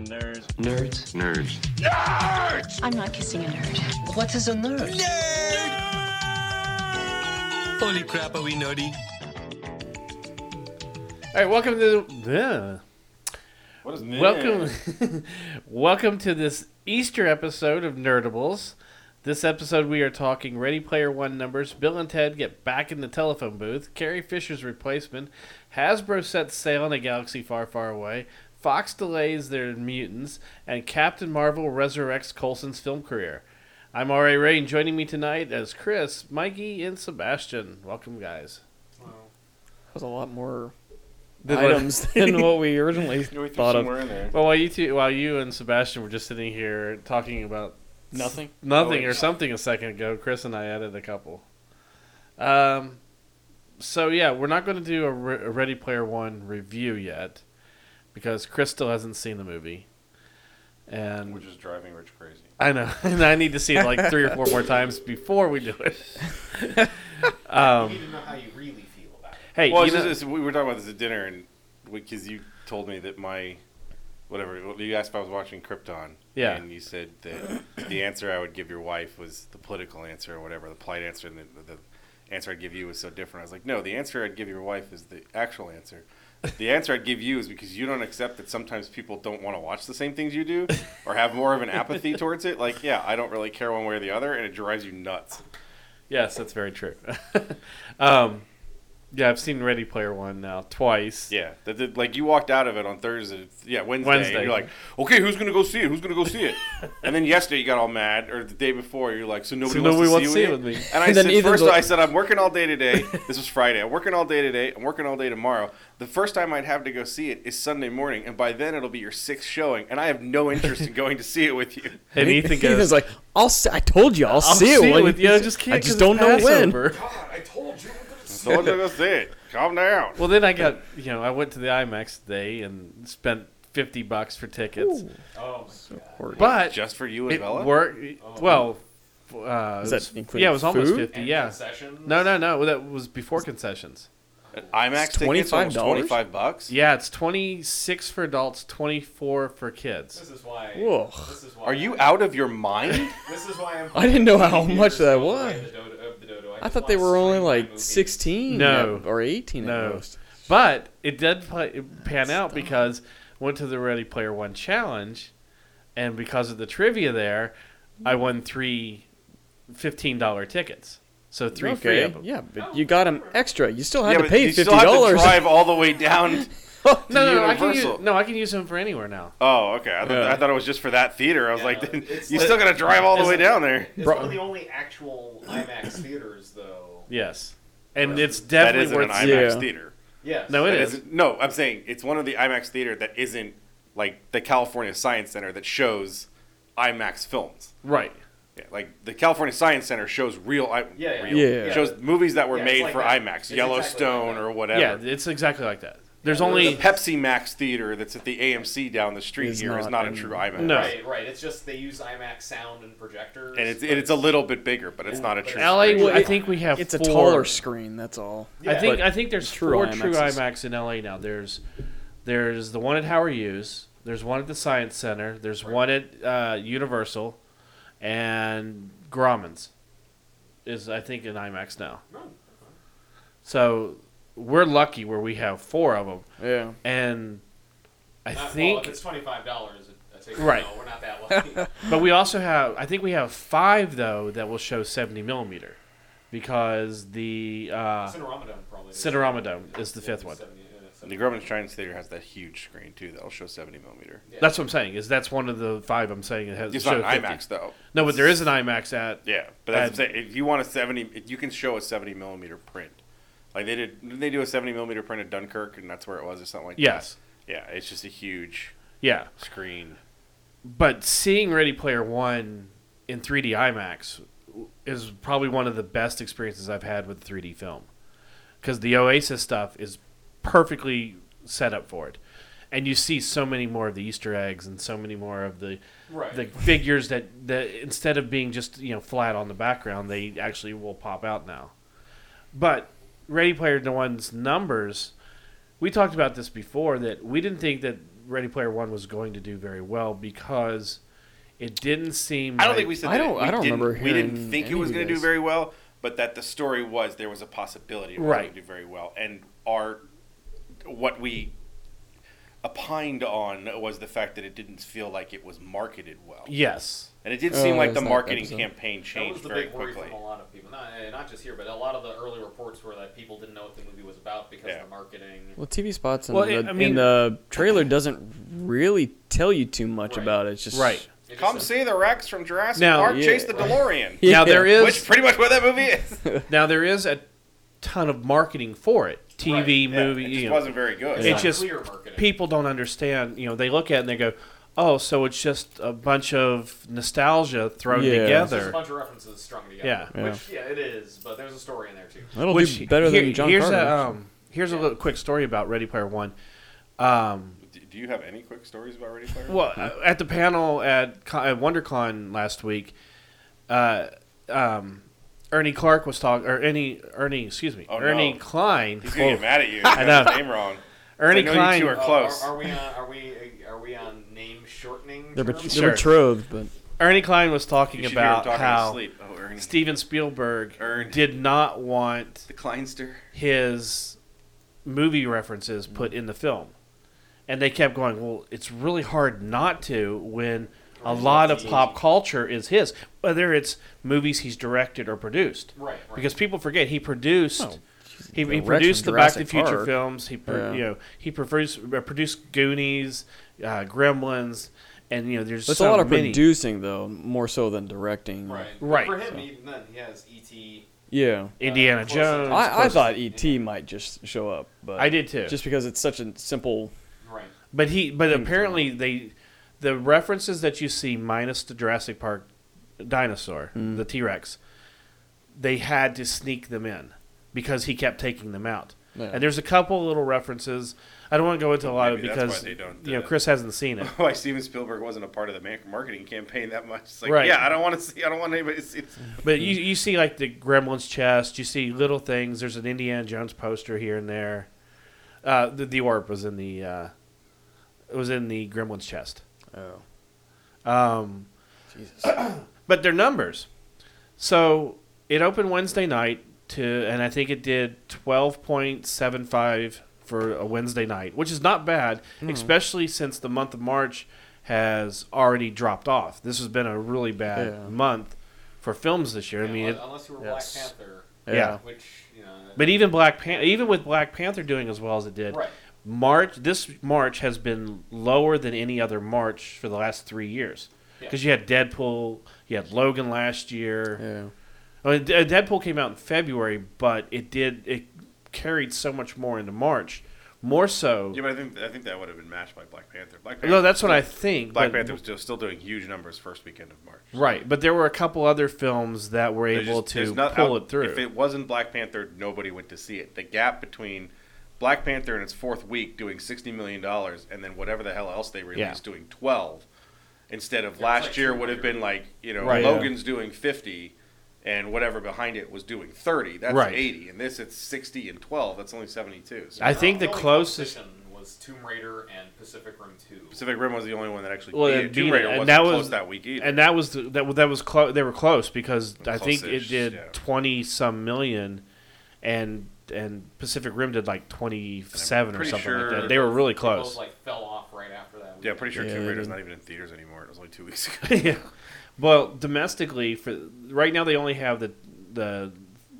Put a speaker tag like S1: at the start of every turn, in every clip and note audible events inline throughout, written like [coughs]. S1: Nerds.
S2: Nerds.
S3: Nerds.
S4: I'm not kissing a nerd.
S2: What is a nerd?
S3: Holy crap, are we nerdy?
S5: All right, welcome to the.
S1: What is
S5: Welcome, [laughs] welcome to this Easter episode of Nerdables. This episode, we are talking Ready Player One numbers. Bill and Ted get back in the telephone booth. Carrie Fisher's replacement. Hasbro sets sail in a galaxy far, far away. Fox delays their mutants, and Captain Marvel resurrects Coulson's film career. I'm R.A. Rain. Joining me tonight as Chris, Mikey, and Sebastian. Welcome, guys.
S6: was a lot more
S5: Than what- [laughs]
S6: items than what we originally
S1: We threw
S6: thought
S1: somewhere
S6: of.
S1: in there.
S5: Well, while you two, while you and Sebastian were just sitting here talking about
S6: Nothing.
S5: nothing
S1: Oh,
S5: or something a second ago. Chris and I added a couple. Um, so yeah, we're not going to do a, Re- a Ready Player One review yet because Chris still hasn't seen the movie, and
S1: Which is driving Rich crazy.
S5: I know, [laughs] and I need to see it like three or four more times before we do it. [laughs] um,
S7: You know how you really feel about it.
S5: hey,
S1: Well,
S5: you
S1: it's
S5: know,
S1: just, it's- we were talking about this at dinner, and because you told me that my whatever you asked if I was watching Krypton,
S5: Yeah.
S1: and you said that the answer I would give your wife was the political answer or whatever, the polite answer, and the, the answer I'd give you was so different. I was like, no, the answer I'd give your wife is the actual answer. The answer I'd give you is because you don't accept that sometimes people don't want to watch the same things you
S5: [laughs]
S1: do or have more of an apathy towards it. Like, yeah, I don't really care one way or the other, and it drives you nuts.
S5: yes, that's very true. [laughs] um, yeah, I've seen Ready Player One now twice.
S1: Yeah, that, that- like you walked out of it on Thursday. Yeah, Wednesday.
S5: Wednesday.
S1: And you're like, okay, who's gonna go see it? Who's gonna go see
S5: [laughs]
S1: it? and then yesterday you got all mad, or the day before you're like, so nobody
S5: So
S1: wants
S5: nobody
S1: to
S5: wants
S1: see
S5: to
S1: you
S5: see it
S1: in
S5: with me. [laughs]
S1: And I
S6: And then
S1: said,
S6: Ethan's
S1: first
S6: like-
S1: I said I'm working all day today. This was Friday. I'm working all day today. I'm working all day tomorrow. The first time I'd have to go see it is Sunday morning, and by then it'll be your sixth showing, and I have no interest in going to see it with
S5: [laughs]
S1: you. [laughs]
S5: And Ethan goes,
S6: Ethan's like, I'll see, I told you, I'll,
S5: I'll
S6: see it. when
S5: with you. I just can't.
S6: I just
S5: 'cause
S6: don't know
S5: it's
S6: when.
S5: Passover."
S7: God, I told you. we're gonna s-
S1: So I'm gonna go see it. Calm down.
S5: [laughs] Well, then I got you know I went to the IMAX today and spent fifty bucks for tickets,
S7: Oh,
S5: but
S1: Just for you and
S5: it
S1: Bella.
S5: worked. Well, uh,
S6: Is
S5: it was-
S6: that including
S5: yeah, it was almost
S6: food?
S5: fifty.
S7: and
S5: Yeah,
S7: concessions?
S5: no, no, no. That was before concessions.
S1: At IMAX tickets almost
S6: $25?
S1: twenty five bucks.
S5: Yeah, it's twenty six for adults, twenty four for kids.
S7: This is why.
S6: Whoa.
S7: This is why.
S1: Are you out of your mind?
S7: This is why I'm.
S6: I didn't know how much that
S7: Of
S6: was.
S7: the Dodo- of the Dodo.
S6: I
S7: just
S6: thought they
S7: wanna
S6: were only
S7: stream my
S6: like
S7: movie.
S6: 16
S5: No.
S6: at- or 18
S5: No.
S6: at most.
S5: But it did play, pan out because went to the Ready Player One challenge, and because of the trivia there, I won three fifteen dollar tickets. So three free of
S6: Okay,
S5: them.
S6: yeah, but you got them extra. You still had to
S1: but
S6: pay
S1: you
S6: $50.
S1: still have to
S6: [laughs]
S1: drive all the way down.
S5: No,
S1: to
S5: no, no, I can use,
S1: Universal.
S5: no, I can use them for anywhere now.
S1: Oh, okay. I thought,
S6: Yeah.
S1: I thought it was just for that theater. I was
S7: Yeah,
S1: like,
S7: no, it's
S1: you
S7: like-
S1: still got to drive all the way down there.
S7: It's
S6: Bro-
S7: one of the only actual IMAX theaters, though.
S5: Yes, and
S7: Right.
S5: it's
S1: That
S5: definitely
S1: isn't an
S5: worth.
S1: IMAX
S6: Yeah. Oh,
S1: theater.
S7: Yes.
S5: No, it
S1: That
S5: is.
S1: isn't- No, I'm saying it's one of the IMAX theater that isn't like the California Science Center that shows IMAX films.
S5: Right.
S1: Yeah, like the California Science Center shows real, I-
S7: Yeah, yeah.
S1: real
S6: Yeah, yeah.
S1: shows movies that were
S7: Yeah, it's
S1: made
S7: like
S1: for
S7: that.
S1: IMAX,
S7: It's exactly
S1: Yellowstone
S7: like that.
S1: or whatever.
S5: Yeah, it's exactly like that. There's
S1: the
S5: only
S1: Pepsi Max theater that's at the AMC down the street
S6: Is
S1: here is
S6: not
S1: not a
S6: in-
S1: true IMAX.
S5: No.
S7: Right, right. It's just they use IMAX sound and projectors.
S1: And it's
S7: but
S1: and it's a little bit bigger, but it's not a true.
S5: LA.
S7: Well,
S5: I
S7: it-
S5: think we have.
S6: It's a
S5: four-
S6: taller screen, that's all.
S7: Yeah.
S5: I think
S6: But
S5: I think there's
S6: true
S5: four
S6: IMAXs.
S5: true IMAX in LA now. There's there's the one at Howard Hughes. There's one at the Science Center. There's one at uh, Universal, and Grauman's is I think in IMAX now.
S7: Oh.
S5: So we're lucky where we have four of them,
S6: Yeah.
S5: and I
S7: Not, well,
S5: think
S7: if it's twenty five dollars, I take it.
S5: Right.
S7: No, we're not that
S5: [laughs]
S7: lucky.
S5: But we also have, I think we have five though that will show seventy millimeter, because the uh,
S7: Cinerama Dome probably. does.
S5: Cinerama Dome is the fifth one.
S7: 70, yeah, 70.
S1: The Grumman Science Theater has that huge screen too. That'll show seventy millimeter.
S7: Yeah.
S5: That's what I'm saying. Is that's one of the five I'm saying it has.
S1: It's
S5: show
S1: not an
S5: 50.
S1: IMAX though.
S5: No, but there is an IMAX at.
S1: Yeah, but that's what I'm saying. If you want a seventy, if you can show a seventy millimeter print. Like they did, didn't they do a seventy millimeter print of Dunkirk, and that's where it was, or something like
S5: Yes.
S1: that. Yeah, it's just a huge
S5: Yeah.
S1: screen.
S5: But seeing Ready Player One in 3D IMAX is probably one of the best experiences I've had with 3D film, because the Oasis stuff is perfectly set up for it, and you see so many more of the Easter eggs and so many more of the
S7: Right.
S5: the figures that, that instead of being just you know flat on the background, they actually will pop out now. But Ready Player One's numbers, we talked about this before that we didn't think that Ready Player One was going to do very well because it didn't seem.
S1: I don't
S5: like-
S1: think we said.
S6: I
S1: that
S6: don't-
S1: we
S6: I don't
S1: didn't-
S6: remember
S1: We didn't
S6: hearing
S1: think it
S6: any
S1: was
S6: of
S1: going to do
S6: this.
S1: very well, but that the story was there was a possibility it was
S5: Right.
S1: going to do very well, and our what we opined on was the fact that it didn't feel like it was marketed well,
S5: Yes.
S1: and it did seem
S6: Oh,
S1: like
S6: it's
S1: the
S6: not that
S1: marketing
S6: episode.
S1: campaign
S7: That
S1: changed
S7: was the
S1: very
S7: big worry
S1: quickly.
S7: from a lot of people. Not, eh, not just here, but a lot of the early reports were that people didn't know what the movie was about because
S1: Yeah.
S7: of the marketing.
S6: Well, TV spots and,
S5: Well,
S6: the,
S5: it- I mean-
S6: and the trailer doesn't really tell you too much
S7: Right.
S6: about it. It's just
S5: Right.
S7: It just
S1: Come
S7: said-
S1: see the Rex from Jurassic
S5: Now-
S1: Park
S6: Yeah.
S1: chase the
S5: [laughs]
S1: DeLorean,
S6: Yeah.
S5: Now there is
S1: which pretty much what that movie is.
S5: now there is a ton of marketing for it. TV,
S1: Yeah,
S5: [laughs] movie.
S1: it
S5: you
S1: just
S5: know.
S1: wasn't very good.
S7: It's
S5: It
S7: not
S5: just-
S7: clear marketing.
S5: people don't understand. You know, they look at it and they go, "Oh, so it's just a bunch of nostalgia thrown
S6: Yeah.
S7: It's just a
S5: together."
S7: bunch of references strung together.
S6: Yeah.
S7: Which, yeah, it is, but there's a story in there too.
S6: That'll
S5: Which
S6: do better
S5: here-
S6: than John
S5: here's
S6: Carter.
S5: a
S6: actually.
S5: um, here's a little quick story about Ready Player One. Um,
S1: Do- Do you have any quick stories about Ready Player? One?
S5: well, uh, at the panel at, Con- at WonderCon last week, uh, um, Ernie Clark was talking, or Ernie, Ernie, excuse me,
S1: Oh, no.
S5: Ernie Klein.
S1: He's gonna
S5: Oh,
S1: get mad at you. I
S5: know.
S1: His name wrong.
S5: Ernie
S1: I know you
S5: Klein.
S1: two are
S7: Uh,
S1: close.
S7: Are, are we on? Are we? Are we on name shortening?
S6: They're, bet-
S7: terms?
S5: Sure.
S6: they're betrothed, but
S5: Ernie Klein was
S1: You
S5: talking
S1: should
S5: about
S1: hear him talking to
S5: how
S1: sleep. Oh, Ernie.
S5: Steven Spielberg
S1: Ernie.
S5: did not want
S1: the [laughs] Kleinster.
S5: his movie references
S7: Mm-hmm.
S5: put in the film. And they kept going, well, it's really hard not to when a lot of pop culture is his, whether it's movies he's directed or produced.
S7: Right, right.
S5: Because people forget he produced. he, he
S6: Oh, directed
S5: produced the Back to the
S6: Jurassic
S5: Future
S6: Park.
S5: films. He pro-
S6: Yeah.
S5: you know he produced uh, produced Goonies, uh, Gremlins, and you know there's
S6: it's
S5: so
S6: a lot of
S5: many.
S6: producing though, more so than directing.
S7: Right.
S5: Right.
S7: But For him, even then, he has E E.T.
S6: Yeah.
S5: Indiana
S7: Uh, close
S5: Jones.
S7: enough.
S6: I, I thought E.T. might just show up, but
S5: I did too.
S6: Just because it's such a simple.
S7: Right.
S5: But he, but apparently they, the references that you see minus the Jurassic Park dinosaur,
S1: Hmm.
S5: the T Rex, they had to sneak them in because he kept taking them out.
S6: Yeah.
S5: And there's a couple little references. I don't want to go into a lot of it
S1: Maybe that's why
S5: because
S1: they don't do
S5: you know
S1: that.
S5: Chris hasn't
S1: [laughs]
S5: seen it.
S1: Oh, Why Steven Spielberg wasn't a part of the man- marketing campaign that much? It's like,
S5: Right.
S1: yeah, I don't want to see. I don't want anybody to see. This.
S5: But you you see like the Gremlins chest. You see little things. There's an Indiana Jones poster here and there. Uh, the the orb was in the uh, it was in the Gremlins chest.
S6: Oh.
S5: Um,
S6: Jesus.
S5: [clears throat] but they're numbers. So it opened Wednesday night to, and I think it did twelve point seven five for a Wednesday night, which is not bad,
S6: Hmm.
S5: especially since the month of March has already dropped off. This has been a really bad
S6: Yeah.
S5: month for films this year. I
S7: Yeah,
S5: mean, it,
S7: unless, unless you were
S6: yes.
S7: Black Panther,
S5: Yeah.
S7: which you know.
S5: but even Black Pan- even with Black Panther doing as well as it did,
S7: Right.
S5: March this March has been lower than any other March for the last three years.
S7: Yeah.
S5: Because you had Deadpool, you had Logan last year.
S6: Yeah.
S5: I mean, D- uh, Deadpool came out in February, but it did it carried so much more into March, more so.
S1: Yeah, but I think I think that would have been matched by Black Panther. Black Panther.
S5: No, that's what I
S1: Think,
S5: think.
S1: Black
S5: but-
S1: Panther was still- still doing huge numbers first weekend of March.
S5: right? But there were a couple other films that were
S1: There's
S5: able
S1: just-
S5: to
S1: there's not-
S5: pull
S1: I-
S5: it through.
S1: If it wasn't Black Panther, nobody went to see it. The gap between Black Panther in its fourth week doing sixty million dollars, and then whatever the hell else they released doing twelve, instead of
S7: Yeah,
S1: last
S7: it's like
S1: year
S7: two
S1: would have
S7: hundred.
S1: been like you know
S5: Right.
S1: Logan's doing fifty, and whatever behind it was doing thirty. That's
S5: Right.
S1: eighty, and this it's sixty and twelve. That's only seventy two. So
S5: I think
S7: uh, the
S5: the
S7: only
S5: closest.
S7: competition was Tomb Raider and Pacific Rim Two.
S1: Pacific Rim was the only one that actually
S5: Well,
S1: beat
S5: it
S1: it. Tomb
S5: beat
S1: Raider
S5: it, and
S1: wasn't
S5: that
S1: close
S5: was-
S1: that week either.
S5: And that was the, that that was close. They were close because I think it
S1: Close-ish,
S5: did
S1: yeah.
S5: twenty some million, and and Pacific Rim did like twenty seven or
S1: pretty
S5: something like
S1: sure-
S5: that. They were really
S7: They
S5: close.
S7: Both, like fell off right after that.
S1: yeah, pretty sure
S6: Yeah,
S1: Tomb
S6: they
S1: Raider's
S6: did.
S1: not even in theaters anymore. It was only two weeks [laughs] ago.
S5: [laughs] yeah. Well, domestically, for right now, they only have the the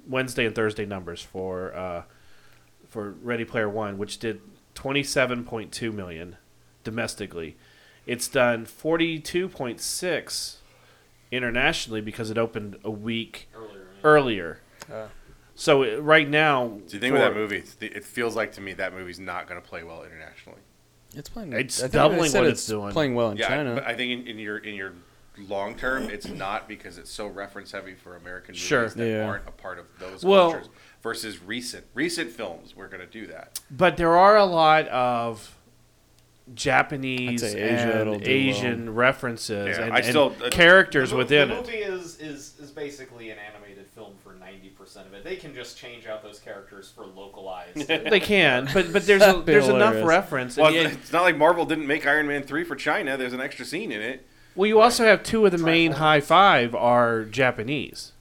S5: Wednesday and Thursday numbers for uh, for Ready Player One, which did twenty seven point two million domestically. It's done forty two point six internationally because it opened a week
S7: Earlier. yeah.
S5: earlier.
S6: Uh.
S5: so it, right now,
S1: Do you think with
S5: for-
S1: that movie? it's the- It feels like to me that movie's not going to play well internationally.
S6: It's playing.
S5: It's
S6: I think
S5: doubling
S6: they said
S5: what
S6: it's
S5: it's doing.
S6: Playing well in
S1: yeah, I-
S6: China.
S1: but I, think in, in your in your long term, it's not because it's so reference heavy for American movies
S5: Sure.
S1: that
S6: Yeah.
S1: aren't a part of those
S5: Well-
S1: cultures. Versus recent recent films, we're going to do that.
S5: But there are a lot of Japanese
S6: I'd say Asia, it'll
S5: and
S6: do
S5: Asian references
S1: Yeah,
S5: and,
S1: I
S5: and
S1: still-
S5: characters
S7: The mo-
S5: within
S7: the
S5: it.
S7: movie is, is is basically an animated film for ninety percent percent of it. They can just change out those characters for
S5: [laughs]
S7: localized. Uh,
S5: They can, but but there's
S6: [laughs]
S5: a,
S6: That'd be
S5: there's enough
S6: hilarious.
S5: reference. and
S1: Well, [laughs]
S5: yet-
S1: it's not like Marvel didn't make Iron Man three for China. There's an extra scene in it.
S5: Well, you also have two of the main high five are Japanese.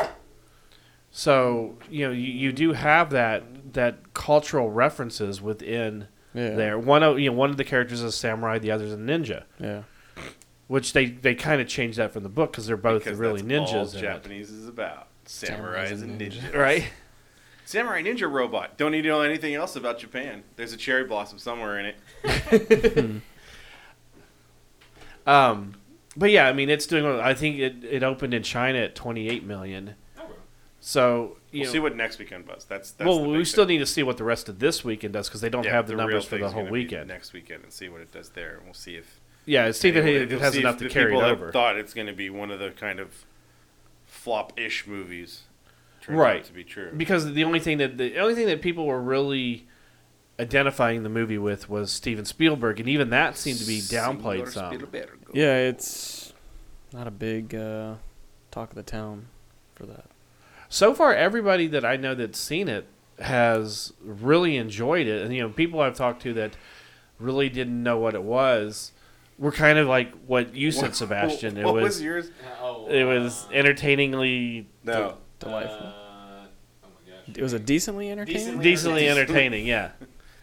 S5: So you know you, you do have that that cultural references within
S6: Yeah.
S5: there. One of you know one of the characters is a samurai, the other's a ninja,
S6: Yeah.
S5: which they they kind of changed that from the book because they're both
S1: Because
S5: really
S1: that's all
S5: ninjas, in it.
S1: Japanese is about samurais,
S6: Samurais
S1: and
S6: and
S1: ninjas.
S5: [laughs] right?
S1: Samurai ninja robot. Don't need to know anything else about Japan. There's a cherry blossom somewhere in it.
S5: Um, but yeah, I mean it's doing. I think it, it opened in China at 28 million.
S7: Oh,
S5: So you
S1: We'll
S5: know,
S1: see what next weekend was. That's, that's
S5: well,
S1: the
S5: we
S1: big
S5: still
S1: thing.
S5: need to see what the rest of this weekend does because they don't
S1: Yeah,
S5: have the,
S1: real
S5: numbers for the
S1: thing's
S5: whole
S1: gonna be
S5: weekend.
S1: next weekend and see what it does there, and we'll see if
S5: Yeah, see if it,
S1: anyway,
S5: it
S1: we'll
S5: has
S1: see
S5: enough
S1: if
S5: to
S1: the
S5: carry it
S1: people that
S5: over.
S1: Thought it's going to be one of the kind of flop-ish movies. Turns
S5: Right.
S1: out to be true.
S5: because the only thing that the only thing that people were really identifying the movie with was Steven Spielberg, and even that seemed to be downplayed some.
S6: Yeah, it's not a big uh, talk of the town for that.
S5: So far, everybody that I know that's seen it has really enjoyed it, and you know, people I've talked to that really didn't know what it was were kind of like what you said, Sebastian.
S1: What,
S5: it was,
S1: was yours?
S7: oh,
S5: it was
S7: uh,
S5: entertainingly
S1: No.
S6: Delightful.
S7: Uh, oh my gosh.
S6: it was a decently entertaining.
S7: Decently
S5: decently entertaining. Yeah,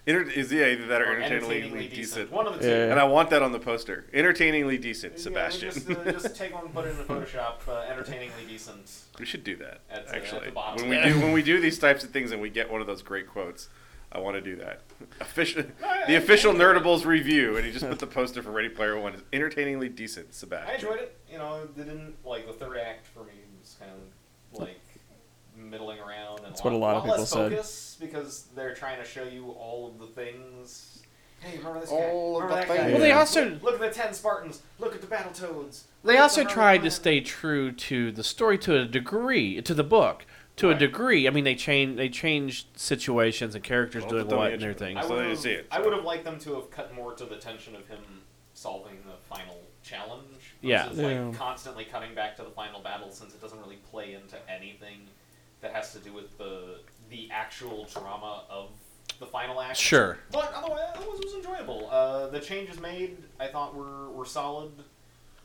S1: Inter- is yeah either that or
S7: Or
S1: entertainingly,
S7: entertainingly
S1: decent.
S7: One of the two.
S6: Yeah.
S1: And I want that on the poster. Entertainingly decent,
S7: Yeah,
S1: Sebastian.
S7: just, uh, just take one, put it
S1: [laughs]
S7: in Photoshop. Uh, entertainingly decent.
S1: we should do that.
S7: At the- at
S1: actually,
S7: the bottom.
S1: when we do when we do these types of things and we get one of those great quotes, I want to do that. [laughs] Official, the official Nerdables review, and he just put the poster for Ready Player One. is Entertainingly decent, Sebastian.
S7: I enjoyed it. You know, it didn't like the third act for me was kind of like middling around. And
S6: That's what a lot of
S7: lot
S6: people said.
S7: less focus Because they're trying to show you all of the things. Hey, remember this
S1: All
S7: guy?
S1: of
S7: Remember
S1: the
S7: that guy?
S1: things.
S5: Well, they
S7: Look-
S5: also-
S7: look at the ten Spartans. Look at the battle toads.
S5: They also tried to stay true to the story to a degree, to the book to a
S7: Right.
S5: degree. I mean, they changed they changed situations and characters
S1: Well,
S5: doing
S1: but don't
S5: what
S1: you-
S5: and everything.
S1: I
S7: I
S1: So they
S7: would
S1: didn't
S7: have.
S1: see it,
S7: I
S1: so-
S7: would have liked them to have cut more to the tension of him solving the final challenge.
S5: Yeah.
S7: versus, like
S6: Yeah.
S7: constantly cutting back to the final battle since it doesn't really play into anything that has to do with the the actual drama of the final act.
S5: Sure.
S7: But otherwise, it was, it was enjoyable. Uh, the changes made, I thought, were were solid,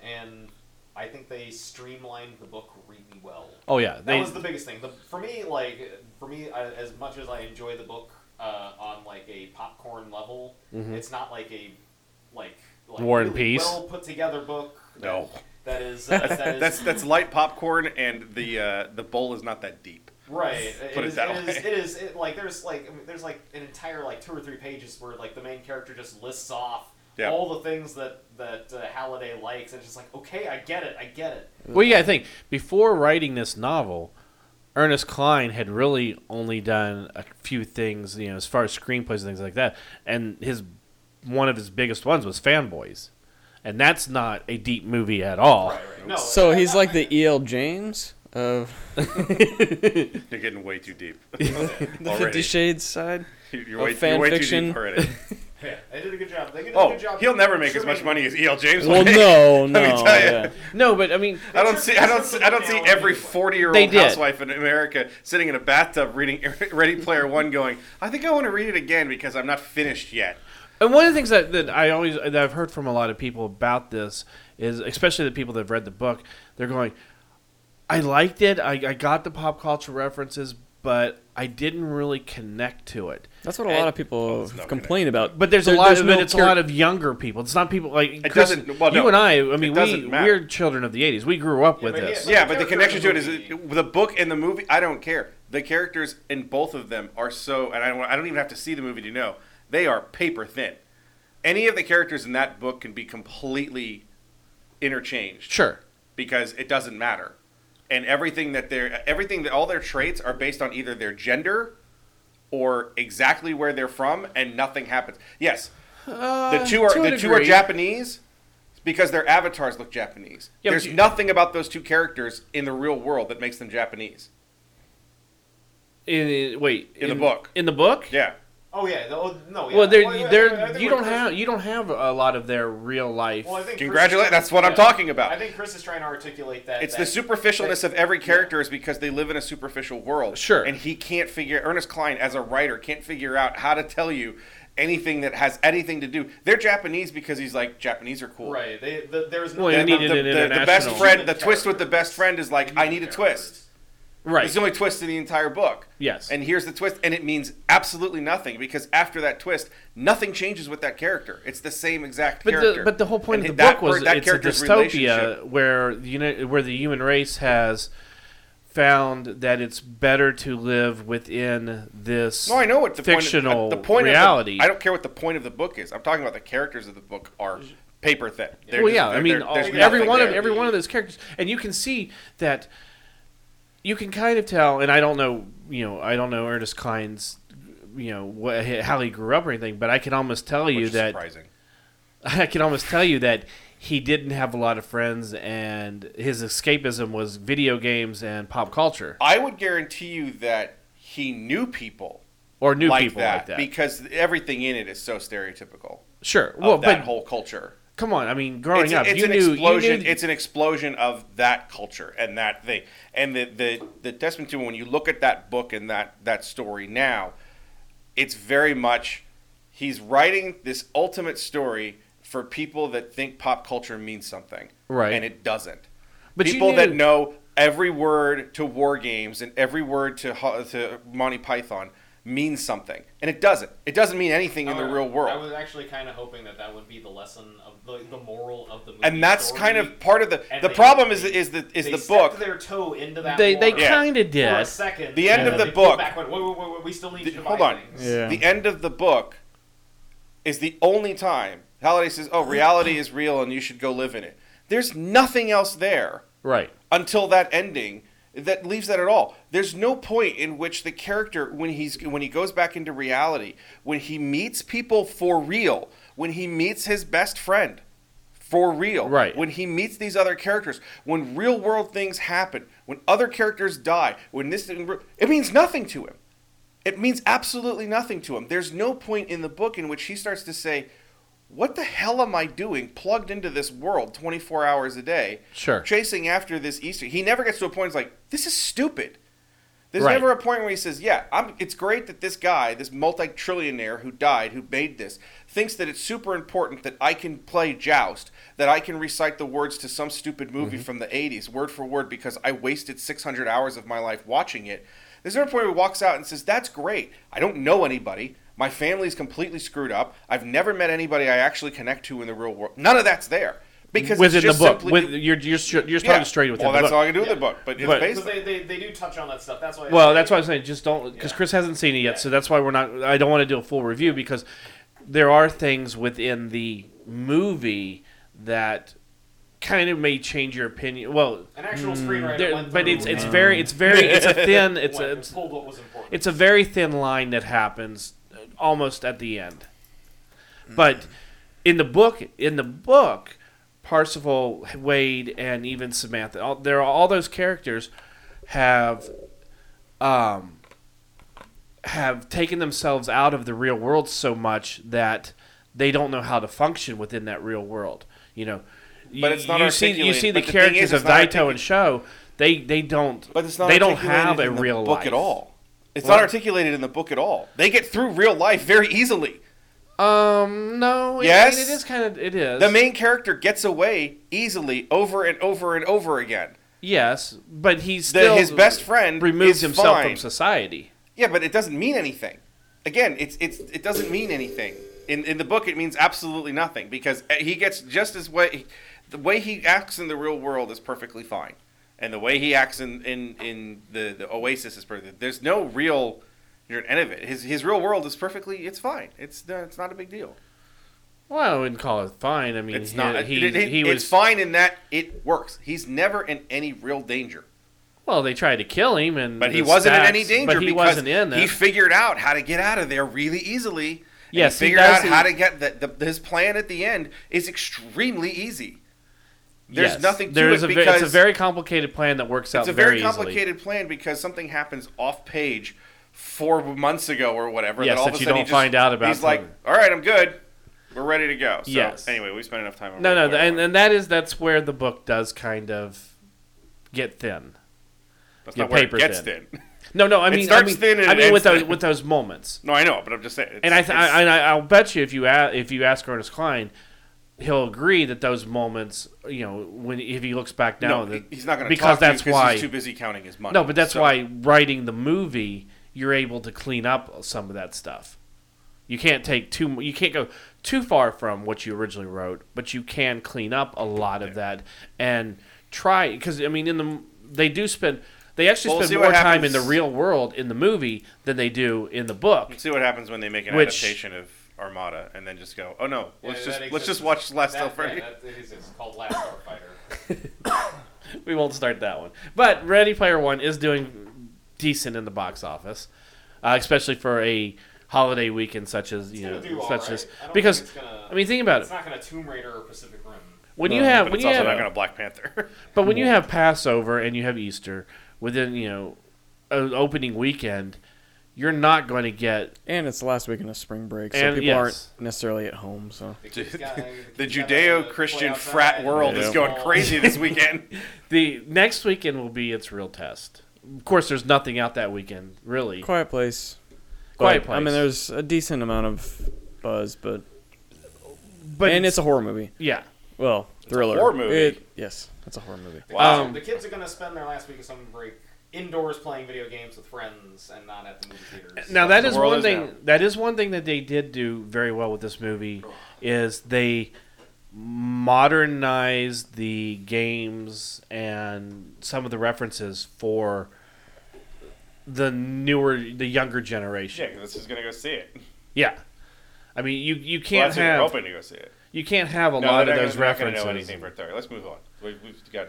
S7: and I think they streamlined the book really well
S5: Oh yeah,
S7: that
S5: they
S7: was the biggest thing. The, for me, like for me, I, as much as I enjoy the book uh, on like a popcorn level,
S1: Mm-hmm.
S7: it's not like a like, like
S5: War and Peace?
S7: well put together book. that-
S1: No. [laughs]
S7: that is uh, that is
S1: That's that's light popcorn, and the uh, the bowl is not that deep.
S7: right.
S1: Put it
S7: is-
S1: that
S7: it is-
S1: way.
S7: it is it, like there's like I mean, there's like an entire like two or three pages where like the main character just lists off.
S1: Yeah.
S7: All the things that that uh, Halliday likes, and it's just like, okay, I get it, I get it.
S5: well yeah. I think before writing this novel, Ernest Klein had really only done a few things, you know, as far as screenplays and things like that. And his one of his biggest ones was Fanboys, and that's not a deep movie at all.
S7: Right, right. No,
S6: So
S7: I-
S6: he's
S7: I-
S6: like
S7: I-
S6: the E.L. James of
S1: You're getting way too deep.
S6: [laughs] the
S1: already.
S6: Fifty Shades side.
S1: You're
S6: of
S1: way,
S6: fan
S1: you're way too
S6: fiction.
S1: deep already.
S7: Yeah, they did a good job. They did a
S1: Oh,
S7: good job
S1: he'll never make as much
S7: trimming-
S1: money as E.L. James. will
S6: Well,
S5: [laughs]
S1: make.
S6: no, no.
S1: Let me tell ya.
S6: yeah.
S5: No, but I mean,
S1: I don't see. I don't. See, I don't see every
S5: They
S1: forty-year-old
S5: did.
S1: housewife in America sitting in a bathtub reading [laughs] Ready Player One, going, "I think I want to read it again because I'm not finished yet."
S5: And one of the things that, that I always that I've heard from a lot of people about this is, especially the people that have read the book, they're going, "I liked it. I, I got the pop culture references, but I didn't really connect to it."
S6: That's what a
S5: And-
S6: lot of people
S1: it's not
S6: complain about.
S5: But there's a
S6: There-
S5: lot of
S6: no
S5: it. It's
S6: char-
S5: a lot of younger people. It's not people like Chris,
S1: doesn't- well,
S5: you
S1: no.
S5: and I. I mean, we
S1: doesn't matter.
S5: we're children of the '80s. We grew up with
S7: but
S5: this.
S7: yeah,
S1: yeah, but the connection
S7: character in
S1: to it
S7: the
S1: is
S7: movie-
S1: the book and the movie. I don't care. The characters in both of them are so, and I don't, I don't even have to see the movie to know they are paper thin. Any of the characters in that book can be completely interchanged
S5: Sure.
S1: because it doesn't matter, and everything that they're everything that all their traits are based on either their gender or exactly where they're from, and nothing happens. Yes, the two are
S5: Uh, to a
S1: the two are
S5: degree.
S1: Japanese because their avatars look Japanese.
S5: Yeah, but
S1: There's
S5: you-
S1: nothing about those two characters in the real world that makes them Japanese.
S5: In, wait,
S1: In the book.
S5: In the book.
S1: Yeah,
S7: Oh yeah. The, oh, no. Yeah.
S5: Well, there,
S7: Oh, yeah, yeah, yeah, I
S5: there,
S7: think
S5: you
S7: what
S5: don't
S7: Chris-
S5: have you don't have a lot of their real life.
S7: Well, I think Chris is
S1: Congratulate.
S7: trying-
S1: That's what I'm
S7: yeah.
S1: talking about.
S7: I think Chris is trying to articulate that.
S1: It's
S7: that,
S1: the superficialness of every character is because they live in a superficial world.
S5: Sure.
S1: And he can't figure Ernest Klein as a writer can't figure out how to tell you anything that has anything to do. They're Japanese because he's like Japanese are cool.
S7: Right. They, the, there's no.
S5: Well, you
S1: And
S5: need
S1: the,
S5: needed
S1: the-
S5: an
S1: the- the best
S5: international-
S1: friend, the
S7: Human
S1: twist with the best friend is like, I need a twist. It's
S5: right?
S1: the only twist in the entire book.
S5: Yes.
S1: And here's the twist, and it means absolutely nothing because after that twist, nothing changes with that character. It's the same exact
S5: But
S1: character.
S5: the, but the whole point
S1: And
S5: of the
S1: that
S5: book was
S1: per- that
S5: it's a
S1: character's
S5: dystopia
S1: relationship-
S5: where the uni- where the human race has found that it's better to live within this.
S1: No, I know what the
S5: fictional
S1: point, of, the point
S5: reality.
S1: Of the, I don't care what the point of the book is. I'm talking about the characters of the book are paper thin. They're
S5: well,
S1: just-
S5: yeah, I
S1: they're-
S5: mean,
S1: they're-
S5: all-
S1: there's
S5: every
S1: nothing
S5: one of
S1: there.
S5: every one of those characters, and you can see that you can kind of tell. And I don't know, you know, I don't know Ernest Klein's, you know, what, how he grew up or anything, but I can almost tell
S1: Which
S5: you
S1: is
S5: that
S1: surprising.
S5: [laughs] I can almost tell you that he didn't have a lot of friends, and his escapism was video games and pop culture
S1: I would guarantee you that he knew people
S5: or new
S1: like,
S5: people
S1: that
S5: like that.
S1: because everything in it is so stereotypical
S5: sure.
S1: of
S5: Well,
S1: that
S5: but
S1: whole culture.
S5: come on. I mean, growing
S1: it's,
S5: up,
S1: it's
S5: you,
S1: an
S5: knew, you
S1: explosion.
S5: knew-
S1: It's an explosion of that culture and that thing. And the the the testament to when you look at that book and that that story now, it's very much he's writing this ultimate story for people that think pop culture means something,
S5: Right.
S1: And it doesn't.
S5: But you
S1: people that
S5: knew-
S1: know every word to War Games and every word to Ho- to Monty Python means something, and it doesn't. It doesn't mean anything in the
S7: However,
S1: real world.
S7: Oh, I was actually kind of hoping that that would be the lesson of the, the moral of the movie.
S1: and that's
S7: story.
S1: kind of part of the
S7: And
S1: the
S7: they-
S1: problem is
S7: they-
S1: is the is
S7: they
S1: the
S7: stepped
S1: book
S7: their toe into that.
S5: they they
S7: water
S1: Yeah.
S5: kind of
S7: for
S5: did.
S7: a second.
S1: The end
S7: and
S1: of
S7: then
S1: the
S7: they pulled
S1: book-
S7: Back, went, wait, wait, wait, wait, we still need
S1: The-
S7: you to buy
S1: hold on.
S7: things."
S6: Yeah.
S1: The end of the book is the only time Halliday says, "Oh, reality is real, and you should go live in it." There's nothing else there
S5: Right.
S1: until that ending that leaves that at all. There's no point in which the character when he's when he goes back into reality, when he meets people for real, when he meets his best friend for real,
S5: Right.
S1: When he meets these other characters, when real world things happen, when other characters die, when this it means nothing to him. It means absolutely nothing to him. There's no point in the book in which he starts to say, "What the hell am I doing plugged into this world 24 hours a day?"
S5: Sure.
S1: chasing after this Easter. He never gets to a point where he's like, this is stupid. There's
S5: Right.
S1: never a point where he says, yeah, I'm, it's great that this guy, this multi-trillionaire who died, who made this, thinks that it's super important that I can play Joust, that I can recite the words to some stupid movie
S5: Mm-hmm.
S1: from the 80s, word for word, because I wasted 600 hours of my life watching it. There's never a point where he walks out and says, that's great. I don't know anybody. My family's completely screwed up. I've never met anybody I actually connect to in the real world. None of that's there. Because it's
S5: Within the
S1: just
S5: book,
S1: simply-
S5: with you're you're, you're you're talking straight within
S1: well,
S5: the
S1: that's
S5: book.
S1: all I can do with the book, but it's
S5: But-
S1: based.
S7: Because they, they, they do touch on that stuff. That's why.
S5: Well, that's why I'm saying just don't because
S7: Yeah.
S5: Chris hasn't seen it yet, so that's why we're not. I don't want to do a full review because there are things within the movie that kind of may change your opinion. Well,
S7: An actual screenwriter.
S5: Mm, there-
S7: went
S5: but
S7: through
S5: it's it's
S7: and
S5: very it's very it's
S7: [laughs]
S5: a thin
S7: went
S5: it's a
S7: and
S5: it's,
S7: pulled what was important.
S5: it's a very thin line that happens uh, almost at the end.
S1: Mm-hmm.
S5: But in the book, in the book, Parsifal, Wade, and even Samantha, all, there are all those characters have um, have taken themselves out of the real world so much that they don't know how to function within that real world. You know,
S1: But it's not
S5: you see you
S1: articulated-
S5: see the
S1: but the thing
S5: characters
S1: is,
S5: of
S1: it's not
S5: Daito and Show. They they don't
S1: but it's not.
S5: they don't
S1: articulated
S5: have a
S1: in the
S5: real
S1: book
S5: life
S1: at all. It's
S5: What?
S1: not articulated in the book at all. They get through real life very easily.
S5: Um, no. it-
S1: Yes?
S5: it is kind of. It is.
S1: The main character gets away easily over and over and over again.
S5: Yes, but he's
S1: The-
S5: still
S1: his best friend
S5: removes
S1: is
S5: himself
S1: fine.
S5: from society.
S1: Yeah, but it doesn't mean anything. Again, it's it's it doesn't mean anything. In in the book, it means absolutely nothing because uh, he gets just as way the way he acts in the real world is perfectly fine, and the way he acts in in, in the the Oasis is perfect. There's no real you're an end of it. His his real world is perfectly it's fine. It's uh, it's not a big deal.
S5: Well, I wouldn't call it fine. I mean,
S1: It's
S5: he,
S1: not
S5: He,
S1: it- it-
S5: he
S1: it's
S5: was.
S1: fine in that it works. He's never in any real danger.
S5: Well, they tried to kill him, and
S1: But he
S5: the
S1: wasn't in
S5: stats-
S1: any danger
S5: But he
S1: because
S5: wasn't in
S1: he
S5: it.
S1: figured out how to get out of there really easily. And
S5: Yes, he
S1: he figured
S5: does-
S1: out how to get the, the his plan at the end is extremely easy. There's
S5: Yes.
S1: nothing to
S5: There is
S1: it
S5: a ve-
S1: because
S5: it's a very complicated plan that works out
S1: it's a very,
S5: easily.
S1: complicated plan because something happens off page four months ago or whatever.
S5: Yes,
S1: all
S5: that
S1: of a
S5: you
S1: sudden he
S5: don't
S1: just-
S5: find out about
S1: He's like,
S5: something.
S1: all right, I'm good. We're ready to go. So,
S5: Yes.
S1: Anyway, we spent enough time. on
S5: No,
S1: Ready
S5: no,
S1: Player
S5: and,
S1: One.
S5: and that is that's where the book does kind of get thin.
S1: that's
S5: your
S1: not where it
S5: paper's
S1: gets
S5: thin.
S1: thin. [laughs]
S5: No, no, I
S1: It
S5: mean, I
S1: starts
S5: mean,
S1: thin and
S5: I
S1: it
S5: mean with
S1: ends
S5: those
S1: thin.
S5: with those moments.
S1: No, I know, but I'm just saying. It's,
S5: and I, th-
S1: it's-
S5: I, and I I'll bet you if you a if you ask Ernest Klein, he'll agree that those moments, you know, when if he looks back now,
S1: no,
S5: that,
S1: he- he's not going to talk
S5: because
S1: to you
S5: that's why
S1: he's too busy counting his money.
S5: no, but that's
S1: So-
S5: why writing the movie, you're able to clean up some of that stuff. You can't take too you can't go too far from what you originally wrote, but you can clean up a lot of that and try because I mean in the they do spend they actually
S1: Well, we'll see
S5: spend
S1: what
S5: more time in the
S1: happens.
S5: real world in the movie than they do in the book.
S1: See what happens when they make an
S5: Which-
S1: adaptation of Armada, and then just go, oh no,
S7: Yeah,
S1: let's
S7: that
S1: just let's
S7: exists.
S1: just watch Last
S7: That-
S1: Alfred.
S7: yeah, that- it is- it's called Last Starfighter.
S5: we won't start that one. But Ready Player One is doing decent in the box office, uh, especially for a holiday weekend such as you
S7: gonna
S5: know
S7: do all
S5: such
S7: right.
S5: as
S7: I don't
S5: because
S7: think it's gonna-
S5: I mean think about it
S7: It's not going to Tomb Raider or Pacific Rim.
S5: when you
S6: No,
S5: have
S1: but
S5: when
S1: it's
S5: you
S1: also
S5: have
S1: not going to Black [laughs] Panther.
S5: but when you have Passover and you have Easter within you know an opening weekend, you're not going to get
S6: And it's the last week in a spring break, so
S5: And
S6: people
S5: yes.
S6: aren't necessarily at home. So
S7: The kids gotta-
S1: the
S7: kids gotta play
S1: Judeo-Christian
S7: outside
S1: frat
S7: and
S1: world is
S7: play
S1: going
S7: ball.
S1: crazy
S5: [laughs]
S1: this weekend.
S5: the next weekend will be its real test. Of course, there's nothing out that weekend really.
S6: quiet place.
S5: Quiet
S6: But, I mean,
S5: Place.
S6: there's a decent amount of buzz, but,
S5: But
S6: and it's, a horror movie.
S5: yeah.
S6: Well, thriller.
S1: horror movie.
S6: It- yes, it's a horror movie.
S1: Wow.
S5: Um,
S7: the kids are going to spend their last week of summer break indoors playing video games with friends and not at the movie theaters.
S5: Now that
S1: the
S5: is
S1: world
S5: one
S1: is
S5: thing.
S1: now.
S5: That is one thing that they did do very well with this movie is they modernized the games and some of the references for the newer, the younger
S1: yeah,
S5: generation.
S1: 'cause this is going to go see it.
S5: Yeah, I mean you you
S1: Well,
S5: can't
S1: that's if you're
S5: have
S1: hoping to go see it.
S5: you can't have a
S1: No,
S5: lot
S1: they're
S5: of
S1: not
S5: those
S1: gonna- they're not
S5: references.
S1: gonna know anything
S5: [laughs]
S1: for Atari. Let's move on. We, we've got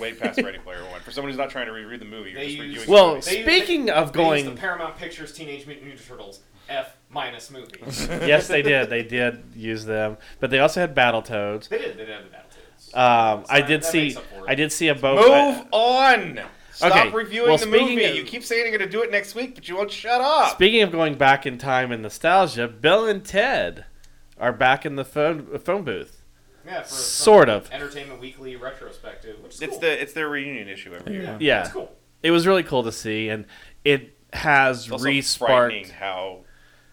S1: way past Ready Player One. For someone who's not trying to reread the movie, you're
S7: They
S1: just
S7: use-
S1: reviewing.
S5: Well,
S1: the movie.
S7: They- they-
S5: speaking of
S7: They used
S5: going,
S7: the Paramount Pictures Teenage Mutant Ninja Turtles F minus movie.
S1: [laughs]
S5: yes, they did. They did use them, but they also had Battletoads.
S7: they did. They did have the Battletoads.
S1: Uh,
S5: Um, I
S7: That-
S5: did
S7: that
S5: see.
S7: makes up for it.
S5: I did see a boat.
S1: move on. Stop
S5: Okay,
S1: reviewing
S5: well,
S1: the
S5: speaking
S1: movie.
S5: of-
S1: you keep saying you're going to do it next week, but you won't shut up.
S5: Speaking of going back in time and nostalgia, Bill and Ted are back in the phone phone booth.
S7: Yeah, for
S5: Sort
S7: some
S5: of.
S7: Entertainment Weekly retrospective, which is
S1: it's
S7: cool.
S1: the it's their reunion issue every year.
S6: Yeah.
S5: Yeah,
S7: It's cool.
S5: it was really cool to see, and it has
S1: It's also frightening
S5: re-sparked.
S1: how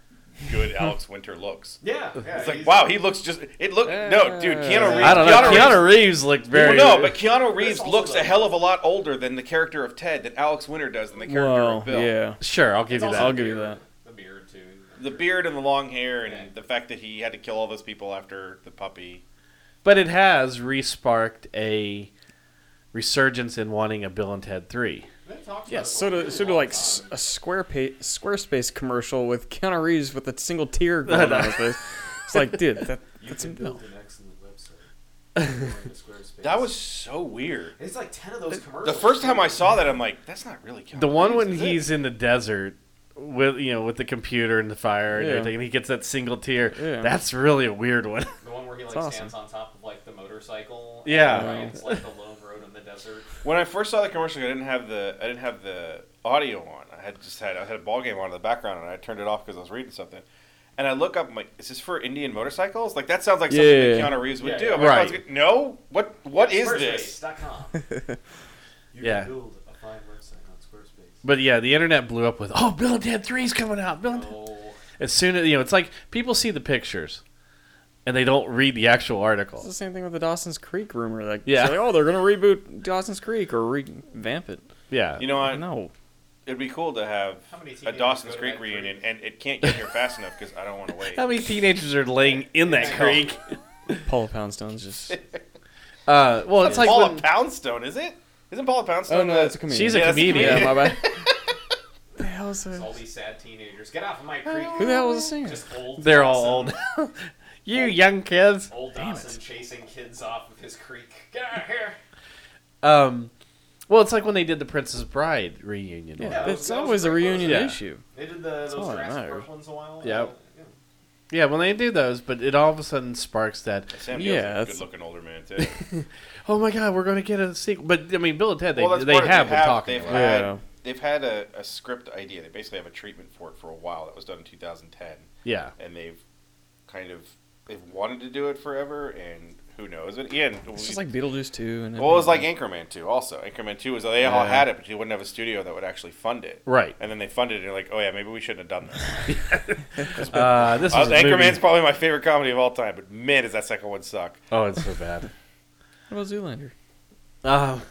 S5: [laughs]
S1: good Alex Winter looks.
S7: Yeah, yeah.
S1: It's like
S7: he's-
S1: wow, he looks just it look no dude Keanu Reeves.
S5: Eh. I don't know.
S1: Keanu Reeves-
S5: Keanu Reeves looked very.
S1: well, no, but Keanu Reeves
S7: It's also
S1: looks a
S7: the-
S1: hell of a lot older than the character of Ted than Alex Winter does than the character
S6: Well,
S1: of Bill.
S6: yeah.
S5: sure, I'll give
S7: it's
S5: you
S7: also
S5: that.
S6: I'll
S7: the
S6: give you
S7: beard.
S6: that.
S7: The beard too.
S1: The beard and the long hair and
S7: Okay.
S1: the fact that he had to kill all those people after the puppy.
S5: But it has re-sparked a resurgence in wanting a Bill and Ted three.
S7: They talked about
S6: Yes,
S7: it
S6: so
S7: for a
S6: do, so do
S7: long
S6: like
S7: time.
S6: s- a square pa- Squarespace commercial with Keanu Reeves with a single
S5: [laughs]
S6: tear going down his face. It's like, dude, that,
S7: You
S6: that's
S7: can
S6: no.
S7: build an excellent
S6: [laughs]
S7: website. Going to Squarespace.
S1: That was so weird.
S7: It's like ten of those commercials.
S1: The first time I saw that, I'm like, that's not really Keanu
S5: The one
S1: Reeves,
S5: when
S1: is it?
S5: he's in the desert with you know with the computer and the fire and
S6: Yeah.
S5: everything, and he gets that single tear.
S6: Yeah.
S5: That's really a weird one.
S7: the one where he like
S6: awesome.
S7: stands on top of like the motorcycle. and
S5: Yeah.
S7: rides, like the lone road in the desert.
S1: When I first saw the commercial, I didn't have the I didn't have the audio on. I had just had I had a ball game on in the background, and I turned it off because I was reading something. And I look up, I'm like, is this for Indian motorcycles? Like that sounds like something
S6: Yeah.
S1: that Keanu Reeves would
S7: Yeah,
S1: do.
S7: yeah.
S1: I'm like,
S5: Right.
S1: I was like, no, what what is this?
S7: Squarespace.com.
S6: [laughs]
S7: you
S5: Yeah.
S7: can build a fine website on Squarespace.
S5: But yeah, the internet blew up with oh, Bill and Ted Three's coming out. Bill and Ted.
S7: Oh,
S5: As soon as you know, it's like people see the pictures, and they don't read the actual
S6: It's the
S5: article.
S6: same thing with the Dawson's Creek rumor. Like,
S5: Yeah.
S6: yeah. oh, they're gonna reboot Dawson's Creek or revamp it.
S5: Yeah,
S1: You know,
S6: [laughs]
S1: I,
S6: No,
S1: it'd be cool to have
S7: How many
S1: a
S7: teenagers
S1: Dawson's
S7: go to
S1: Creek
S7: that creek?
S1: reunion, and it can't get here fast enough because I don't want to wait.
S5: how many teenagers are laying in that
S7: Yeah.
S5: creek?
S6: Paula Poundstone's
S1: [laughs]
S6: just.
S5: [laughs] Uh, well, it's like
S1: Paula
S5: when-
S1: Poundstone, is it? Isn't Paula Poundstone? uh,
S6: oh no,
S1: the-
S6: that's a comedian.
S5: she's a
S1: Yeah, that's a
S5: comedian.
S1: comedian.
S6: yeah, my
S1: [laughs]
S6: bad. the hell is
S7: it's all
S6: that?
S7: these sad teenagers. Get off of my creek.
S6: Who the hell
S7: [laughs]
S6: was the singer?
S7: Just old.
S5: They're all
S7: Dawson.
S5: old. [laughs] you young kids.
S7: Old Dawson chasing kids off of his creek. Get out of here.
S5: Um, well, it's like when they did the Princess Bride reunion.
S6: Yeah,
S5: Yeah,
S7: that was-
S6: that's
S7: that was
S6: always a
S7: pretty
S6: reunion
S5: close. Yeah.
S6: issue.
S7: They did the those
S6: all that
S7: Jurassic
S6: matters.
S7: Park ones a while.
S5: Yep.
S7: ago. Yeah.
S5: yeah, when they do those, but it all of a sudden sparks that.
S1: Sam
S6: Yeah,
S1: Neill's a
S6: that's-
S1: good-looking older man too.
S5: Oh my God, we're going to get a sequel. But I mean, Bill and Ted, they
S1: Well, that's
S5: they
S1: part of-
S5: have
S1: they
S5: been
S1: have-
S5: talking.
S1: they've
S5: about it.
S1: had-
S6: Yeah.
S1: they've had a, a script idea. They basically have a treatment for it for a while. That was done in 2010,
S5: Yeah.
S1: and they've kind of they've wanted to do it forever, and who knows? And Ian,
S6: It's
S1: we-
S6: just like Beetlejuice 2. And
S1: well, it was
S6: everything
S1: like Anchorman 2 also. Anchorman 2 was they all
S6: Yeah.
S1: had it, but they wouldn't have a studio that would actually fund it.
S5: Right.
S1: And then they funded it, and they're like, oh yeah, maybe we shouldn't have done that.
S5: [laughs] Uh, this
S1: Uh,
S5: was a
S1: Anchorman's
S5: movie-
S1: probably my favorite comedy of all time, but man, does that second one suck.
S5: Oh, it's so bad.
S6: What about Zoolander?
S5: Um,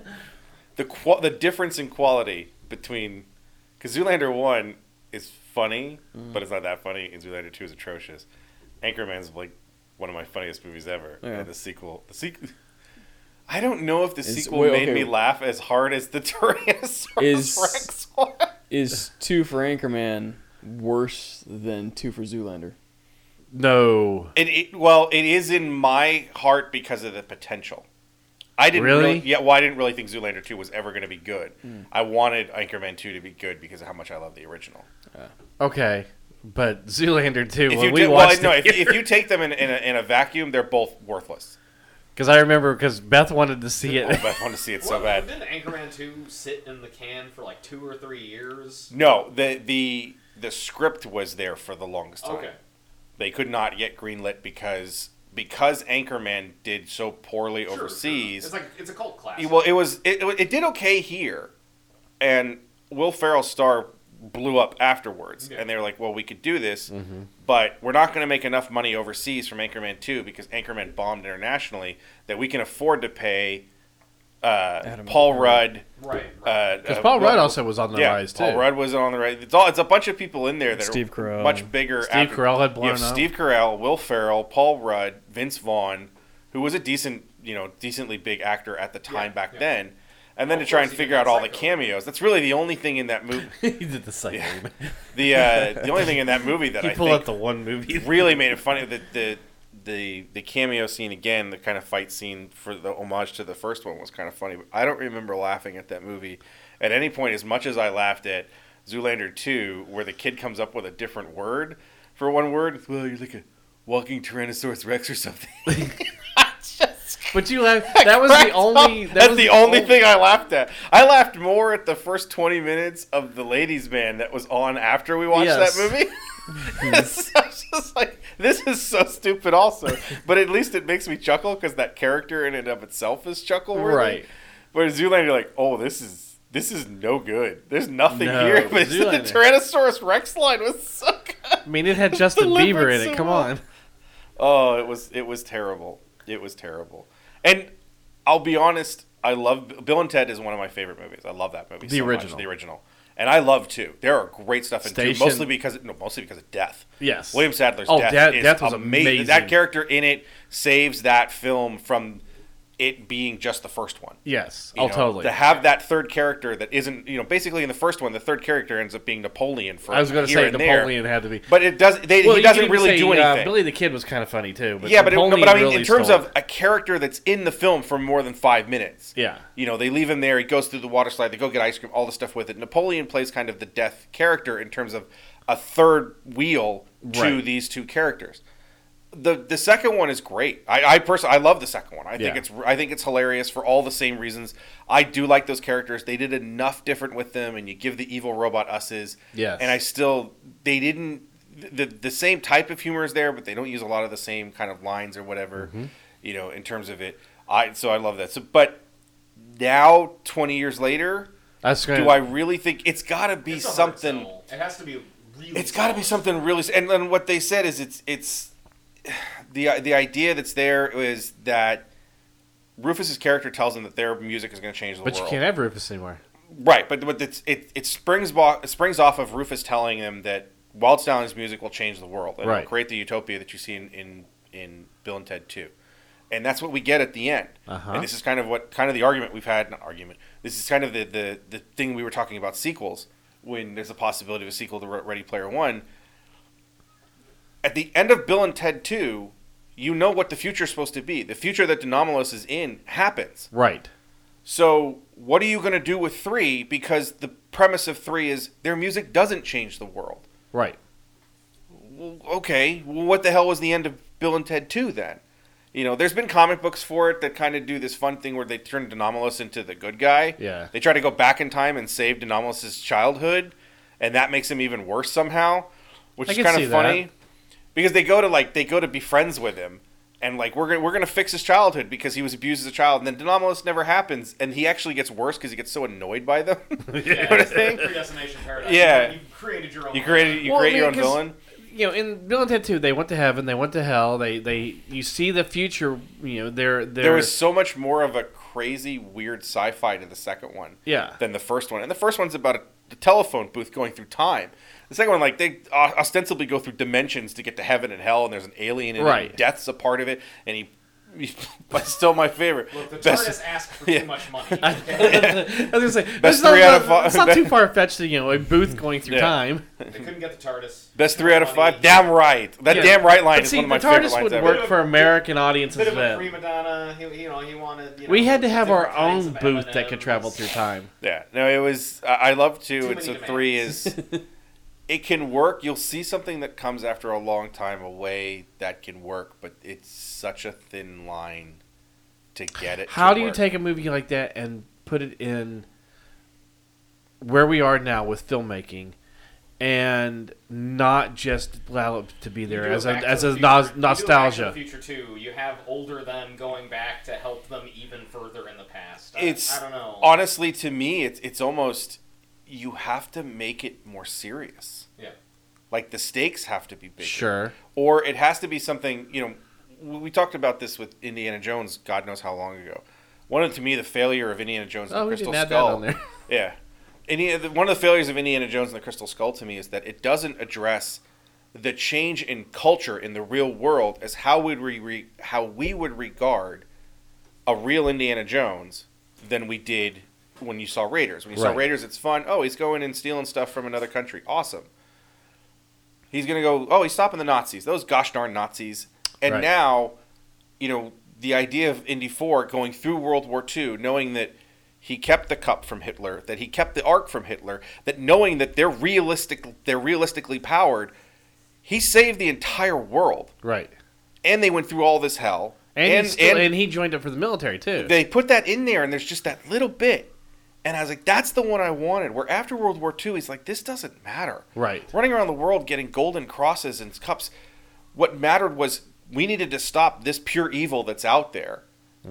S5: [laughs]
S1: The qu- the difference in quality between because Zoolander 1 is funny,
S6: Mm.
S1: but it's not that funny, and Zoolander 2 is atrocious. Anchorman's like one of my funniest movies ever,
S6: Yeah.
S1: and the sequel, the sequel. I don't know if the
S6: Is-
S1: sequel
S6: wait,
S1: made
S6: okay.
S1: me laugh as hard as the [laughs] Tyrannosaurus
S6: Is-
S1: Rex one.
S6: Is 2 for Anchorman worse than 2 for Zoolander?
S5: no.
S1: It, it well, it is in my heart because of the potential. I didn't
S5: Really?
S1: really, yeah. Well, I didn't really think Zoolander two was ever going to be good.
S6: Mm.
S1: I wanted Anchorman two to be good because of how much I love the original.
S5: Okay. But Zoolander 2,
S1: If
S5: when
S1: you
S5: we
S1: ta- well,
S5: watched
S1: no,
S5: it
S1: if, if you take them in, in, a, in a vacuum, they're both
S7: [laughs]
S1: worthless.
S5: Because I remember because Beth wanted to see
S1: Oh,
S5: it. [laughs]
S1: but I want to see it so
S7: Well,
S1: bad.
S7: Didn't Anchorman 2 sit in the can for like two or three years?
S1: No, the the the script was there for the longest time.
S7: Okay.
S1: They could not get greenlit because because Anchorman did so poorly
S7: Sure,
S1: overseas.
S7: Sure. It's like it's a cult classic.
S1: Yeah, Well, it was it, it did okay here, and Will Ferrell's star blew up afterwards,
S7: Yeah.
S1: and they were like, "Well, we could do this, but we're not going to make enough money overseas from Anchorman Two because Anchorman bombed internationally that we can afford to pay uh,
S6: Adam
S1: Paul Rudd." uh,
S7: right. right.
S1: Because
S5: Because Paul Rudd also was on the rise, too.
S1: Paul Rudd was on the rise. It's all it's a bunch of people in there that
S6: Steve Carell.
S1: are much bigger.
S5: Steve Carell had blown
S1: you have
S5: up.
S1: Steve Carell, Will Ferrell, Paul Rudd, Vince Vaughn, who was a decent, you know, decently big actor at the time
S7: Yeah,
S1: back
S7: yeah.
S1: then. And then
S7: Well,
S1: to try and
S7: of course,
S1: figure
S7: he
S1: out all the
S7: did Psycho.
S1: cameos. That's really the only thing in that movie.
S5: [laughs] he did the psycho. [laughs]
S1: the uh, the only thing in that movie that
S5: He
S1: I
S5: pulled
S1: think
S5: out the
S1: [laughs]
S5: one movie.
S1: really made it funny that the the the cameo scene again, the kind of fight scene for the homage to the first one was kind of funny. But I don't remember laughing at that movie at any point as much as I laughed at Zoolander two, where the kid comes up with a different word for one word. Well, you're like a walking Tyrannosaurus Rex or something.
S5: But you
S1: [laughs]
S5: laughed. That was the only. That
S1: That's
S5: was
S1: the only thing I laughed at. I laughed more at the first 20 minutes of The Ladies Man that was on after we watched
S5: Yes.
S1: that
S5: [laughs]
S1: movie. [laughs] it's I was just like, this is so stupid, also. But at least it makes me chuckle because that character in and of itself is chuckle worthy.
S5: Right.
S1: But Zoolander, like, oh, this is. This is no good. There's nothing
S5: No,
S1: here. But [laughs] the
S5: Zoolander.
S1: Tyrannosaurus Rex line was so [laughs] good.
S5: I mean, it had Justin
S1: Delivered
S5: Bieber in
S1: so
S5: it. Come
S1: well.
S5: on. [laughs]
S1: Oh, it was it was terrible. It was terrible. And I'll be honest, I love Bill and Ted is one of my favorite movies. I love that movie.
S5: The
S1: so much,
S5: original.
S1: the original. And I love two. There are great stuff in two,
S5: Station-
S1: mostly because no, mostly because of death.
S5: Yes.
S1: William Sadler's
S5: Oh,
S1: death,
S5: Death-
S1: is
S5: Death was
S1: amazing.
S5: amazing.
S1: That character in it saves that film from it being just the first one.
S5: Yes.
S1: You
S5: oh,
S1: know,
S5: totally.
S1: To have that third character that isn't, you know, basically in the first one, the third character ends up being Napoleon for
S5: I was going
S1: going
S5: to
S1: to
S5: say Napoleon had to be.
S1: But it does. They, he
S5: you
S1: doesn't
S5: could even
S1: really
S5: say,
S1: do
S5: uh,
S1: anything
S5: Billy the Kid was kind of funny too. But
S1: yeah, but, it,
S5: Napoleon
S1: but I mean,
S5: really
S1: in terms
S5: stole
S1: of
S5: it.
S1: a character that's in the film for more than five minutes.
S5: Yeah.
S1: You know, they leave him there. He goes through the water slide. They go get ice cream. All the stuff with it. Napoleon plays kind of the death character in terms of a third wheel to
S5: Right.
S1: these two characters. The the second one is great. I, I personally I love the second one. I think
S5: Yeah.
S1: it's I think it's hilarious for all the same reasons. I do like those characters. They did enough different with them, and you give the evil robot us's.
S5: Yes.
S1: And I still they didn't the the same type of humor is there, but they don't use a lot of the same kind of lines or whatever,
S5: Mm-hmm.
S1: you know, in terms of it. I so I love that. So, but now twenty years later,
S5: I was going
S1: do I really think it's got to be
S7: It's a hard
S1: something?
S7: sell. It has to be really.
S1: It's got to be
S7: solid.
S1: something really. s- And then what they said is it's it's [sighs] the the idea that's there is that Rufus's character tells them that their music is going to change the
S5: But you
S1: world.
S5: can't have Rufus anymore.
S1: Right, but but it's, it it springs bo- it springs off of Rufus telling them that Wild Stallions music will change the world and
S5: Right.
S1: it'll create the utopia that you see in, in in Bill and Ted Two, and that's what we get at the end.
S5: Uh-huh.
S1: And this is kind of what kind of the argument we've had not argument. This is kind of the the the thing we were talking about sequels when there's a possibility of a sequel to Re- Ready Player One. At the end of Bill and Ted Two, you know what the future's supposed to be. The future that Denomalous is in happens.
S5: Right.
S1: So what are you going to do with three? Because the premise of three is their music doesn't change the world.
S5: Right.
S1: Well, okay, well, what the hell was the end of Bill and Ted Two then? you know, there's been comic books for it that kind of do this fun thing where they turn Denomalus into the good guy.
S5: Yeah.
S1: They try to go back in time and save Denomalus' childhood, and that makes him even worse somehow, which
S5: I
S1: is
S5: can
S1: kind
S5: see
S1: of
S5: that.
S1: funny. Because they go to like they go to be friends with him, and like we're gonna we're gonna fix his childhood because he was abused as a child, and then Denomalus never happens, and he actually gets worse because he gets so annoyed by them. [laughs] you know what I'm saying?
S7: Predestination paradox.
S1: Yeah.
S7: You created your own.
S1: You created you
S5: Well, I
S1: create your own
S5: mean, 'cause-
S1: villain.
S5: you know, in Bill and Ted Two, they went to heaven, they went to hell, they they you see the future. You know, they're they're
S1: There was so much more of a crazy, weird sci-fi to the second one.
S5: Yeah.
S1: [laughs]
S5: [laughs]
S1: Than the first one, and the first one's about a, the telephone booth going through time. The second one, like they uh, ostensibly go through dimensions to get to heaven and hell, and there's an alien in it, and
S5: Right.
S1: death's a part of it, and he. [laughs] he- But still, my favorite.
S7: Look, the
S1: Best-
S7: TARDIS
S1: [laughs]
S7: asked for too much money.
S5: I was gonna say,
S1: Best
S5: it's not,
S1: three out of five-
S5: it's not
S1: [laughs]
S5: too far fetched. You know, a booth going through
S1: Yeah.
S5: time.
S7: They couldn't get the TARDIS.
S1: Best
S7: Too
S1: three
S7: much
S1: out of
S7: money.
S1: five. Damn right. That
S5: Yeah.
S1: damn right line
S5: But
S1: is
S5: see,
S1: one of my
S5: the
S1: favorite
S5: TARDIS
S1: lines
S5: would
S1: ever.
S5: work for American audiences.
S7: Bit of a
S5: that-
S7: prima donna. He, you know, he wanted. You know,
S5: we had to have our
S7: different kinds
S5: own
S7: of
S5: booth that could
S7: M&Ms.
S5: travel through time.
S1: Yeah, no, it was. I I love two,
S7: Too
S1: and
S7: many
S1: so
S7: demands.
S1: three is.
S7: [laughs]
S1: it can work. You'll see something that comes after a long time away that can work, but it's such a thin line to get it. to
S5: How do you
S1: work.
S5: take a movie like that and put it in where we are now with filmmaking? And not just allow it to be
S7: You
S5: there
S7: do
S5: as a,
S7: Back to
S5: as
S7: the
S5: a
S7: Future- you
S5: nos-
S7: do a
S5: nostalgia.
S7: Back to the future too. You have older them going back to help them even further in the past. I,
S1: It's
S7: I don't know.
S1: honestly to me, it's it's almost you have to make it more serious.
S7: yeah.
S1: Like the stakes have to be bigger.
S5: Sure.
S1: or it has to be something you know we we talked about this with indiana jones god knows how long ago one of to me the failure of indiana jones and
S5: Oh,
S1: the
S5: we
S1: crystal
S5: didn't add that
S1: skull
S5: on there.
S1: yeah Indiana, the- one of the failures of indiana jones and the crystal skull to me is that it doesn't address the change in culture in the real world as how would we re, how we would regard a real indiana jones than we did when you saw raiders when you saw
S5: Right.
S1: raiders it's fun oh he's going and stealing stuff from another country awesome He's gonna go. Oh, he's stopping the Nazis. Those gosh darn Nazis. And
S5: Right.
S1: now, you know, the idea of Indy Four going through World War II, knowing that he kept the cup from Hitler, that he kept the Ark from Hitler, that knowing that they're realistic, they're realistically powered. He saved the entire world,
S5: Right.
S1: and they went through all this hell.
S5: And and, still, and, he joined up for the military too.
S1: they put that in there, and there's just that little bit. And I was like, that's the one I wanted. Where after World War II, he's like, this doesn't matter.
S5: Right.
S1: Running around the world getting golden crosses and cups. What mattered was we needed to stop this pure evil that's out there.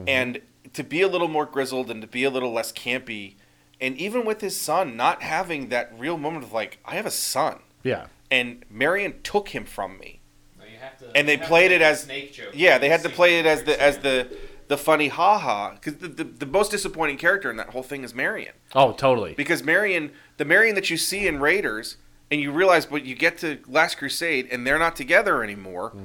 S1: And to be a little more grizzled and to be a little less campy. And even with his son, not having that real moment of like, I have a son.
S5: yeah.
S1: And Marion took him from me
S7: No, you have to,
S1: and they
S7: you have to
S1: played
S7: make
S1: it
S7: a
S1: as
S7: snake joke.
S1: Yeah, they had to
S7: Snake
S1: play it as
S7: joke,
S1: the as
S7: yeah.
S1: the the funny haha because the, the the most disappointing character in that whole thing is Marion
S5: Oh, totally.
S1: because Marion the Marion that you see in Raiders and you realize but you get to Last Crusade and they're not together anymore.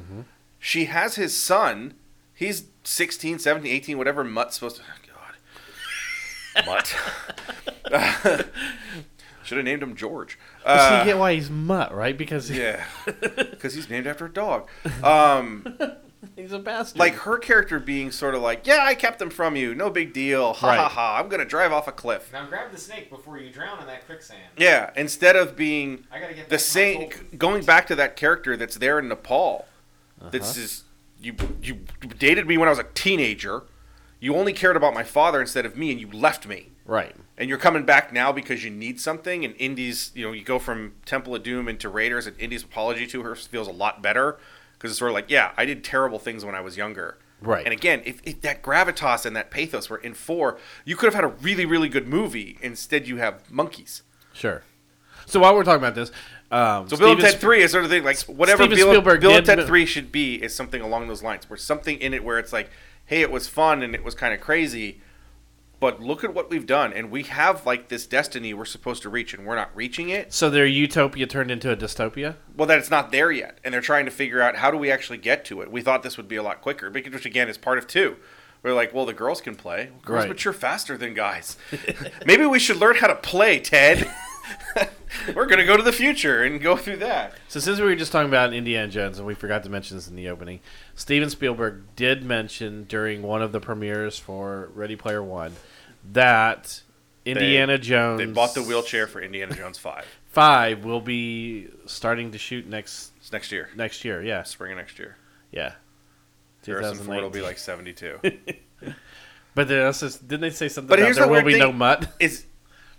S1: She has his son. He's 16, 17, 18, whatever mutt's supposed to. Oh, God, mutt. [laughs] Should have named him George.
S5: so
S1: Uh,
S5: you get why he's mutt, right? Because
S1: yeah, because he's named after a dog. Um,
S5: [laughs] he's a bastard.
S1: like her character being sort of like, yeah, I kept them from you, no big deal, ha ha
S5: Right.
S1: ha, I'm gonna drive off a cliff.
S7: Now grab the snake before you drown in that quicksand.
S1: Yeah, instead of being
S7: I gotta
S1: the
S7: get back to my
S1: same,
S7: gold.
S1: going back to that character that's there in Nepal, that's just you you dated me when I was a teenager, you only cared about my father instead of me, and you left me.
S5: right.
S1: and you're coming back now because you need something. And Indy's, you know, you go from Temple of Doom into Raiders, and Indy's apology to her feels a lot better because it's sort of like, yeah, I did terrible things when I was younger.
S5: Right.
S1: And again, if, if that gravitas and that pathos were in four, you could have had a really, really good movie. Instead, you have monkeys.
S5: Sure. So while we're talking about this, um,
S1: So Bill and
S5: Steven
S1: Ted Three is sort of the thing like whatever
S5: Steven
S1: Bill,
S5: Spielberg
S1: Bill and
S5: did-
S1: Ted Three should be is something along those lines, where something in it where it's like, hey, it was fun and it was kind of crazy, but look at what we've done, and we have like this destiny we're supposed to reach, and we're not reaching it.
S5: So their utopia turned into a dystopia.
S1: Well, that it's not there yet, and they're trying to figure out how do we actually get to it. We thought this would be a lot quicker, because which again is part of two. We're like, well, the girls can play. Well, girls
S5: Right.
S1: mature faster than guys. [laughs] Maybe we should learn how to play, Ted. [laughs] we're gonna go to the future and go through that.
S5: So since we were just talking about Indiana Jones, and we forgot to mention this in the opening, Steven Spielberg did mention during one of the premieres for Ready Player One that Indiana Jones
S1: They bought the wheelchair for Indiana Jones 5.
S5: Five will be starting to shoot next
S1: It's next year.
S5: next year. Yeah,
S1: Spring of next year.
S5: yeah.
S1: Harrison Ford will be like 72.
S5: But they also didn't they say something
S1: But
S5: about
S1: here's
S5: there
S1: the
S5: will
S1: weird
S5: be no
S1: thing.
S5: mutt? [laughs]
S1: is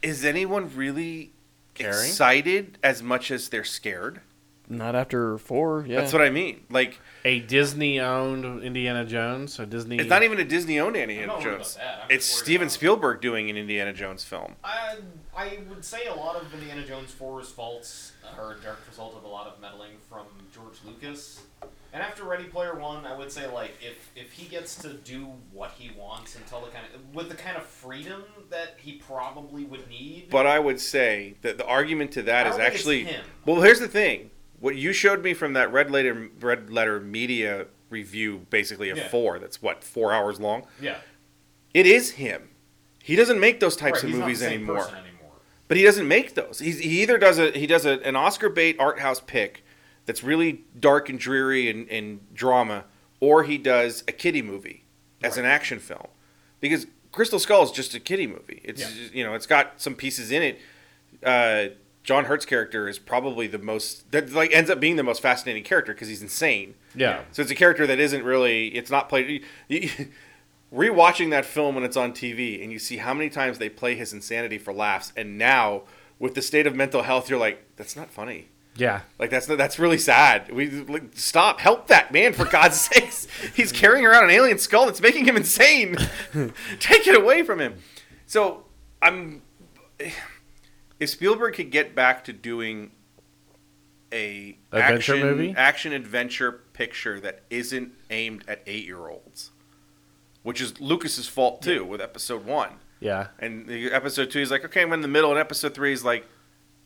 S1: is anyone really
S5: Caring?
S1: excited as much as they're scared?
S6: Not after four. Yeah.
S1: That's what I mean. Like
S5: A Disney owned Indiana Jones, so Disney.
S1: it's not even a Disney owned Indiana
S7: not worried about
S1: Jones.
S7: that. I'm
S1: It's
S7: just worried
S1: Steven
S7: about-
S1: Spielberg doing an Indiana Jones film.
S7: I, I would say a lot of Indiana Jones 4's faults uh, are a direct result of a lot of meddling from George Lucas. And after Ready Player One, I would say like if if he gets to do what he wants and tell the kind of with the kind of freedom that he probably would need.
S1: But I would say that the argument to that
S7: I
S1: is
S7: don't think it's
S1: actually
S7: him.
S1: well. Here's the thing: what you showed me from that red letter red letter media review, basically a
S7: Yeah.
S1: four. That's what four hours long.
S7: yeah,
S1: It is him. He doesn't make those
S7: right,
S1: types
S7: he's
S1: of
S7: not the
S1: movies
S7: same
S1: anymore.
S7: person anymore.
S1: But he doesn't make those. He's, he either does a he does a, an Oscar bait art house pick that's really dark and dreary and, and drama, or he does a kiddie movie as an action film, because Crystal Skull is just a kiddie movie. It's
S7: Yeah.
S1: you know it's got some pieces in it. Uh, John Hurt's character is probably the most that like ends up being the most fascinating character because he's insane.
S5: Yeah.
S1: So it's a character that isn't really. It's not played. You, [laughs] you- rewatching that film when it's on TV, and you see how many times they play his insanity for laughs, and now with the state of mental health, you're like, that's not funny.
S5: Yeah.
S1: Like that's not, that's really sad. We like, stop, help that man for God's [laughs] sakes. He's carrying around an alien skull that's making him insane. [laughs] Take it away from him. So I'm. If Spielberg could get back to doing a
S5: Adventure
S1: action,
S5: movie?
S1: action adventure picture that isn't aimed at eight year olds, which is Lucas's fault too with Episode One.
S5: Yeah.
S1: And the episode two, he's like, okay, I'm in the middle. And episode three, he's like,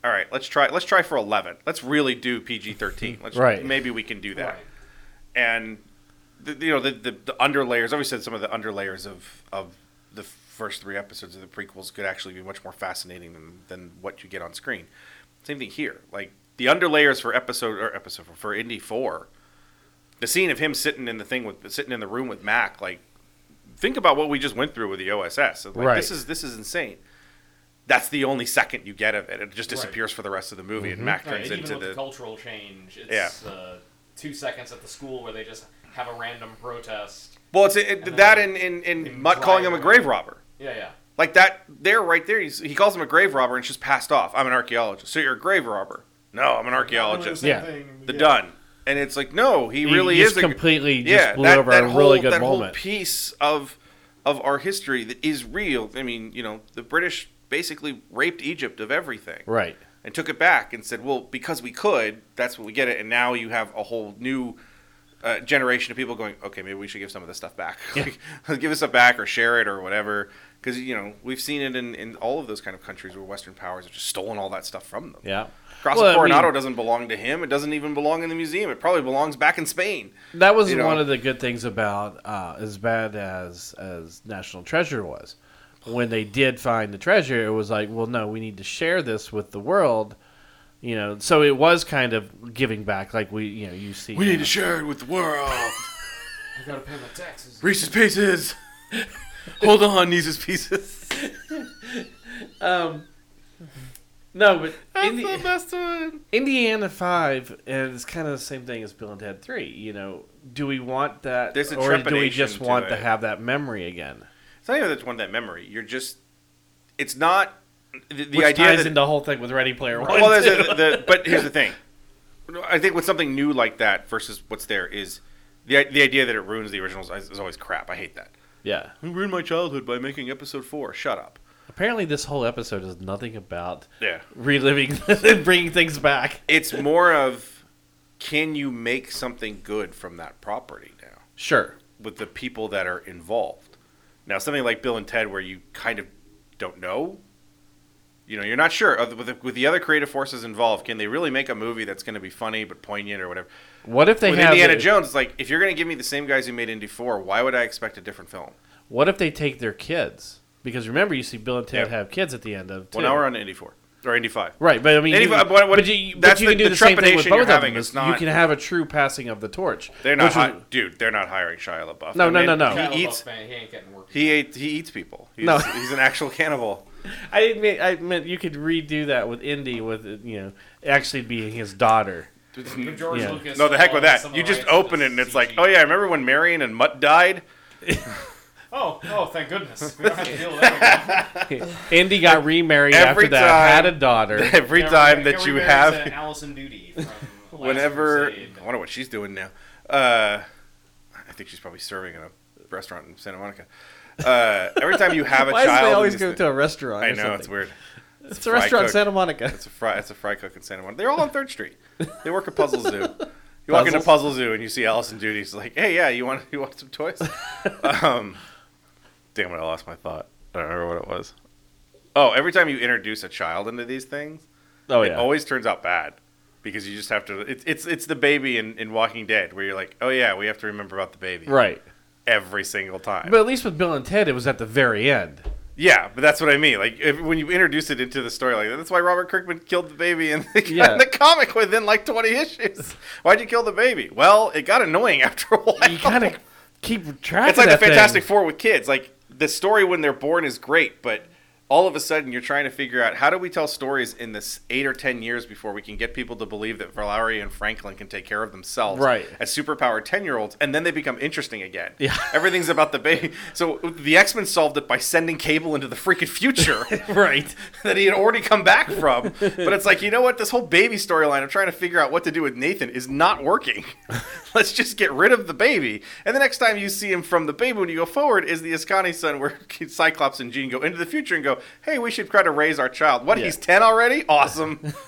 S1: all right, let's try. Let's try for eleven. Let's really do PG thirteen. Let's
S5: Right.
S1: Maybe we can do that.
S7: Right.
S1: And the, you know the the, the underlayers. I always said some of the underlayers of of the first three episodes of the prequels could actually be much more fascinating than than what you get on screen. Same thing here. Like the underlayers for episode or episode for Indy four. The scene of him sitting in the thing with sitting in the room with Mac, like think about what we just went through with the OSS. Like,
S5: Right.
S1: This is this is insane. That's the only second you get of it. It just disappears for the rest of the movie, and Mac
S7: Right,
S1: turns
S7: even
S1: into
S7: with the,
S1: the.
S7: cultural change, it's uh, two seconds at the school where they just have a random protest.
S1: Well, it's it,
S7: then
S1: that
S7: they-
S1: and and,
S7: they
S1: and Mutt
S7: drive
S1: calling him a
S7: away.
S1: grave robber.
S7: Yeah, yeah.
S1: Like that, there, right there. He's, he calls him a grave robber, and it's just passed off. I'm an archaeologist. So you're a grave robber? No, I'm an archaeologist.
S5: Yeah.
S1: The done. And it's like, no, he, really
S5: he just
S1: is a,
S5: completely
S1: yeah,
S5: just blew
S1: that,
S5: over
S1: that
S5: a
S1: whole,
S5: really good
S1: that whole
S5: moment.
S1: piece of of our history that is real. I mean, you know, the British basically raped Egypt of everything,
S5: right.
S1: and took it back and said, "Well, because we could, that's what we get it." And now you have a whole new uh, generation of people going, "Okay, maybe we should give some of this stuff back. [laughs] Like, give us stuff back or share it or whatever." Because you know we've seen it in, in all of those kind of countries where Western powers have just stolen all that stuff from them.
S5: Yeah.
S1: Cross
S5: Well, I
S1: of Coronado
S5: mean-
S1: doesn't belong to him. It doesn't even belong in the museum. It probably belongs back in Spain.
S5: That was
S1: you know.
S5: one of the good things about uh, as bad as as National Treasure was. When they did find the treasure, it was like, well, no, we need to share this with the world. You know, so it was kind of giving back, like we, you know, you see. now.
S1: share it with the world.
S7: [laughs] I gotta pay my taxes.
S1: Reese's Pieces. [laughs] Hold on, Reese's Pieces.
S5: Um, No, but Indi- Indiana Five and it's kind of the same thing as Bill and Ted Three. You know, do we want that,
S1: There's a
S5: or do we
S1: trepidation
S5: just
S1: to
S5: want to
S1: it.
S5: have that memory again?
S1: It's not even that it's one that memory. You're just. It's not the, the
S5: Which
S1: idea
S5: ties
S1: that.
S5: into the whole thing with Ready Player One.
S1: well, there's
S5: too. [laughs]
S1: a, the, but here's the thing. I think with something new like that versus what's there is the the idea that it ruins the originals is, is always crap. I hate that.
S5: yeah.
S1: You ruined my childhood by making episode four. Shut up.
S5: Apparently, this whole episode is nothing about
S1: Yeah.
S5: reliving [laughs] and bringing things back.
S1: It's more of can you make something good from that property now?
S5: Sure.
S1: with the people that are involved. Now, something like Bill and Ted, where you kind of don't know, you know, you're not sure Other- with the, with the other creative forces involved. Can they really make a movie that's going to be funny but poignant or whatever?
S5: What if they
S1: with
S5: have
S1: Indiana
S5: it-
S1: Jones, it's like if you're going to give me the same guys who made Indy Four, why would I expect a different film?
S5: What if they take their kids? Because remember, you see Bill and Ted
S1: Yeah.
S5: have kids at the end of. Two.
S1: Well, now we're on to Indy Four or Indy Five.
S5: Right, but I mean,
S1: Any-
S5: you,
S1: but
S5: but,
S1: what-
S5: you, but
S1: that's
S5: you
S1: the-
S5: can do
S1: the
S5: the, same thing with
S1: trepidation you're
S5: both of
S1: having,
S5: them.
S1: it's
S5: is You
S1: not-
S5: can have a true passing of the torch.
S1: They're not,
S5: which
S1: hi-
S5: is-
S1: dude. They're not hiring Shia LaBeouf.
S5: No, no, no, no.
S7: Shia
S1: He
S7: LaBeouf,
S1: eats.
S7: man, he ain't getting work.
S1: He ate. He eats people. He's,
S5: No.
S1: he's an actual cannibal.
S5: I didn't mean. I meant you could redo that with Indy with you know actually being his daughter.
S7: If George
S5: Yeah.
S7: Lucas
S1: No, the heck with
S7: owns
S1: that.
S7: some
S1: You
S7: of the
S1: just
S7: rights to
S1: open it
S7: this
S1: and it's
S7: CG.
S1: like, oh yeah, remember when Marion and Mutt died?
S7: Oh, oh,
S1: [laughs]
S7: thank goodness. We don't have to deal with that. anymore.
S5: Indy got remarried
S1: Every
S5: after that, had
S1: time-
S5: a daughter.
S1: Every
S7: Yeah, we're
S1: time
S7: gonna-
S1: that
S7: we're
S1: you
S7: back
S1: have,
S7: to Allison Duty from Last
S1: [laughs] whenever
S7: Crusade.
S1: I wonder what she's doing now. Uh, I think she's probably serving in a restaurant in Santa Monica. Uh, every time you have
S6: [laughs]
S1: a
S6: Why
S1: child,
S6: does they
S1: in
S6: always
S1: this
S6: go
S1: thing-
S6: to a restaurant?
S1: I
S6: or
S1: know it's
S6: something?
S1: weird.
S6: It's, a
S1: fry
S6: restaurant in
S1: cook.
S6: Santa Monica.
S1: It's a fry. It's a fry cook in Santa Monica. They're all on Third Street. They work at Puzzle Zoo. You walk into
S6: Puzzles?
S1: Puzzle Zoo and you see Allison Duty. She's like, "Hey, yeah, you want you want
S6: [laughs]
S1: some toys?" um, damn it, I lost my thought. I don't remember what it was. Oh, every time you introduce a child into these things,
S5: [laughs] Oh
S1: it always turns out bad because you just have to. It's it's it's the baby in, in Walking Dead where you're like, "Oh yeah, we have to remember about the baby."
S5: right.
S1: Every single time.
S5: But at least with Bill and Ted, it was at the very end.
S1: Yeah, but that's what I mean. Like if, when you introduce it into the story, like that, that's why Robert Kirkman killed the baby in the, [laughs] in
S5: Yeah.
S1: the comic within like twenty issues. [laughs] Why'd you kill the baby? Well, it got annoying [laughs] after a while.
S5: You gotta keep track.
S1: it's like the
S5: of that
S1: Fantastic
S5: thing.
S1: Four with kids. Like the story when they're born is great, but all of a sudden you're trying to figure out how do we tell stories in this eight or ten years before we can get people to believe that Valeria and Franklin can take care of themselves
S5: Right.
S1: as superpowered ten year olds, and then they become interesting again.
S5: Yeah. [laughs]
S1: everything's about the baby. So the X Men solved it by sending Cable into the freaking
S5: [laughs]
S1: future.
S5: Right.
S1: [laughs] that he had already come back from. But it's like, you know what? This whole baby storyline of trying to figure out what to do with Nathan is not working. [laughs] Let's just get rid of the baby. And the next time you see him from the baby when you go forward is the Ascani son, where [laughs] Cyclops and Jean go into the future and go, hey, we should try to raise our child. What?
S5: Yeah.
S1: He's 10 already? Awesome.
S5: [laughs]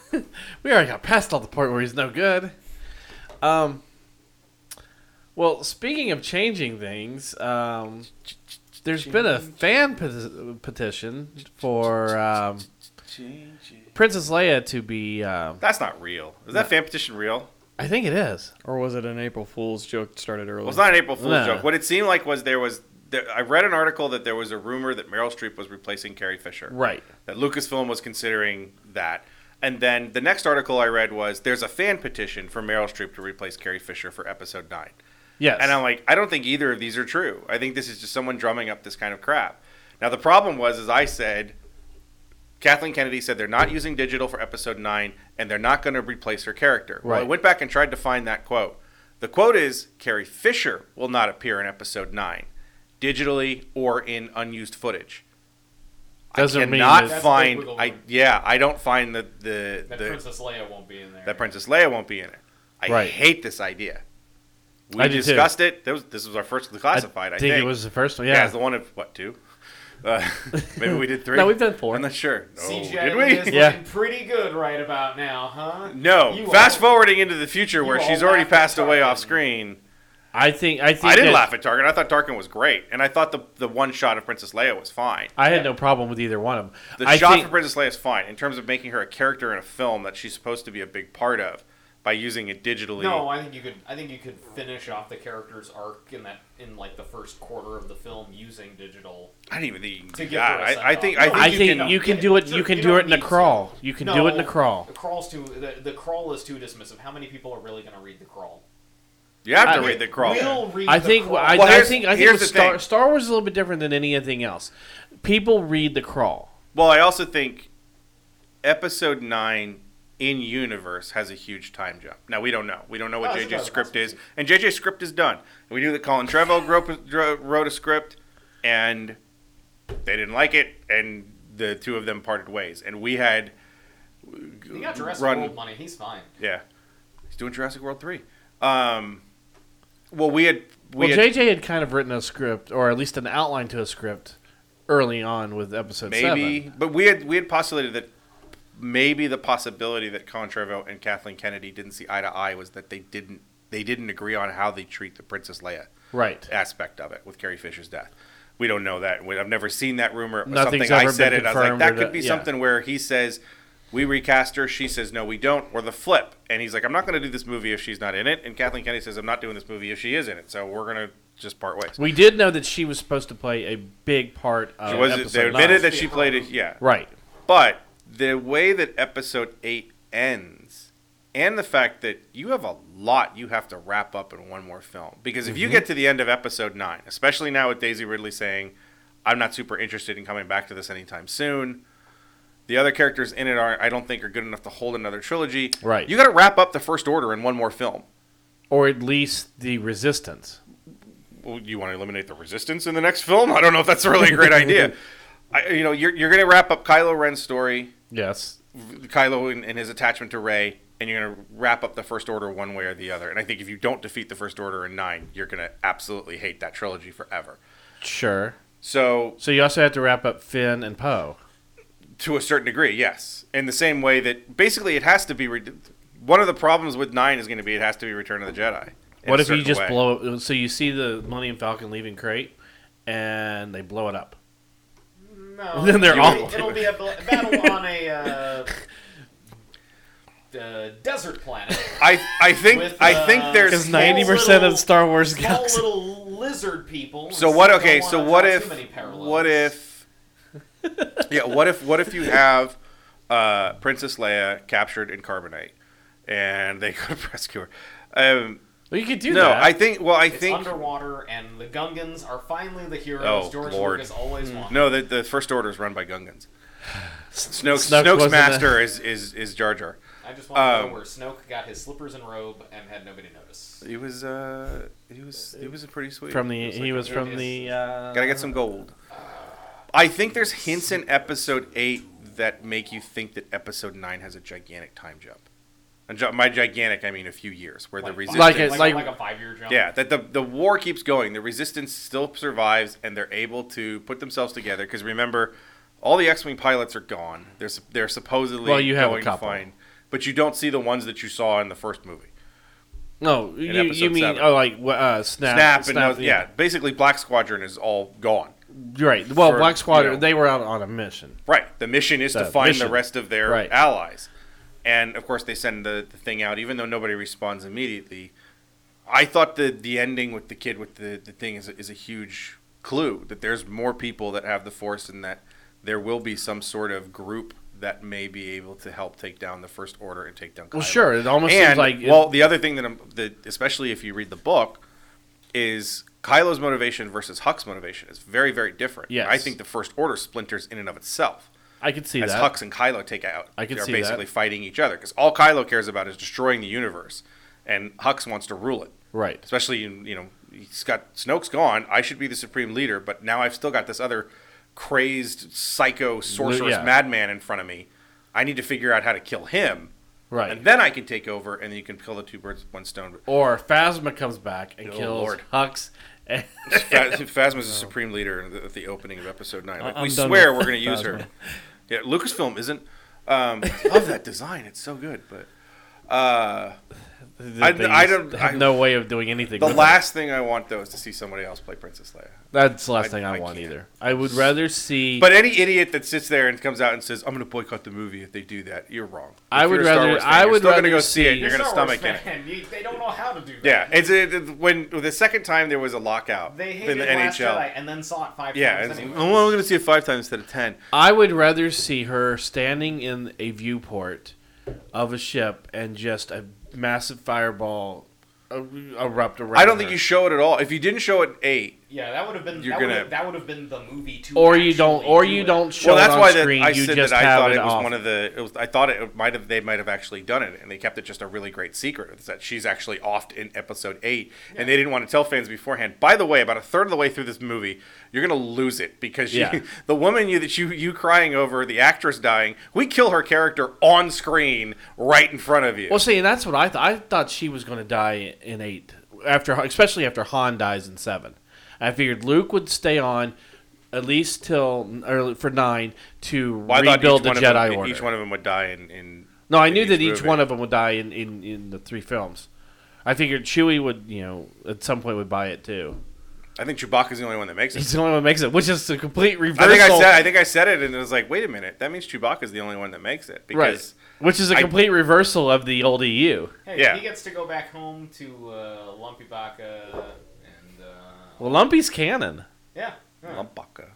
S5: We already got past all the part where he's no good. Um. Well, speaking of changing things, um, there's been a fan peti- petition for um, Princess Leia to be. Um,
S1: That's not real. Is that fan petition real?
S5: I think it is.
S6: Or was it an April Fool's joke started early?
S1: Well, it's not an April Fool's
S5: No.
S1: joke. What it seemed like was there was. There, I read an article that there was a rumor that Meryl Streep was replacing Carrie Fisher.
S5: Right.
S1: that Lucasfilm was considering that. And then the next article I read was there's a fan petition for Meryl Streep to replace Carrie Fisher for episode 9.
S5: Yes.
S1: And I'm like, I don't think either of these are true. I think this is just someone drumming up this kind of crap. Now the problem was as I said Kathleen Kennedy said they're not using digital for episode 9 and they're not going to replace her character. Well, I
S5: Right.
S1: went back and tried to find that quote. The quote is Carrie Fisher will not appear in episode 9 digitally or in unused footage.
S5: doesn't mean
S1: Cannot
S5: that-
S7: That's
S1: find.
S7: big wiggle
S1: I
S7: room.
S1: yeah, I don't find the the
S7: That
S1: the-
S7: Princess Leia won't be in there.
S1: that Princess Leia won't be in it. I
S5: Right.
S1: hate this idea. We
S5: I do too.
S1: discussed it. That was, this was our first classified. I,
S5: think it was the first one.
S1: yeah,
S5: Yeah.
S1: it's the one of what two? Uh, [laughs] maybe we did three.
S5: No, we've done four.
S1: I'm not sure. No,
S7: CGI
S1: Oh, did
S7: is
S1: we?
S5: Yeah.
S7: looking pretty good right about now, huh?
S1: [laughs] No.
S7: You
S1: Fast
S7: all-
S1: forwarding into the future where
S7: all
S1: she's already
S7: laughed at
S1: passed away
S7: Tarkin.
S1: off screen.
S5: I think. I think.
S1: I didn't
S5: that-
S1: laugh at Tarkin. I thought Tarkin was great, and I thought the the one shot of Princess Leia was fine.
S5: I had no problem with either one of them.
S1: The
S5: I
S1: shot
S5: think,
S1: for Princess Leia is fine in terms of making her a character in a film that she's supposed to be a big part of by using it digitally.
S7: No, I think you could. I think you could finish off the character's arc in that in like the first quarter of the film using digital.
S1: I don't even think you can
S7: To
S1: do
S7: give
S1: that.
S7: her a
S1: I, I
S7: send-off.
S1: think I
S7: No,
S1: think
S5: I
S1: you
S5: think
S1: can.
S5: you can
S7: Yeah,
S5: do it.
S7: sure,
S5: You can
S7: you
S5: do
S7: don't
S5: it in the
S7: need to.
S5: crawl. You can do it in the
S7: No,
S5: crawl.
S7: The crawl's too. The, the crawl is too dismissive. How many people are really going to read the crawl?
S1: You have to
S5: I-
S1: read the crawl.
S7: We'll read
S5: I
S7: the
S5: think.
S7: crawl.
S5: I,
S1: Well,
S5: I
S1: here's-
S5: think. I think
S1: here's
S5: with
S1: the
S5: Star,
S1: thing.
S5: Star Wars is a little bit different than anything else. People read the crawl.
S1: Well, I also think Episode Nine in universe has a huge time jump. Now we don't know. We don't know
S7: Oh,
S1: what
S7: it's
S1: JJ's
S7: about
S1: script
S7: possible.
S1: is, and JJ's script is done. We knew that Colin Trevorrow gro- dro- wrote a script, and they didn't like it, and the two of them parted ways. And we had
S7: he got Jurassic
S1: run-
S7: World money. He's fine.
S1: Yeah, he's doing Jurassic World three. Um, well, we had we
S5: Well,
S1: had
S5: JJ had kind of written a script, or at least an outline to a script, early on with Episode
S1: maybe,
S5: Seven.
S1: but we had we had postulated that maybe the possibility that Colin Trevorrow and Kathleen Kennedy didn't see eye to eye was that they didn't they didn't agree on how they treat the Princess Leia
S5: Right.
S1: aspect of it with Carrie Fisher's death. We don't know that. We- I've never seen that rumor. It was
S5: Nothing's
S1: something I
S5: ever
S1: said
S5: been
S1: it. I was like,
S5: confirmed or
S1: that could be
S5: that- yeah.
S1: something where he says, "We recast her." She says, "No, we don't." Or the flip, and he's like, "I'm not going to do this movie if she's not in it." And Kathleen Kennedy says, "I'm not doing this movie if she is in it." So we're going to just part ways.
S5: We did know that she was supposed to play a big part of
S1: She was,
S5: Episode
S1: they
S5: Nine.
S1: admitted that she played it. Yeah,
S5: right.
S1: but the way that episode eight ends, and the fact that you have a lot you have to wrap up in one more film, because if you get to the end of episode nine, especially now with Daisy Ridley saying, "I'm not super interested in coming back to this anytime soon," The other characters in it are I don't think are good enough to hold another trilogy.
S5: Right.
S1: You got to wrap up the first order in one more film.
S5: or at least the resistance.
S1: well, you want to eliminate the resistance in the next film? [laughs] I don't know if that's really a great idea. I, you know, you're, you're going to wrap up Kylo Ren's story,
S5: Yes.
S1: Kylo and, and his attachment to Rey, and you're going to wrap up the First Order one way or the other. And I think if you don't defeat the First Order in nine, you're going to absolutely hate that trilogy forever.
S5: Sure.
S1: So,
S5: So you also have to wrap up Finn and Poe.
S1: to a certain degree, yes. In the same way that basically it has to be. Re- one of the problems with nine is going to be it has to be Return of the Jedi. in
S5: What
S1: a
S5: if you
S1: certain
S5: just
S1: way.
S5: blow? So you see the Millennium Falcon leaving crate, and they blow it up.
S7: No.
S5: [laughs] Then they're
S7: it'll
S5: all-
S7: Be, it'll be
S5: [laughs]
S7: a bl- battle on a uh, uh, desert planet.
S5: [laughs]
S1: I, I think
S7: With,
S1: I think
S7: uh,
S1: there's
S5: Because
S7: Small
S5: ninety percent
S7: little-
S5: of Star Wars
S7: Small
S5: galaxy.
S7: little lizard people.
S1: So what?
S7: Don't
S1: Okay.
S7: wanna
S1: So
S7: draw
S1: what
S7: too
S1: if?
S7: many parallels.
S1: What
S5: [laughs]
S1: if? yeah. What if? What if you have uh, Princess Leia captured in carbonite, and they [laughs] go to rescue her? Um,
S5: Well, you could do
S1: no,
S5: that.
S1: I think. Well, I
S7: It's
S1: think.
S7: underwater, and the Gungans are finally the heroes
S1: Oh,
S7: George
S1: Lord.
S7: Lucas
S5: Hmm.
S7: always wanted.
S1: no, the, the First Order is run by
S5: [sighs]
S1: Gungans. Snoke's,
S5: Snoke
S1: Snoke's
S5: wasn't
S1: master is, is is Jar Jar.
S7: I just want to
S1: Um,
S7: know where Snoke got his slippers and robe and had nobody notice.
S1: He was uh he was he was a pretty sweet
S5: from the he was from
S7: it
S5: the
S7: is-
S5: uh,
S1: Gotta get some gold. I think there's hints in episode eight that make you think that episode nine has a gigantic time jump. And gi- by gigantic, I mean a few years, where the
S7: Like,
S1: resistance.
S5: Like it-
S7: like,
S5: like-
S7: a five year jump.
S1: yeah, that the, the war keeps going. The resistance still survives, and they're able to put themselves together. Because remember, all the X Wing pilots are gone. They're, sup- they're supposedly
S5: Well, you have a
S1: going
S5: couple.
S1: to find. But you don't see the ones that you saw in the first movie.
S5: no. You, you
S1: episode
S5: mean
S1: seven.
S5: oh like wha- uh, snap
S1: Snap, and those- yeah, basically Black Squadron is all gone.
S5: You're right. Well,
S1: For,
S5: Black Squadron
S1: you know-
S5: they were out on a mission.
S1: Right. The mission is
S5: The
S1: to find
S5: mission.
S1: the rest of their
S5: Right.
S1: allies. And of course, they send the, the thing out, even though nobody responds immediately. I thought the, the ending with the kid with the, the thing is a, is a huge clue that there's more people that have the force and that there will be some sort of group that may be able to help take down the First Order and take down Kylo.
S5: Well, sure. It almost
S1: and,
S5: seems like it-
S1: Well, the other thing that, I'm, that, especially if you read the book, is Kylo's motivation versus Huck's motivation is very, very different.
S5: Yes.
S1: I think the First Order splinters in and of itself
S5: I could see
S1: as
S5: that.
S1: Hux and Kylo take out.
S5: I can
S1: they're
S5: see that.
S1: basically fighting each other because all Kylo cares about is destroying the universe, and Hux wants to rule it.
S5: Right.
S1: Especially in you know he's got Snoke's gone. I should be the supreme leader, but now I've still got this other crazed psycho sorceress
S5: yeah.
S1: madman in front of me. I need to figure out how to kill him,
S5: Right.
S1: And then I can take over, and then you can kill the two birds with one stone.
S5: Or Phasma comes back and
S1: Oh,
S5: kills
S1: Lord.
S5: Hux. [laughs] And
S1: Pha- Phasma's the supreme leader in the- at the opening of episode nine. Like,
S6: I-
S1: we
S6: I'm done
S1: swear
S6: with
S1: we're going to use her.
S6: Phasma.
S1: Yeah, Lucasfilm isn't. Um, I love that design. It's so good, but uh, I-
S5: they
S1: I
S5: just
S1: don't-
S5: have
S1: I-
S5: no way of doing anything.
S1: the
S5: with it.
S1: last thing I want though is to see somebody else play Princess Leia.
S5: That's the last
S1: I-
S5: thing I,
S1: I
S5: want
S1: can't.
S5: either. I would rather see.
S1: But any idiot that sits there and comes out and says, "I'm going to boycott the movie if they do that," you're wrong. If
S5: I would
S1: you're a Star
S5: rather-
S1: Wars fan,
S5: I
S1: you're
S5: would
S1: still gonna
S5: rather
S1: go see it.
S5: see-
S1: You're going to
S7: Star
S1: stomach
S7: Wars
S1: it.
S7: fan, [laughs] you- they don't know how to do that.
S1: Yeah, it's it, it- when the second time there was a lockout
S7: They
S1: in
S7: hated
S1: the
S7: Last
S1: NHL.
S7: Jedi and then saw it five
S1: Yeah,
S7: times
S1: it's,
S7: anyway.
S1: I'm
S5: Uh-huh.
S1: only going to see it five times instead of ten.
S5: I would rather see her standing in a viewport of a ship and just a massive fireball er- erupt around.
S1: I don't think
S5: her.
S1: you show it at all. If you didn't show it at eight,
S7: Yeah, that would have been
S1: You're
S7: that
S1: gonna-
S7: would that would have been the movie to
S5: or you don't,
S7: actually
S5: or
S7: do
S5: you
S7: it.
S5: don't show
S1: Well, that's
S5: it on
S1: why that
S5: screen.
S1: I
S5: you
S1: said
S5: just
S1: that I
S5: have
S1: thought
S5: it,
S1: it was
S5: off.
S1: one of the. It was, I thought it might have. They might have actually done it, and they kept it just a really great secret. It's that she's actually off in episode eight, and they didn't want to tell fans beforehand. By the way, about a third of the way through this movie, you're gonna lose it because you,
S5: Yeah.
S1: [laughs] the woman you that you you crying over the actress dying, we kill her character on screen right in front of you.
S5: Well, see, and that's what I thought. I thought she was going to die in eight, after especially after Han dies in seven. I figured Luke would stay on at least till or for nine to
S1: Well, I thought
S5: rebuild the
S1: each one
S5: Jedi
S1: of them,
S5: Order.
S1: Each one of them would die in. in
S5: no, I
S1: in
S5: knew that each
S1: movie.
S5: one of them would die in, in, in the three films. I figured Chewie would, you know, at some point would buy it too.
S1: I think Chewbacca's the only one that makes it.
S5: He's the only one that makes it, which is a complete reversal.
S1: I think I said I think I said it, and it was like, wait a minute, that means Chewbacca's the only one that makes it
S5: right,
S1: because
S5: which is a
S1: I-
S5: complete reversal of the old E EU.
S7: Hey,
S1: Yeah.
S7: he gets to go back home to uh, Lumpy Baka and uh,
S5: Well, Lumpy's canon.
S7: yeah. yeah.
S1: Lumpaca,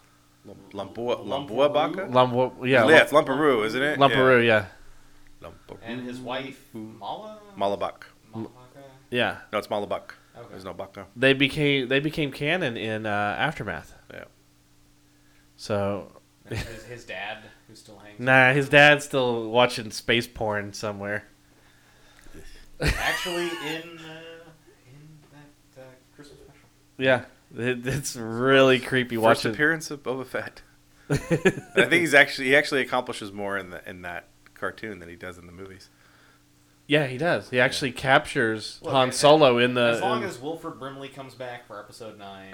S1: Lumpua, Lumpua Baca.
S5: Lump, yeah,
S1: yeah, it's Lumparoo, isn't it?
S5: Lumparoo, yeah,
S1: Yeah. Lumparoo.
S7: and his wife Mala.
S1: Malabak.
S7: Mala
S5: yeah.
S1: No, it's Malabak.
S7: Okay.
S1: There's no Baca.
S5: they became they became canon in uh, aftermath.
S1: Yeah.
S5: So
S1: [laughs]
S7: His, his dad, who still hangs.
S5: Nah, his dad's still watching space porn somewhere.
S7: Actually, in uh, in that uh, Christmas special.
S5: Yeah, it, it's really creepy
S1: First
S5: watching.
S1: appearance of Boba Fett. I
S5: [laughs]
S1: think he's actually he actually accomplishes more in the in that cartoon than he does in the movies. [laughs]
S5: Yeah, he does. He actually captures
S7: Look,
S5: Han
S7: as-
S5: Solo in
S1: Uh,
S5: the.
S7: As long
S1: um,
S5: in-
S7: as Wilford Brimley comes back for
S1: [laughs]
S7: episode nine,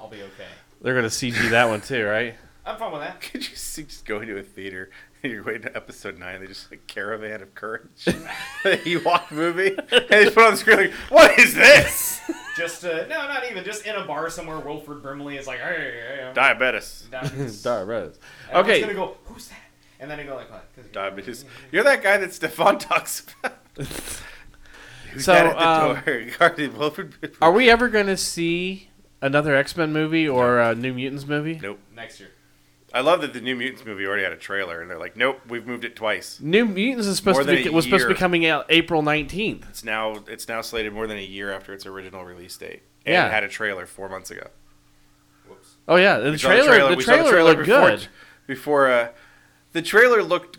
S7: I'll be okay.
S5: they're gonna CG that one too, right?
S7: I'm fine with that.
S1: Could you see just going to a theater and you're waiting to episode nine? They just like Caravan of
S5: [laughs]
S1: Courage, [laughs] the Ewok movie, and they just put on the screen like, "What is
S5: [laughs]
S1: this?"
S7: Just uh, no, not even. Just in a bar somewhere, Wilford Brimley is like, hey, hey, [laughs] hey,
S1: Diabetes.
S7: Diabetes.
S5: Star Rose.
S7: And
S5: Okay.
S7: I'm just gonna go. Who's that? And then I go like, what? 'Cause-
S1: Diabetes. You're that guy that Stefan [laughs] talks
S5: [laughs]
S1: about. Who's
S5: So,
S1: that at the
S5: um,
S1: door? [laughs] Guarded Wilford.
S5: Are we ever gonna see another X Men movie or a New Mutants movie?
S1: Nope.
S7: Next year.
S1: [laughs] I love that the New Mutants movie already had a trailer, and they're like, "Nope, we've moved it twice."
S5: New Mutants is supposed
S1: More
S5: to be
S1: than a
S5: was supposed to be
S1: year.
S5: coming out April nineteenth.
S1: It's now it's now slated more than a year after its original release date, and
S5: Yeah.
S1: it had a trailer four months ago.
S7: Whoops.
S5: Oh yeah, the
S1: We saw
S5: trailer, the,
S1: we saw
S5: trailer looked
S1: before,
S5: good.
S1: Before uh, the trailer looked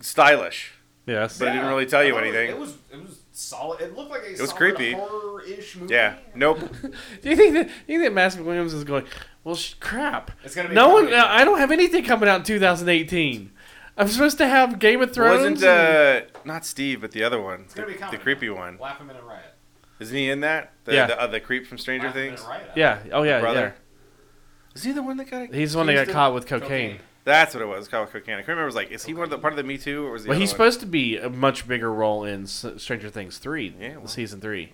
S1: stylish,
S5: Yes.
S1: but it didn't really tell you
S7: I thought it was-
S1: anything.
S7: It was it was solid. It looked like a it
S1: was
S7: solid
S1: creepy.
S7: horror-ish movie.
S1: yeah, nope.
S5: [laughs] Do you think that do you think that Master Williams is going? Well, sh- crap.
S7: It's gonna be
S5: no one. uh,
S7: coming.
S5: I don't have anything coming out in 2018. I'm supposed to have Game of Thrones.
S1: Wasn't
S5: and-
S1: uh, not Steve, but the other one,
S7: It's
S1: the,
S7: gonna be a comedy.
S1: the creepy one,
S7: Laugh a minute, riot.
S1: isn't he in that? The,
S5: Yeah.
S1: the, uh, the creep from Stranger
S7: Laugh a minute,
S1: Things.
S7: riot.
S5: yeah. Oh yeah.
S1: brother. Is he the one that got?
S5: Yeah. He's the one that got
S1: accused of-
S5: caught with cocaine.
S1: That's what it was. Called cocaine. I can't remember. It was like, is he one of the part of the Me Too or was he?
S5: Well, he's supposed to be a much bigger role in S- Stranger Things three,
S1: Yeah, well.
S5: season three.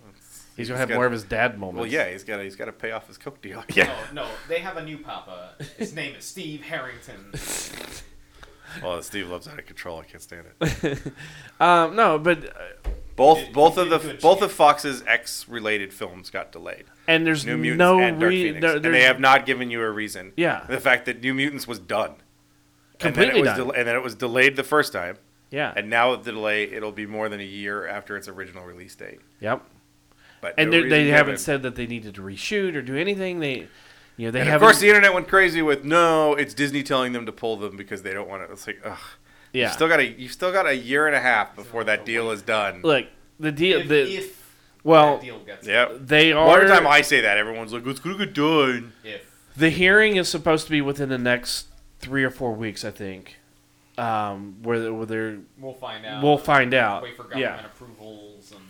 S5: He's gonna
S1: he's
S5: have
S1: got-
S5: more of his dad moments.
S1: Well, yeah, he's got to he's got to pay off his coke
S5: [laughs]
S1: deal.
S7: Oh, No, no, they have a new papa. His name is
S5: [laughs]
S7: Steve Harrington.
S1: [laughs] Well, Steve loves out of control. I can't stand
S5: [laughs]
S1: it.
S5: Um, no, but uh,
S1: Both
S7: Did-
S1: both
S7: he
S1: of
S7: did
S1: the
S7: good,
S1: both
S7: Steve.
S1: of Fox's X related films got delayed.
S5: and there's
S1: New Mutants
S5: no
S1: and Dark
S5: re-
S1: Phoenix,
S5: there-
S1: and
S5: there's-
S1: they have not given you a reason.
S5: Yeah.
S1: the fact that New Mutants was done,
S5: Completely
S1: and then it was
S5: done.
S1: del- and then it was delayed the first time,
S5: yeah.
S1: and now with the delay, it'll be more than a year after its original release date.
S5: yep.
S1: But
S5: And
S1: no
S5: they-
S1: reason
S5: they
S1: given.
S5: haven't said that they needed to reshoot or do anything. They, you know, they
S1: And
S5: haven't.
S1: of course, the internet went crazy with no. It's Disney telling them to pull them because they don't want it. It's like, ugh.
S5: yeah.
S1: You've still got a you've still got a year and a half before that deal is done.
S5: Look, the deal.
S7: if,
S5: The,
S7: if
S5: well,
S7: that deal gets
S1: Yep.
S5: they
S1: Well,
S5: are.
S1: every time I say that, everyone's like, "It's gonna get done."
S7: if
S5: the hearing is supposed to be within the next three or four weeks, I think. Um, where they- where they're,
S7: we'll find out.
S5: we'll find out.
S7: Wait for government
S5: Yeah,
S7: approvals and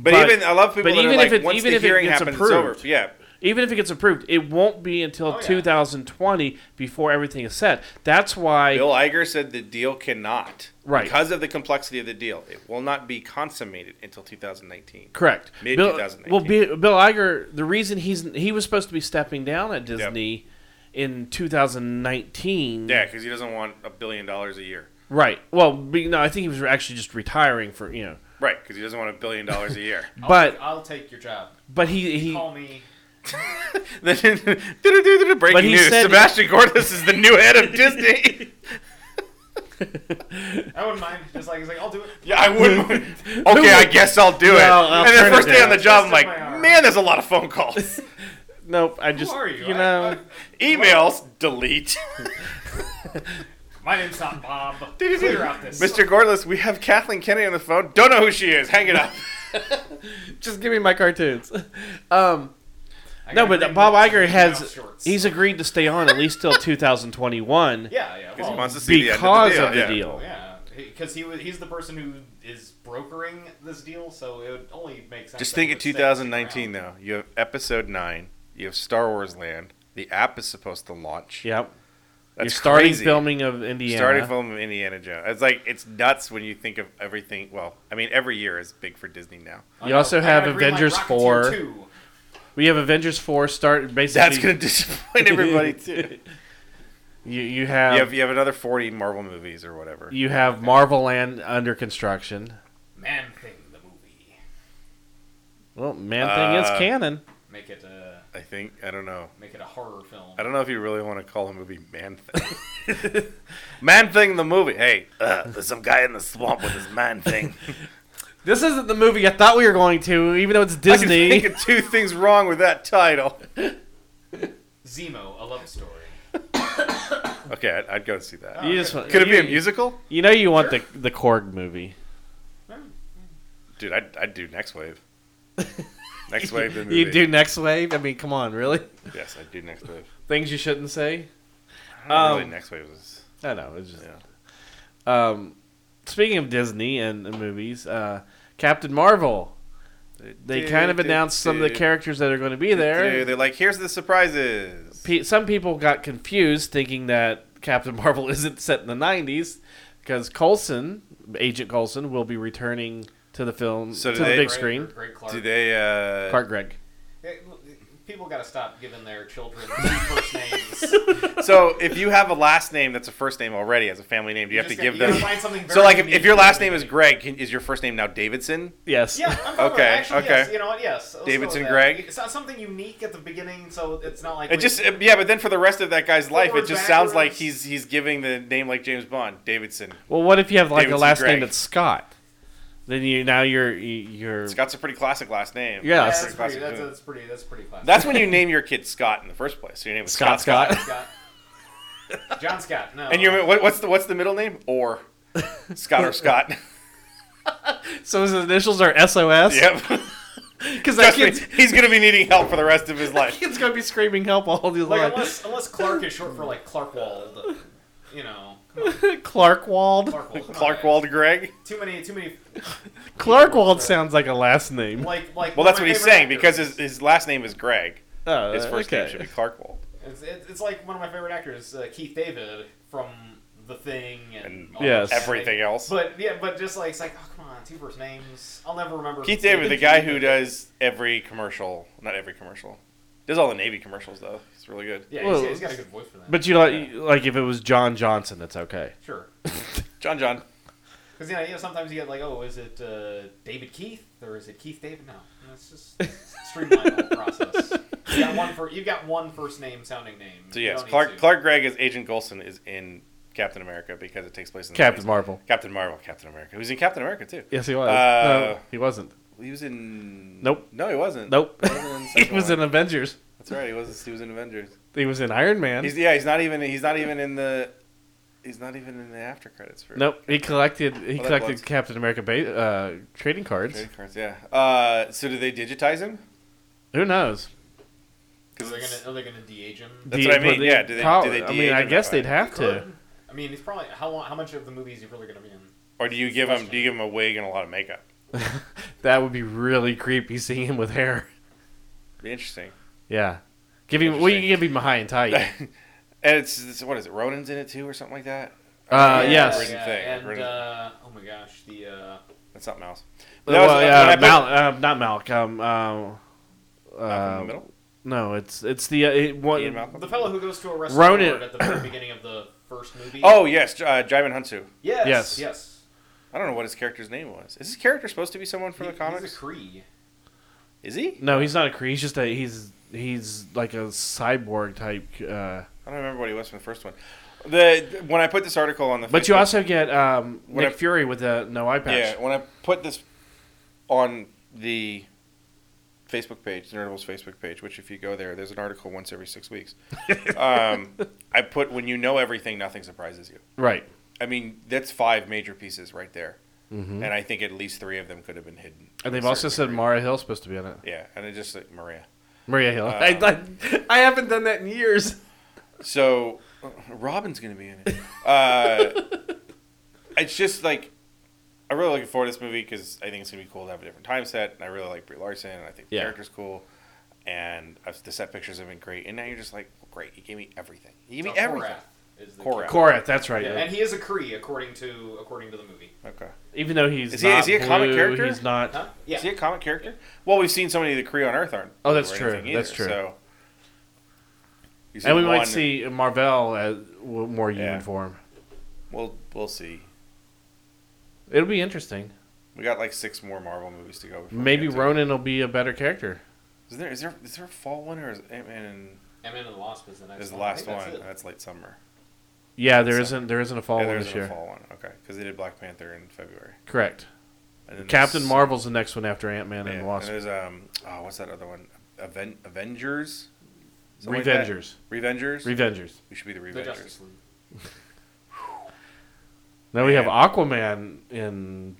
S1: But,
S5: But-
S1: even I love people
S5: but
S1: that
S5: even
S1: are
S5: if
S1: like,
S5: it-
S1: once
S5: even
S1: the
S5: if it
S1: hearing
S5: gets
S1: happens, it's
S5: approved.
S1: over. Yeah,
S5: even if it gets approved, it won't be until
S7: Oh, yeah.
S5: 2020 before everything is set. That's why.
S1: Bill Iger said the deal cannot,
S5: Right.
S1: because of the complexity of the deal, it will not be consummated until 2019.
S5: Correct.
S1: Mid-
S5: Bill,
S1: 2019.
S5: well, Bill, Bill Iger, the reason he's he was supposed to be stepping down at Disney in 2019.
S1: Yeah, because he doesn't want a billion dollars a year.
S5: Right. Well, be, no, I think he was actually just retiring for you know.
S1: Right, because he doesn't want a billion dollars a year.
S7: Oh,
S5: But
S7: I'll, I'll take your job.
S5: but he he
S7: Call me.
S1: Then- breaking
S5: But he
S1: news:
S5: said-
S1: Sebastian Gordas is the new head of Disney.
S7: I wouldn't mind. Just like he's like, I'll do it.
S1: [laughs] yeah, I wouldn't. okay, I guess I'll do it.
S5: Well, I'll
S1: and
S5: turn
S1: then
S5: it
S1: first day on the
S5: down.
S1: job, I'm
S7: Twist
S1: like,
S7: of my arm.
S1: man, there's a lot of phone
S7: [laughs]
S1: calls,
S5: nope. I just
S7: Who are you? I-
S5: know.
S7: I-
S1: emails,
S7: [laughs]
S1: delete.
S7: my name's
S1: [laughs]
S7: not Bob. Clear out this.
S1: Mr. Gordas, we have Kathleen Kennedy on the phone. Don't know who she is. Hang it
S7: [laughs]
S1: up.
S5: [laughs] just give me my cartoons. [laughs] Um,
S7: I
S5: no,
S7: gotta
S5: but
S7: bring
S5: Bob
S7: back
S5: Iger
S7: some mouse
S5: has
S7: shorts.
S5: he's agreed to stay on at least
S7: [laughs]
S5: till 2021
S7: yeah, Oh, yeah.
S1: Because he
S7: Well,
S1: wants to see the end
S5: because
S1: of the deal.
S5: of
S1: yeah.
S5: the deal.
S7: yeah, because he, was he's the person who is brokering this deal, so it would only make sense.
S1: Just
S7: that he
S1: think of
S7: would stay
S1: 2019,
S7: around.
S1: though. You have Episode 9. You have Star Wars Land. The app is supposed to launch.
S5: Yep.
S1: That's
S5: You're starting
S1: crazy.
S5: filming of Indiana.
S1: Starting film of Indiana Jones. It's like, it's nuts when you think of everything. Well, I mean, every year is big for Disney
S5: [laughs]
S1: now.
S5: You also
S7: I
S5: have
S7: gotta greenlight
S5: Avengers
S7: Rocketeer
S5: 4.
S7: 2.
S5: We have Avengers four start basically.
S1: That's
S5: [laughs]
S1: going to disappoint everybody, too.
S5: you you
S1: You
S5: have you
S1: have,
S5: have,
S1: you have another 40 Marvel movies or whatever.
S5: Marvel Land under construction.
S7: Man Thing, the movie.
S5: Well, man, thing is
S1: Uh,
S5: canon.
S7: Make it a
S1: I think. I don't know.
S7: make it a horror film.
S1: I don't know if you really want to call a movie Man Thing.
S5: [laughs]
S1: [laughs] man Thing, the movie. Hey, uh, there's some guy in the swamp with his man
S5: [laughs]
S1: thing.
S5: This isn't the movie I thought we were going to, even though it's
S1: I can
S5: Disney.
S1: think of two things wrong with that title.
S7: Zemo, a love story.
S1: Okay, I'd, I'd go see that.
S5: You just want,
S1: Could it be a
S5: you-
S1: musical?
S5: You know you want the the Korg movie.
S1: Dude, I'd, I'd do Next
S5: [laughs]
S1: Wave. Next Wave, the movie.
S5: You do next wave. I mean, come on, really?
S1: Yes, I'd do Next Wave.
S5: Things you shouldn't say.
S1: I don't
S5: Um,
S1: really, Next Wave was.
S5: I know. It's just.
S1: Yeah.
S5: Um, speaking of Disney and the movies, uh, Captain Marvel. They kind of announced some of the characters that are going to be there.
S1: They're like, here's the surprises.
S5: Pe- some people got confused thinking that Captain [laughs] Marvel isn't set in the 90s because Coulson, Agent Coulson, will be returning to the film,
S1: So
S5: to
S1: do
S5: the
S1: they-
S5: big
S1: Right,
S5: screen.
S7: Great Clark.
S1: Do they? Uh,
S5: Clark Gregg.
S7: Hey, look, people gotta stop giving
S1: [laughs]
S7: their children two first names.
S1: So if you have a last name that's a first name already as a family name, do you, have to
S7: just
S1: give
S7: got- you
S1: them?
S7: gotta find something
S1: So
S7: very
S1: like if,
S7: unique
S1: if your
S7: to
S1: last
S7: them.
S1: name is Greg, can, is your first name now Davidson?
S5: Yes.
S7: Yeah, I'm fine with
S1: Okay,
S7: it. Actually,
S1: okay.
S7: Yes, you know what? Yes. let's go
S1: Davidson
S7: with that.
S1: Gregg?
S7: It's not something unique at the beginning, so it's not like
S1: It
S7: we-
S1: just yeah, but then for the rest of that guy's life, it
S7: Forward,
S1: just sounds like
S7: backwards.
S1: he's he's giving the name like James Bond, Davidson.
S5: Well, what if you have like a
S1: Davidson
S5: last name
S1: Gregg.
S5: that's Scott? Then you now you're you're
S1: Scott's a pretty classic last name.
S5: Yeah,
S7: Yeah,
S5: that's
S7: that's pretty.
S1: classic
S7: That's,
S1: name.
S7: that's pretty. That's pretty classic.
S1: That's when you name your kid Scott in the first place. So your name is
S5: Scott
S1: Scott
S5: Scott.
S7: Scott. John Scott. No.
S1: And you what, what's the what's the middle name? Or Scott or
S5: [laughs]
S1: Scott. [laughs]
S5: so his initials are SOS. [laughs]
S1: yep.
S5: Because that
S1: [laughs] Trust me,
S5: kid's,
S1: he's gonna be needing help for the rest of his [laughs] life.
S5: kid's gonna be screaming help all his
S7: like
S5: life.
S7: unless unless Clark is short for like Clarkwald, you know,
S5: Clarkwald.
S7: Clarkwald. come on,
S1: Clark
S7: guys.
S1: Wald Greg.
S7: Too many. Too many.
S5: Clarkwald sounds like a last name.
S7: Like like.
S1: Well,
S7: one of
S1: that's
S7: my
S1: what he's
S7: favorite
S1: saying because
S7: actors.
S1: his, his last name is Greg.
S5: Oh,
S1: His first
S5: okay.
S1: name should be Clarkwald.
S7: it's, it's, it's like one of my favorite actors, uh, Keith David from The Thing and,
S1: And
S7: all
S5: Yes.
S7: that stuff.
S1: Everything else.
S7: But yeah, but just like it's like oh come on, two first names. I'll never remember.
S1: Keith David, the guy who does every commercial, not every commercial, does all the Navy commercials though. He's really good.
S7: Yeah, he's,
S5: Well,
S7: he's got a good voice for
S5: [laughs]
S7: that.
S5: But you know, like, like if it was John Johnson, it's okay.
S7: sure.
S1: John John.
S7: Because yeah, you know, sometimes you get like, oh, is it uh, David Keith or is it Keith David? No, No, it's just
S5: [laughs]
S7: streamline the whole process. You got one for you got one first name sounding name.
S1: So
S7: You
S1: yes,
S7: don't need
S1: Clark
S7: to.
S1: Clark Gregg as Agent Coulson is in Captain America because it takes place in the
S5: Captain
S1: 20s.
S5: Marvel.
S1: Captain Marvel, Captain America. He was in Captain America too.
S5: Yes, he was.
S1: Uh,
S5: no, he wasn't.
S1: He was in.
S5: Nope.
S1: No, he wasn't.
S5: Nope.
S1: He wasn't in the
S5: [laughs] He
S1: second
S5: was
S1: one.
S5: in Avengers.
S1: That's right. He was. He was in Avengers.
S5: He was in Iron Man.
S1: He's yeah. He's not even. He's not even in the. He's not even in the after credits for.
S5: nope. He collected. He
S1: that
S5: collected
S1: blocks.
S5: Captain America ba- uh, trading cards.
S1: Trading cards, yeah. Uh, so do they digitize him?
S5: Who knows?
S7: Are
S1: Because
S7: they gonna are they gonna de-age him?
S1: That's what I mean, yeah, do they-
S5: prob-
S1: do they
S5: I mean,
S1: de-age
S5: I
S1: him
S5: guess
S1: that way?
S5: they'd have to. [laughs]
S7: Could. I mean, he's probably how long? How much of the movie is he really gonna be in?
S1: or do you give him do you give him a wig and a lot of makeup?
S5: That would be really creepy seeing him with hair. [laughs]
S1: Be interesting.
S5: Yeah. Give him. Well, you can give him high and
S1: [laughs]
S5: tight.
S1: and it's, it's what is it? Ronin's in it too, or something like that.
S5: Uh,
S1: Yeah,
S5: yes.
S1: Ring thing,
S7: And
S1: ring-
S7: uh, oh my gosh, the uh,
S1: That's not Mouse.
S5: well,
S1: That was-
S5: yeah,
S1: when I put-
S5: Mal- uh, not Malk. Um, um,
S1: Malcolm in the
S5: uh,
S1: middle.
S5: no, it's it's the uh, it, one,
S1: Ian Malcolm.
S7: the fellow who goes to a restaurant
S5: Ronan-
S7: at the very beginning of the first movie.
S1: Oh yes, J- uh, Jaimin Hunsu.
S5: Yes.
S7: yes, yes. yes.
S1: I don't know what his character's name was. Is his character supposed to be someone from
S7: He-
S1: the comics?
S7: He's a Kree.
S1: Is he?
S5: No, he's not a Kree. He's just a he's he's like a cyborg type. Uh,
S1: I don't remember what he was from the first one. The when I put this article on the
S5: but you
S1: Facebook-
S5: also get um,
S1: When
S5: Nick
S1: I-
S5: Fury with a no eye patch.
S1: Yeah, when I put this on the Facebook page, Nerdables Facebook page, which if you go there, there's an article once every six
S5: [laughs]
S1: weeks. um, I put when you know everything, nothing surprises you.
S5: Right.
S1: I mean, that's five major pieces right there, and I think at least three of them could have been hidden.
S5: And they've also said
S1: Certainly.
S5: Mara Hill's supposed to be on it.
S1: yeah, and it just like Maria.
S5: Maria
S1: Uh,
S5: Hill. [laughs] I, I, I haven't done that in years.
S1: So uh, [laughs] Robin's gonna be in it. Uh, it's just like I'm really looking forward to this movie because I think it's gonna be cool to have a different time set, and I really like Brie Larson, and I think the
S5: Yeah.
S1: character's cool, and I've, the set pictures have been great. And now you're just like, great, you gave me everything. You gave me
S7: No,
S1: everything.
S7: Korath is the
S1: Korath.
S5: Korath, that's right.
S7: Yeah, and he is a Kree according to according to the movie.
S1: Okay.
S5: Even though he's
S1: Is he-
S5: not
S1: is he a
S5: blue,
S1: comic character?
S5: He's not.
S7: Huh? Yeah.
S1: Is he a comic character? Well, we've seen so many of the Kree on Earth aren't.
S5: Oh, that's
S1: or
S5: true.
S1: anything
S5: That's true.
S1: So. You've
S5: And we
S1: seen one-
S5: might see Marvel as w- more human
S1: Yeah.
S5: form.
S1: We'll we'll see.
S5: It'll be interesting.
S1: We got like six more Marvel movies to go. before we
S5: Maybe
S1: get to-
S5: Ronan will be a better character.
S1: Is there is there is there a fall one or is Ant Man and
S7: And Man of the Wasp is the next.
S1: Is the
S7: one. I
S1: last
S7: think
S1: one.
S7: that's
S1: That's,
S7: it.
S1: late summer.
S5: Yeah, there
S1: So-
S5: isn't there isn't a fall
S1: Yeah,
S5: one
S1: there's
S5: this
S1: a
S5: year.
S1: fall one. Okay, because they did Black Panther in February.
S5: Correct.
S1: And then
S5: Captain
S1: there's-
S5: Marvel's the next one after Ant Man
S1: yeah,
S5: and the Wasp.
S1: And there's um oh what's that other one? Aven- Avengers Something like that.
S5: Revengers.
S1: Revengers.
S5: Revengers.
S1: we should be the
S7: The
S1: Revengers.
S7: Justice League.
S5: Now we have
S1: Man.
S5: Aquaman in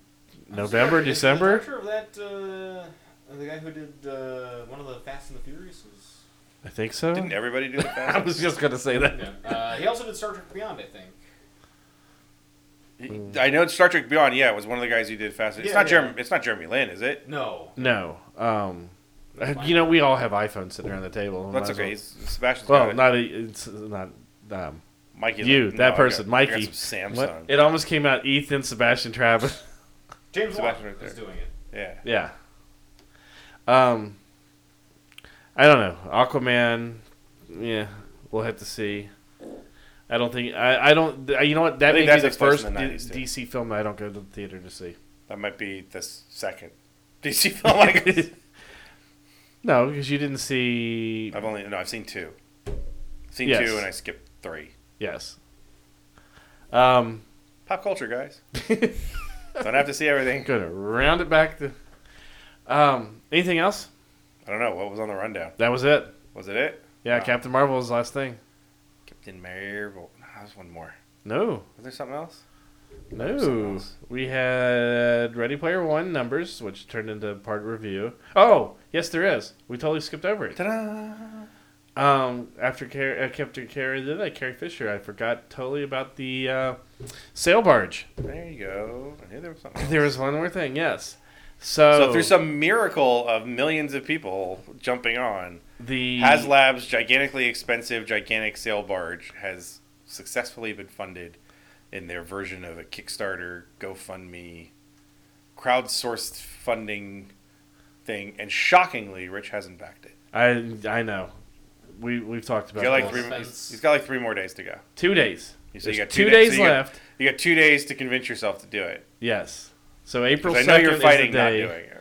S5: November,
S7: Is the
S5: December.
S7: director of that uh, the guy who did uh, one of the Fast and the Furious was.
S5: I think so. [laughs]
S1: Didn't everybody do the
S5: I
S1: fast?
S5: was just gonna say that.
S7: Yeah. Uh, he also did Star Trek Beyond, I think.
S1: I know it's Star Trek Beyond. Yeah, it was one of the guys who did fast. It's
S7: Yeah,
S1: not
S7: yeah.
S1: Jeremy. It's not Jeremy Lin, is it?
S7: No.
S5: No. Um,
S7: That's fine.
S5: you know, we all have iPhones sitting around the table. We
S1: That's
S5: might as well-
S1: okay. He's, Sebastian's
S5: Well,
S1: got it.
S5: not a, it's not um,
S1: Mikey.
S5: you,
S1: like,
S5: that
S1: I
S5: person,
S1: got- I got
S5: Mikey.
S1: some Samsung.
S5: what? It almost came out Ethan Sebastian Travis.
S7: James Wan
S1: Sebastian right
S7: is
S1: there.
S7: doing it.
S1: Yeah.
S5: yeah. Um, I don't know. Aquaman. Yeah, we'll have to see. I don't think I. I don't. You know what?
S1: I
S5: That
S1: think
S5: may be
S1: that's
S5: the
S1: expressed
S5: first
S1: in the
S5: D-
S1: 90s, too.
S5: DC film that I don't go to the theater to see.
S1: That might be the s- second [laughs] DC film.
S5: [laughs]
S1: Like,
S5: No, because you didn't see.
S1: I've only no, I've seen two. Seen
S5: Yes.
S1: two, and I skipped three.
S5: Yes. Um,
S1: Pop culture,
S5: [laughs]
S1: guys. Don't have to see everything.
S5: gonna round it back to. Um, anything else?
S1: I don't know what was on the rundown.
S5: That was it.
S1: Was it it?
S5: Yeah,
S1: Wow.
S5: Captain Marvel was the last thing.
S1: Captain Marvel. No, there's one more.
S5: No,
S1: Was there something else? something
S5: no.
S1: else.
S5: We had Ready Player One numbers, which turned into part review. Oh, yes, there is. We totally skipped over it.
S1: Ta-da!
S5: Um, after Car- uh, Captain Carrie, then I Carrie Fisher. I forgot totally about the uh, sail barge.
S1: There you go. I knew there was something. else.
S5: There was one more thing. Yes. So,
S1: So through some miracle of millions of people jumping on,
S5: the
S1: HasLab's gigantically expensive, gigantic sail barge has successfully been funded in their version of a Kickstarter, GoFundMe, crowdsourced funding thing, and shockingly, Rich hasn't backed it.
S5: I I know. We we've talked about
S1: He's got like
S5: this.
S1: three. He's he's got like three more days to go.
S5: two days.
S1: So
S5: There's
S1: you got
S5: two,
S1: two da-
S5: days
S1: so you got-
S5: left.
S1: You got two days to convince yourself to do it.
S5: Yes. So April
S1: 'Cause I
S5: second
S1: know you're
S5: is
S1: fighting
S5: the
S1: not
S5: day,
S1: doing it.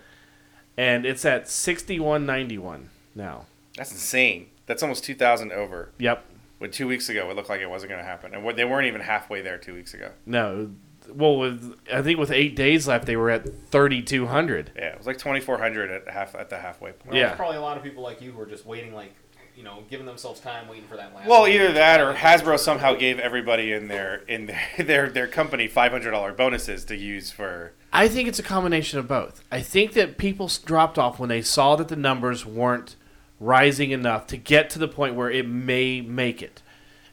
S5: and it's at sixty one ninety one now.
S1: That's insane. That's almost two thousand over.
S5: Yep.
S1: When two weeks ago it looked like it wasn't going to happen, and what- they weren't even halfway there two weeks ago.
S5: No. Well, with I think with eight days left, they were at thirty two hundred.
S1: Yeah, it was like twenty four hundred at half at the halfway point.
S7: Well,
S5: Yeah.
S7: There's probably a lot of people like you who are just waiting, like, you know, giving themselves time, waiting for that last.
S1: Well,
S7: one.
S1: either that or Hasbro somehow gave everybody in their in their [laughs] their, their company five hundred dollar bonuses to use for.
S5: I think it's a combination of both. I think that people s- dropped off when they saw that the numbers weren't rising enough to get to the point where it may make it.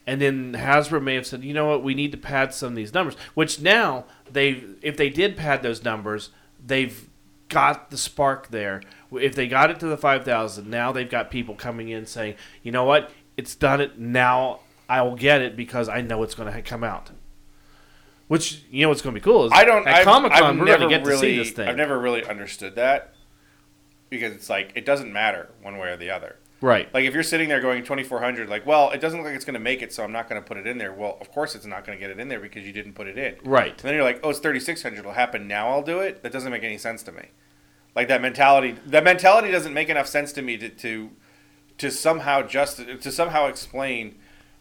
S5: And then Hasbro may have said, "You know what? We need to pad some of these numbers." Which now they, if they did pad those numbers, they've got the spark there. If they got it to the five thousand, now they've got people coming in saying, "You know what? It's done. It now. I will get it because I know it's going to come out." Which you know what's going to be cool is
S1: I don't.
S5: at
S1: I've,
S5: Comic Con
S1: I've
S5: we're going
S1: never
S5: to get
S1: really.
S5: to see this thing.
S1: I've never really understood that because it's like it doesn't matter one way or the other.
S5: Right.
S1: Like if you're sitting there going twenty four hundred, like well, it doesn't look like it's going to make it, so I'm not going to put it in there. Well, of course it's not going to get it in there because you didn't put it in.
S5: Right.
S1: And then you're like, oh, it's 3,600. It'll happen now. I'll do it. That doesn't make any sense to me. Like that mentality. That mentality doesn't make enough sense to me to to, to somehow just to somehow explain.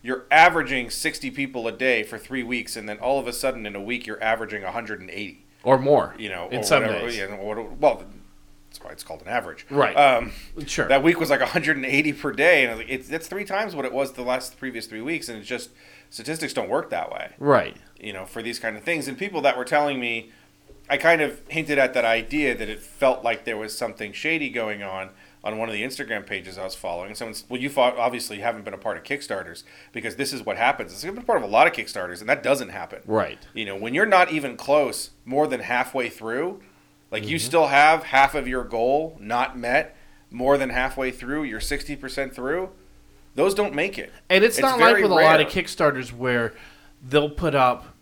S1: You're averaging 60 people a day for three weeks, and then all of a sudden in a week you're averaging 180.
S5: Or more.
S1: You know,
S5: in
S1: or
S5: some
S1: whatever,
S5: days.
S1: you know, or- well, that's why it's called an average.
S5: Right.
S1: Um,
S5: Sure.
S1: that week was like 180 per day, and I was like, it's that's three times what it was the last previous three weeks, and it's just statistics don't work that way
S5: right.
S1: you know, for these kind of things. And people that were telling me, I kind of hinted at that idea that it felt like there was something shady going on on one of the Instagram pages I was following. Someone's, well, you fo- obviously haven't been a part of Kickstarters because this is what happens. It's been a part of a lot of Kickstarters, and that doesn't happen.
S5: Right.
S1: You know, when you're not even close, more than halfway through, like you still have half of your goal not met, more than halfway through, you're 60% through. Those don't make it.
S5: And it's, not like
S1: very
S5: with a lot of
S1: rare.
S5: Kickstarters where they'll put up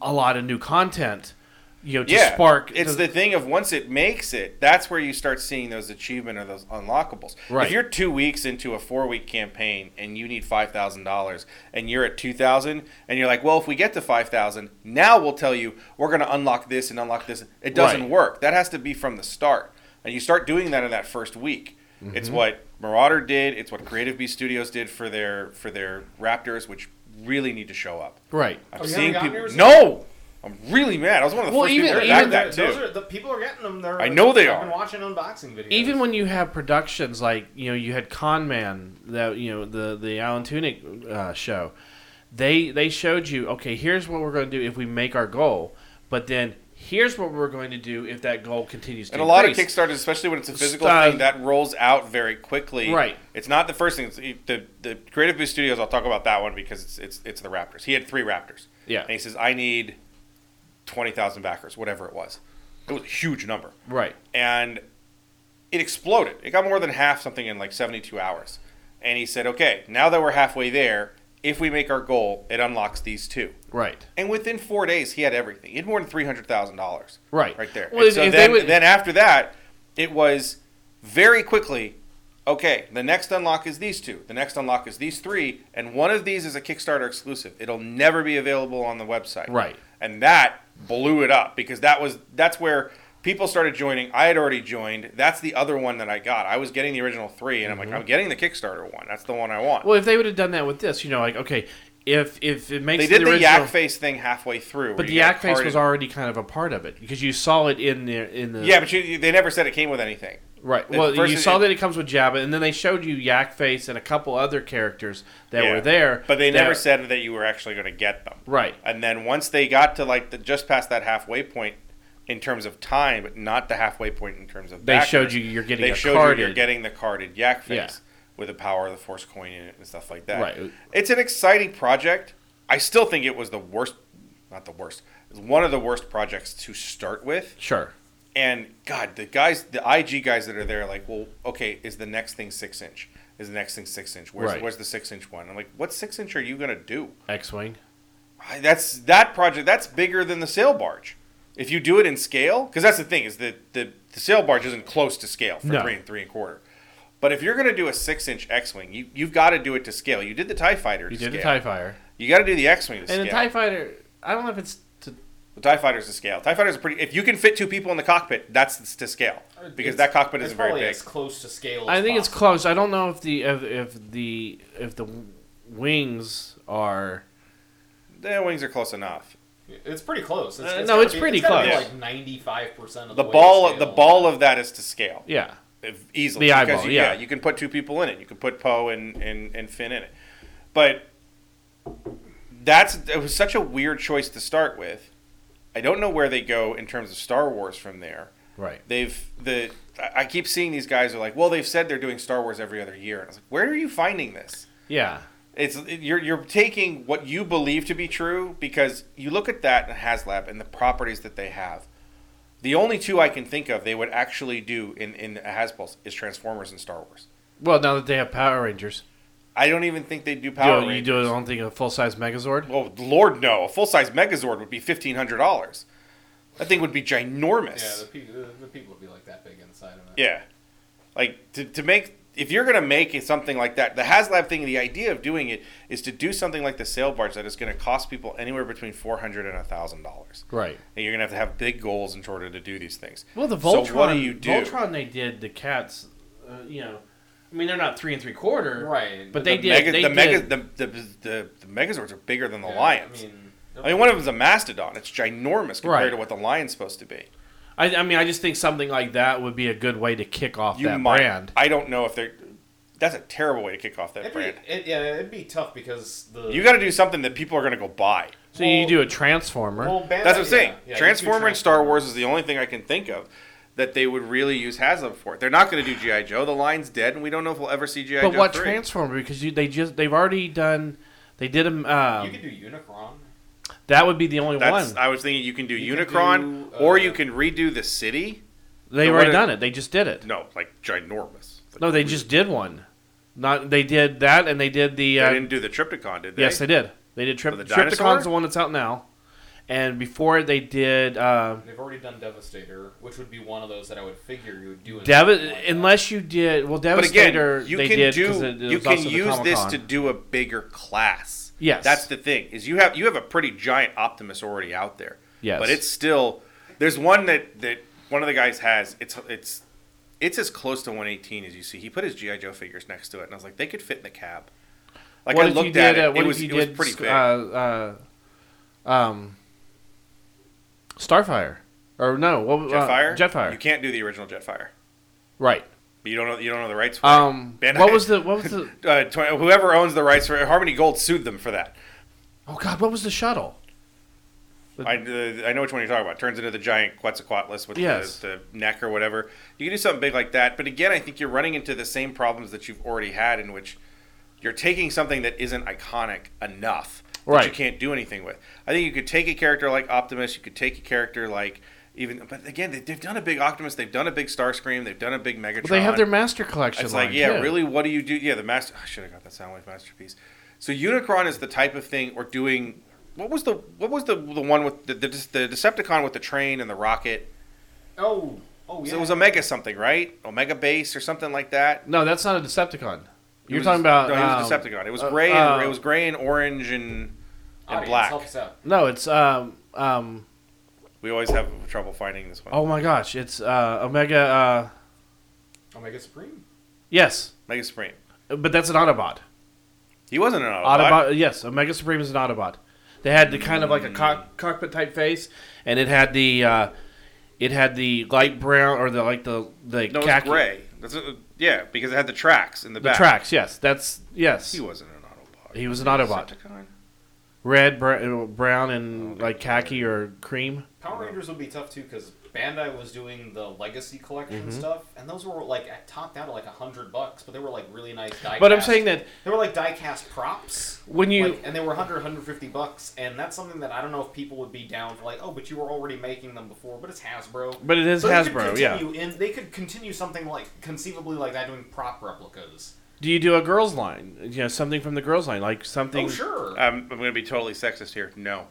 S5: a lot of new content, you know, to
S1: yeah,
S5: spark.
S1: It's
S5: to-
S1: the thing of once it makes it, that's where you start seeing those achievement or those unlockables.
S5: Right.
S1: If you're two weeks into a four week campaign and you need five thousand dollars and you're at two thousand and you're like, well, if we get to five thousand, now we'll tell you we're going to unlock this and unlock this. It doesn't
S5: Right.
S1: work. That has to be from the start, and you start doing that in that first week. It's
S5: Mm-hmm.
S1: what Marauder did. It's what Creative Beast Studios did for their for their Raptors, which really need to show up.
S5: right.
S1: I'm
S7: Oh, you haven't
S1: seeing
S7: gotten
S1: people.
S7: yours yet?
S1: No, I'm really mad. I was one of the
S5: Well,
S1: first
S5: even-
S1: people to
S5: even
S1: back that
S7: Those
S1: too.
S7: are the people are getting them. They're,
S1: I know they
S7: I've
S1: are.
S7: Been watching unboxing videos.
S5: even when you have productions like you know you had Con Man that you know the the Alan Tunick uh, show, they they showed you okay here's what we're going to do if we make our goal, but then here's what we're going to do if that goal continues to
S1: And a lot of
S5: increase.
S1: Kickstarters, especially when it's a physical
S5: Uh,
S1: thing, that rolls out very quickly.
S5: Right.
S1: It's not the first thing. It's, it- the the Creative Boost Studios. I'll talk about that one because it's it's it's the Raptors. He had three Raptors.
S5: Yeah.
S1: And he says, I need twenty thousand backers, whatever it was. It was a huge number.
S5: right
S1: and it exploded. It got more than half something in like 72 hours. And he said, okay, now that we're halfway there, if we make our goal, it unlocks these two.
S5: right
S1: And within four days, he had everything. He had more than $300,000.
S5: Right.
S1: Right there.
S5: Well,
S1: And
S5: if-
S1: so
S5: if they
S1: then,
S5: would-
S1: then after that, it was very quickly okay, the next unlock is these two. The next unlock is these three. And one of these is a Kickstarter exclusive. It'll never be available on the website.
S5: Right.
S1: And that blew it up because that was that's where people started joining. I had already joined. That's the other one that I got. I was getting the original three, and I'm like, I'm getting the Kickstarter one. That's the one I want.
S5: Mm-hmm. well if they would have done that with this you know like okay if if it makes
S1: they did
S5: the
S1: the,
S5: original,
S1: yak face thing halfway through. where
S5: but
S1: you
S5: the
S1: got
S5: yak face
S1: carded-
S5: was already kind of a part of it because you saw it in the in the
S1: Yeah, but you, you- they never said it came with anything.
S5: Right.
S1: At
S5: Well,
S1: first
S5: you
S1: it-
S5: saw
S1: it-
S5: that it comes with Jabba, and then they showed you Yak Face and a couple other characters that
S1: Yeah.
S5: were there.
S1: But they
S5: that-
S1: never said that you were actually going to get them.
S5: Right.
S1: And then once they got to like the, just past that halfway point in terms of time, but not the halfway point in terms of
S5: They
S1: backers,
S5: showed you you're getting
S1: They
S5: a
S1: showed you you're
S5: carded-
S1: getting the carded yak face
S5: Yeah.
S1: with the power of the force coin in it and stuff like that.
S5: Right.
S1: It's an exciting project. I still think it was the worst, not the worst. It's one of the worst projects to start with.
S5: Sure.
S1: And God, the guys, the IG guys that are there, are like, well, okay, is the next thing six inch? Is the next thing six inch? Where's
S5: Right.
S1: where's the six inch one? I'm like, what six inch are you gonna do?
S5: X-wing.
S1: I- That's that project. That's bigger than the sail barge. If you do it in scale, because that's the thing is that the, the sail barge isn't close to scale for
S5: No.
S1: three and three and quarter. But if you're gonna do a six inch X wing, you you've got to do it to scale. You did the Tie Fighter. To
S5: You did the
S1: scale.
S5: Tie Fighter,
S1: You got to do the X wing to
S5: and
S1: scale.
S5: the Tie Fighter. I E don't know if it's to,
S1: The Tie Fighter's to scale. Tie Fighter's a pretty. If you can fit two people in the cockpit, that's to scale because
S7: Uh, It's-
S1: that cockpit
S7: it's
S1: isn't very
S7: probably
S1: big.
S7: As close to scale.
S5: I
S7: as
S5: think it's
S7: possible.
S5: close. I don't know if the if, if the if the wings are.
S1: The wings are close enough.
S7: It's pretty close.
S5: Uh, no,
S7: gotta
S5: it's
S7: be-
S5: pretty
S7: gotta be
S1: close.
S7: like ninety-five percent of the,
S1: The ball,
S7: Way to
S1: the
S7: scale.
S1: ball of that is to scale
S5: Yeah.
S1: if- easily.
S5: The
S1: because
S5: eyeball,
S1: you-
S5: yeah.
S1: You can put two people in it. You can put Poe and, and and Finn in it. But that's it was such a weird choice to start with. I don't know where they go in terms of Star Wars from there.
S5: Right.
S1: They've the I I keep seeing these guys are like, well, they've said they're doing Star Wars every other year, and I was like, where are you finding this?
S5: Yeah.
S1: it's you're you're taking what you believe to be true because you look at that and HasLab and the properties that they have. The only two I can think of they would actually do in in Hasbulls is Transformers and Star Wars.
S5: Well, now that they have Power Rangers,
S1: I don't even think they do
S5: you,
S1: Power
S5: know, you
S1: Rangers.
S5: do. I don't think a full size Megazord.
S1: Oh Lord, no! A full size Megazord would be fifteen hundred dollars. That thing would be ginormous.
S7: Yeah, the, pe- the, the people would be like that big inside of it.
S1: Yeah. Like to, to make if you're gonna make it something like that, the HasLab thing, the idea of doing it is to do something like the sale barge that is gonna cost people anywhere between four hundred and thousand dollars.
S5: Right.
S1: And you're gonna have to have big goals in order to do these things.
S5: Well, the
S1: So
S5: Voltron.
S1: what do you do?
S5: Voltron. They did the cats. Uh, you know, I mean, they're not three and three quarter.
S7: Right.
S5: But
S7: The
S5: they did.
S1: Mega,
S5: they
S1: the,
S5: did.
S1: mega, the, the, the, the Megazords are bigger than the
S7: Yeah,
S1: Lions.
S7: I
S1: I mean,
S7: mean,
S1: one of them's a Mastodon. It's ginormous compared
S5: Right.
S1: to what the Lion's supposed to be.
S5: I, I mean, I just think something like that would be a good way to kick off
S1: You
S5: that
S1: might.
S5: brand.
S1: I don't know if they're. That's a terrible way to kick off that
S7: it'd
S1: brand.
S7: be, it, yeah, it'd be tough because the
S1: You got to do something that people are going to go buy.
S5: So you do a transformer.
S7: well, Bandai-
S1: That's what I'm saying.
S7: yeah, yeah,
S1: Transformer
S7: you
S1: and
S7: do
S1: Star Wars is the only thing I can think of that they would really use Haslam for. They're not going to do GI Joe. The line's dead, and we don't know if we'll ever see GI Joe.
S5: but what
S1: 3.
S5: transformer? Because you, they just they've already done. They did them. Um,
S7: You could do Unicron.
S5: that would be the only
S1: That's,
S5: one.
S1: I was thinking you can do
S7: You can
S1: Unicron,
S7: do,
S1: or
S7: uh,
S1: you can redo the city.
S5: They've
S1: the
S5: already
S1: one-
S5: done it. They just did it.
S1: No, like ginormous. Like,
S5: No, they just did one. Not they did that, and they did the.
S1: they
S5: Uh,
S1: didn't do the Triptychon, did they?
S5: yes, they did. They did Trip-
S1: For the dinosaur?
S5: Triptychon's the one that's out now, and before it, they did. Uh,
S7: They've already done Devastator, which would be one of those that I would figure you would do. in something
S5: Devi-
S7: like that.
S5: unless you did well,
S1: But
S5: Devastator.
S1: again, you
S5: they
S1: can
S5: did 'cause
S1: do
S5: it- it
S1: you
S5: was
S1: can
S5: also the
S1: use this
S5: Comic-Con.
S1: to do a bigger class.
S5: Yes.
S1: that's the thing is you have you have a pretty giant Optimus already out there.
S5: Yes.
S1: but it's still there's one that that one of the guys has. It's it's it's as close to 118 as you see. He put his GI Joe figures next to it, and I was like, they could fit in the cab. Like
S5: what
S1: I
S5: if
S1: looked
S5: you did,
S1: at
S5: uh,
S1: it,
S5: what
S1: it
S5: if
S1: was
S5: you
S1: it was
S5: did,
S1: pretty big.
S5: Uh, uh, um, Starfire, or no, what, uh,
S1: Jetfire.
S5: Jetfire,
S1: You can't do the original Jetfire.
S5: right?
S1: You don't know. You don't know the rights. For
S5: Um,
S1: Ben-
S5: what was the what
S1: [laughs]
S5: was the
S1: it. Uh, tw- whoever owns the rights for it, Harmony Gold sued them for that.
S5: oh god, what was the shuttle?
S1: I, uh, I know which one you're talking about. Turns into the giant Quetzalcoatlus with
S5: Yes.
S1: the, the neck or whatever. You can do something big like that, but again, I think you're running into the same problems that you've already had, in which you're taking something that isn't iconic enough that you
S5: Right.
S1: can't do anything with. I think you could take a character like Optimus. You could take a character like even, but again, they, they've done a big Optimus. They've done a big Starscream. They've done a big Megatron.
S5: Well, they have their Master Collection.
S1: It's like,
S5: line,
S1: yeah,
S5: too.
S1: really, what do you do? Yeah, the master. [sighs] I should have got that Soundwave masterpiece. So Unicron is the type of thing, or doing. What was the what was the the one with the the, the Decepticon with the train and the rocket?
S7: Oh, oh yeah.
S1: So it was Omega something, right? Omega base or something like that.
S5: No, that's not a Decepticon. You're
S1: It was-
S5: talking about
S1: no, he was a
S5: um,
S1: Decepticon. It was
S5: uh,
S1: gray. and,
S5: uh,
S1: it was gray and orange and and
S7: Audience,
S1: black.
S7: Help us out.
S5: No, it's um um
S1: We always have trouble finding this one.
S5: oh my gosh, it's uh Omega. uh
S7: Omega Supreme.
S5: Yes,
S1: Omega Supreme.
S5: but that's an Autobot.
S1: He wasn't an Autobot.
S5: Autobot, yes, Omega Supreme is an Autobot. They had the kind of like a
S1: Mm.
S5: cock, cockpit type face, and it had the uh, it had the light brown or the like the
S1: No,
S5: the
S1: it was
S5: khaki-
S1: gray. That's a, yeah, because it had the tracks in the,
S5: the
S1: back.
S5: tracks. Yes, that's yes.
S1: He wasn't an Autobot.
S5: He was an Autobot.
S1: Decepticon?
S5: Red, br- uh, brown, and like khaki or cream.
S7: Power Rangers would be tough too because Bandai was doing the Legacy Collection
S5: Mm-hmm.
S7: stuff, and those were like at- topped out at like a hundred bucks, but they were like really nice die.
S5: But I'm saying that-
S7: they were like die-cast props.
S5: When you-
S7: like, and they were 100, 150 bucks, and that's something that I don't know if people would be down for. Like, oh, but you were already making them before, but it's Hasbro.
S5: But it is
S7: So they could
S5: Hasbro, yeah.
S7: continue In, they could continue something like conceivably like that, doing prop replicas.
S5: Do you do a girls line? You know, something from the girls line, like something.
S7: Oh sure.
S1: I'm, I'm going to be totally sexist here. No,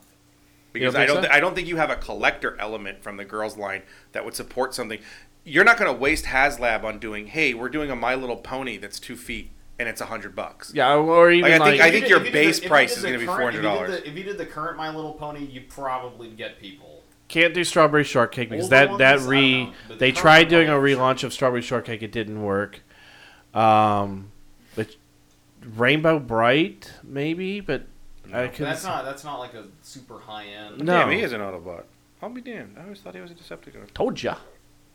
S1: because
S5: think
S1: I don't.
S5: so?
S1: thi- I don't think you have a collector element from the girls' line that would support something. You're not going to waste HasLab on doing. Hey, we're doing a My Little Pony that's two feet and it's a hundred bucks.
S5: Yeah, or even
S1: Like, I think-
S5: like,
S7: If
S1: I
S7: you did-
S1: your
S7: if you did
S1: base
S7: if you
S1: price
S7: did
S1: is
S7: the
S1: gonna be
S7: current- if you did
S1: $400.
S7: the- If you did the current My Little Pony, you probably get people.
S5: can't do Strawberry Shortcake because
S7: Older
S5: that that
S7: ones, I
S5: re
S7: don't know, but
S5: they
S7: the
S5: tried
S7: current
S5: doing a
S7: ones, sure.
S5: relaunch of Strawberry Shortcake. It didn't work. Um, but Rainbow Bright maybe, but I
S7: But
S5: could.
S7: that's not that's not like a super high end.
S5: No.
S1: Damn, he is an Autobot. I'll be damned. I always thought he was a Decepticon.
S5: Told ya.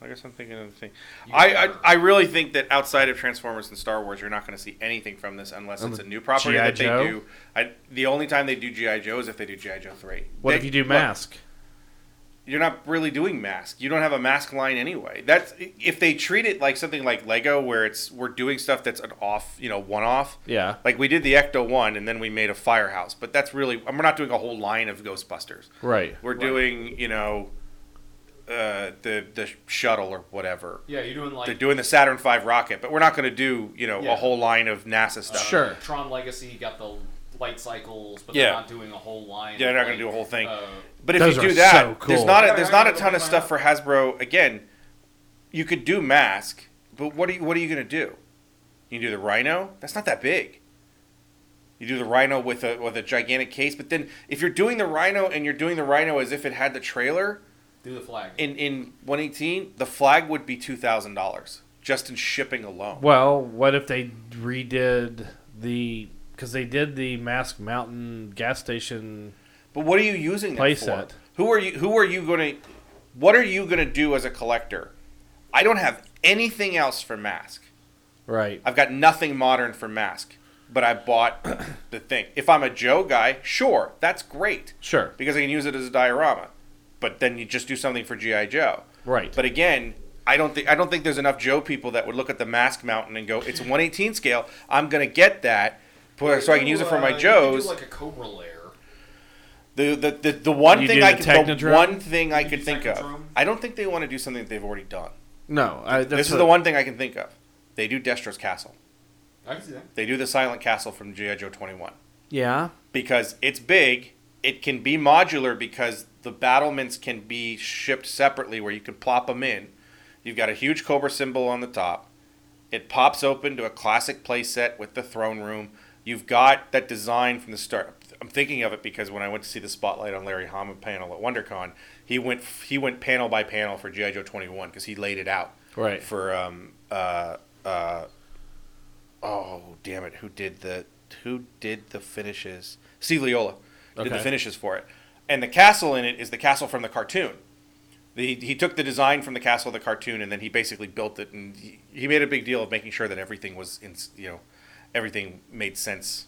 S1: I guess I'm thinking of the thing. I, I I really think that outside of Transformers and Star Wars, you're not going to see anything from this unless it's a new property
S5: G.I.
S1: that they
S5: Joe?
S1: do. I, the only time they do GI Joe is if they do GI Joe three.
S5: What
S1: They-
S5: if you do
S1: look,
S5: Mask?
S1: you're not really doing mask. You don't have a mask line anyway. That's if they treat it like something like Lego, where it's we're doing stuff that's an off, you know, one off.
S5: Yeah.
S1: Like we did the Ecto one, and then we made a firehouse. But that's really and we're not doing a whole line of Ghostbusters.
S5: Right.
S1: We're doing you know, uh, the the shuttle or whatever.
S7: Yeah, you're doing like
S1: They're doing the Saturn V rocket, but we're not going to do you know
S7: Yeah.
S1: a whole line of NASA stuff.
S5: Sure.
S7: uh, Tron Legacy. You got the light cycles, but
S1: Yeah.
S7: they're not doing a whole line.
S1: Yeah, they're not
S7: of,
S1: going to do a
S7: like,
S1: whole thing.
S7: uh,
S1: But if
S5: Those
S1: you
S5: are
S1: do that,
S5: so
S1: there's
S5: cool.
S1: not a,
S7: Yeah,
S1: there's
S7: I
S1: not a
S7: remember
S1: ton of
S7: when
S1: stuff
S7: I-
S1: for Hasbro. Again, you could do Mask, but what are you what are you gonna do? You can do the Rhino. That's not that big. You do the Rhino with a with a gigantic case, but then if you're doing the Rhino and you're doing the Rhino as if it had the trailer
S7: do the flag.
S1: in in 118, the flag would be two thousand dollars just in shipping alone.
S5: Well, what if they redid the because they did the Mask Mountain gas station?
S1: But what are you using that for?
S5: Playset.
S1: Who are you? Who are you going to? What are you going to do as a collector? I don't have anything else for Mask.
S5: Right.
S1: I've got nothing modern for Mask, but I
S5: [coughs]
S1: bought the thing. If I'm a Joe guy, sure, that's great
S5: Sure.
S1: because I can use it as a diorama. But then you just do something for GI Joe,
S5: Right.
S1: But again, I don't think I don't think there's enough Joe people that would look at the Mask Mountain and go, "It's 118 scale. I'm gonna get that." put- So I can use it for my
S7: Uh, You could do,
S1: Joes.
S7: like a Cobra layer.
S1: The the, the, the one
S5: You
S1: thing
S5: do
S1: I
S5: the
S1: could, the
S5: Technodrome?
S1: one thing I
S7: You
S1: could
S7: do
S1: think of.
S7: Technodrome?
S1: I don't think they want to do something that they've already done.
S5: No. I, that's
S1: This is
S5: what-
S1: the one thing I can think of. They do Destro's Castle.
S7: I can see that.
S1: They do the Silent Castle from GI Joe 21.
S5: Yeah.
S1: because it's big. It can be modular because the battlements can be shipped separately where you can plop them in. You've got a huge Cobra symbol on the top. It pops open to a classic playset with the throne room. You've got that design from the start. I'm thinking of it because when I went to see the spotlight on Larry Hama panel at WonderCon, he went he went panel by panel for GI Joe 21 because he laid it out
S5: Right.
S1: for um uh uh oh damn it who did the who did the finishes steve leola did the
S5: Okay.
S1: finishes for it and the castle in it is the castle from the cartoon. The, he took the design from the castle of the cartoon, and then he basically built it. And he, he made a big deal of making sure that everything was in, you know, everything made sense,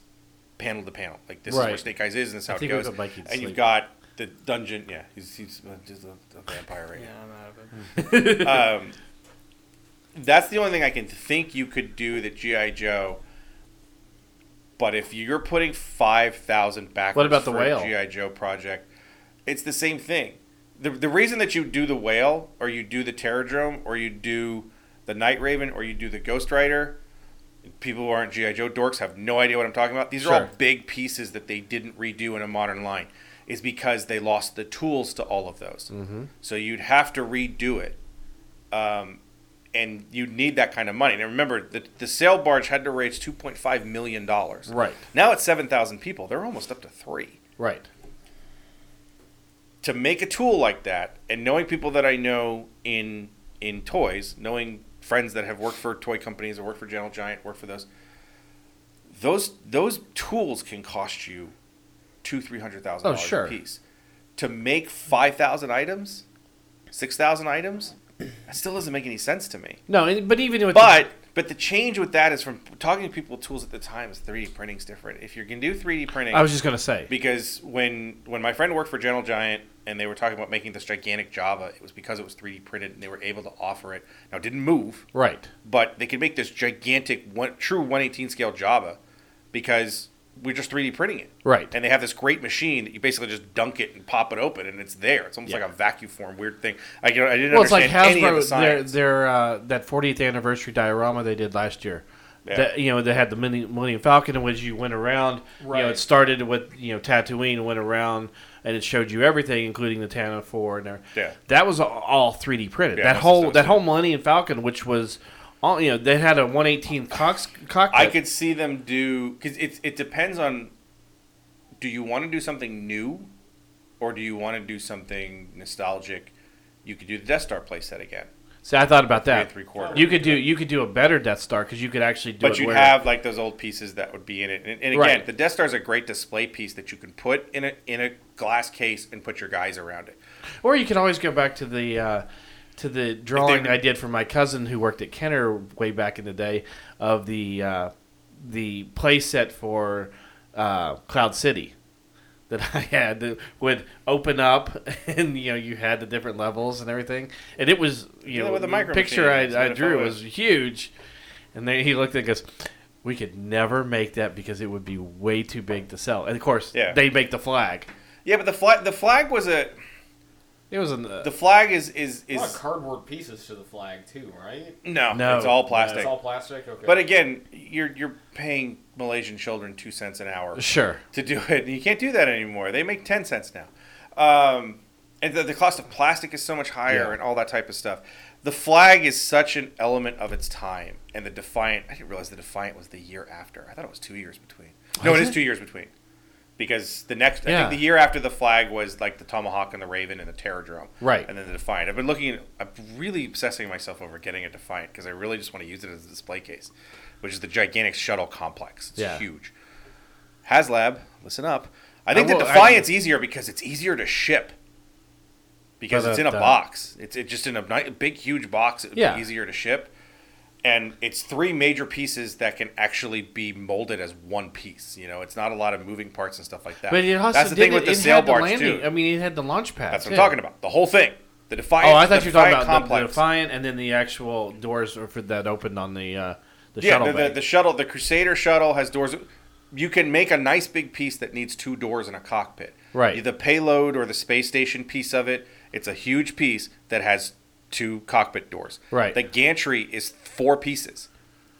S1: panel to panel. Like this is where
S5: Right.
S1: Snake Eyes is, and this is how
S5: I
S1: it
S5: think we
S1: goes.
S5: put Mikey to
S1: And you've
S5: sleep.
S1: got the dungeon. Yeah, he's he's, uh, just a, a vampire right now.
S8: I'm out of it.
S1: That's the only thing I can think you could do that GI Joe. But if you're putting five thousand backwards
S5: What about the
S1: for
S5: whale?
S1: a GI Joe project, it's the same thing. The, the reason that you do the whale, or you do the Terradrome, or you do the Night Raven, or you do the Ghost Rider, people who aren't GI Joe dorks have no idea what I'm talking about. These are all
S5: Sure.
S1: big pieces that they didn't redo in a modern line, is because they lost the tools to all of those.
S5: Mm-hmm.
S1: So you'd have to redo it um, and you need that kind of money. Now remember, the, the sail barge had to raise two point five million dollars.
S5: Right.
S1: now it's seven thousand people. They're almost up to three.
S5: Right.
S1: To make a tool like that, and knowing people that I know in in toys, knowing friends that have worked for toy companies or worked for General Giant, worked for those, those those tools can cost you two three hundred thousand
S5: Oh,
S1: dollars
S5: sure.
S1: a piece. To make five thousand items, six thousand items, that still doesn't make any sense to me.
S5: No, and, but even with
S1: But but the change with that is from talking to people with tools at the time is 3D printing's different. If you can do 3D printing,
S5: I was just gonna say
S1: because when when my friend worked for General Giant and they were talking about making this gigantic Java, it was because it was 3D printed and they were able to offer it. Now it didn't move,
S5: right.
S1: but they could make this gigantic one, true 118 scale Java because we're just 3D printing it.
S5: Right.
S1: And they have this great machine that you basically just dunk it and pop it open and it's there. It's almost
S5: Yeah.
S1: like a vacuum weird thing. I, you know, I didn't
S5: Well, it's like
S1: understand any of the
S5: Hasbro their
S1: science.
S5: their uh, that 40th anniversary diorama they did last year.
S1: Yeah.
S5: That you know they had the Millenni- Millennium Falcon in which you went around. You know, it started with you know Tatooine and went around and it showed you everything, including the Tana Four and there.
S1: Yeah.
S5: That was all- all 3D printed.
S1: Yeah,
S5: that
S1: that's-
S5: whole
S1: that's
S5: that
S1: it.
S5: whole Millennium Falcon, which was all you know, they had a 118 cox cockpit.
S1: I could see them do because it it depends on. Do you want to do something new, or do you want to do something nostalgic? You could do the Death Star playset again,
S5: see. I thought about
S1: three and
S5: that.
S1: three quarter.
S5: You could do you could do a better Death Star because you could actually do.
S1: but
S5: it
S1: you'd
S5: where-
S1: have like those old pieces that would be in it. And, and again,
S5: Right.
S1: the Death Star is a great display piece that you can put in a in a glass case and put your guys around it.
S5: Or you can always go back to the uh, to the drawing I did for my cousin who worked at Kenner way back in the day of the uh, the playset for uh, Cloud City that [laughs] I had that would open up [laughs] and you know you had the different levels and everything and it was you
S1: Yeah,
S5: know
S1: with a
S5: the
S1: micro
S5: picture
S1: machine, it's
S5: I, I
S1: not a
S5: drew
S1: photo.
S5: was huge and then he looked at it and goes we could never make that because it would be way too big to sell and of course
S1: Yeah.
S5: they make the flag
S1: Yeah, but the flag the flag was a
S5: it was an, uh,
S1: the flag is is
S7: A lot of
S1: is
S7: cardboard pieces to the flag too, right? Uh,
S1: no,
S5: No.
S1: it's all
S5: No,
S1: plastic.
S7: It's all plastic. Okay.
S1: but again, you're you're paying Malaysian children two cents an
S5: [laughs]
S1: hour.
S5: sure
S1: to do it. And you can't do that anymore. They make 10 cents now. Um, and the, the cost of plastic is so much higher
S5: Yeah.
S1: and all that type of stuff. The flag is such an element of its time. And the Defiant, I didn't realize the Defiant was the year after. I thought it was two years between. no,
S5: Was
S1: it is
S5: it?
S1: two years between. Because the next, I
S5: Yeah.
S1: think the year after the flag was like the Tomahawk and the Raven and the Terror Drum.
S5: Right.
S1: And then the Defiant. I've been looking, I'm really obsessing myself over getting a Defiant because I really just want to use it as a display case, which is the gigantic shuttle complex. It's
S5: Yeah.
S1: huge. HasLab, listen up. I think
S5: I
S1: the
S5: will- I-
S1: Defiant's easier because it's easier to ship. Because it's in a
S5: Ba-da-da.
S1: box. It's it's just in a ni- big, huge box. It would
S5: uh, Yeah.
S1: be easier to ship. And it's three major pieces that can actually be molded as one piece. You know, it's not a lot of moving parts and stuff like that.
S5: But it also
S1: That's the
S5: did
S1: thing
S5: it,
S1: with the
S5: it
S1: sail
S5: had the
S1: barge,
S5: landing.
S1: too.
S5: I mean, it had the launch pad.
S1: That's what
S5: too.
S1: I'm talking about. The whole thing. The Defiant.
S5: Oh, I thought
S1: the
S5: you were talking
S1: Defiant
S5: about the- the
S1: complex.
S5: Defiant, and then the actual doors are for that opened on the uh, the shuttle.
S1: the, the,
S5: bay.
S1: the shuttle, the Crusader shuttle has doors. You can make a nice big piece that needs two doors and a cockpit.
S5: Right.
S1: The payload or the space station piece of it, it's a huge piece that has two cockpit doors.
S5: Right.
S1: The gantry is four pieces.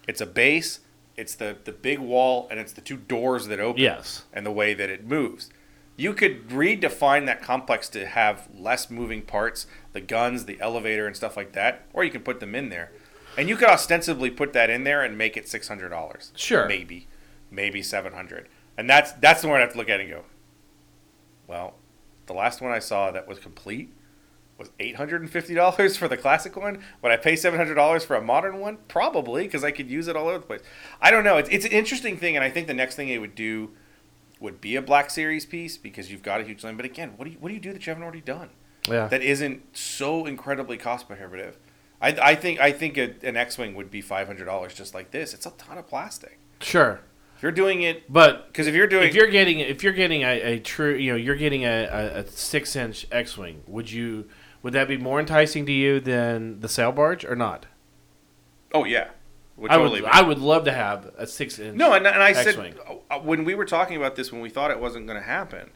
S1: It's a base, it's the the big wall, and it's the two doors that open.
S5: Yes.
S1: And the way that it moves. You could redefine that complex to have less moving parts, the guns, the elevator, and stuff like that, or you can put them in there. And you could ostensibly put that in there and make it six hundred dollars.
S5: Sure.
S1: Maybe. Maybe seven hundred. And that's that's the one I have to look at and go, Well, the last one I saw that was complete was eight hundred and fifty dollars for the classic one. Would I pay seven hundred dollars for a modern one? Probably, because I could use it all over the place. I don't know. It's, it's an interesting thing, and I think the next thing they would do would be a Black Series piece because you've got a huge line. But again, what do you, what do you do that you haven't already done?
S5: Yeah.
S1: That isn't so incredibly cost prohibitive. I, I think I think a, an X wing would be five hundred dollars just like this. It's a ton of plastic.
S5: Sure.
S1: If you're doing it
S5: But
S1: because if you're doing
S5: if you're getting if you're getting a, a true you know you're getting a, a, a six inch X wing would you would that be more enticing to you than the sail barge or not?
S1: oh yeah, would
S5: I
S1: totally
S5: would
S1: be.
S5: I would love to have a six inch.
S1: No, and, and I
S5: X-wing.
S1: said uh, when we were talking about this when we thought it wasn't going to happen,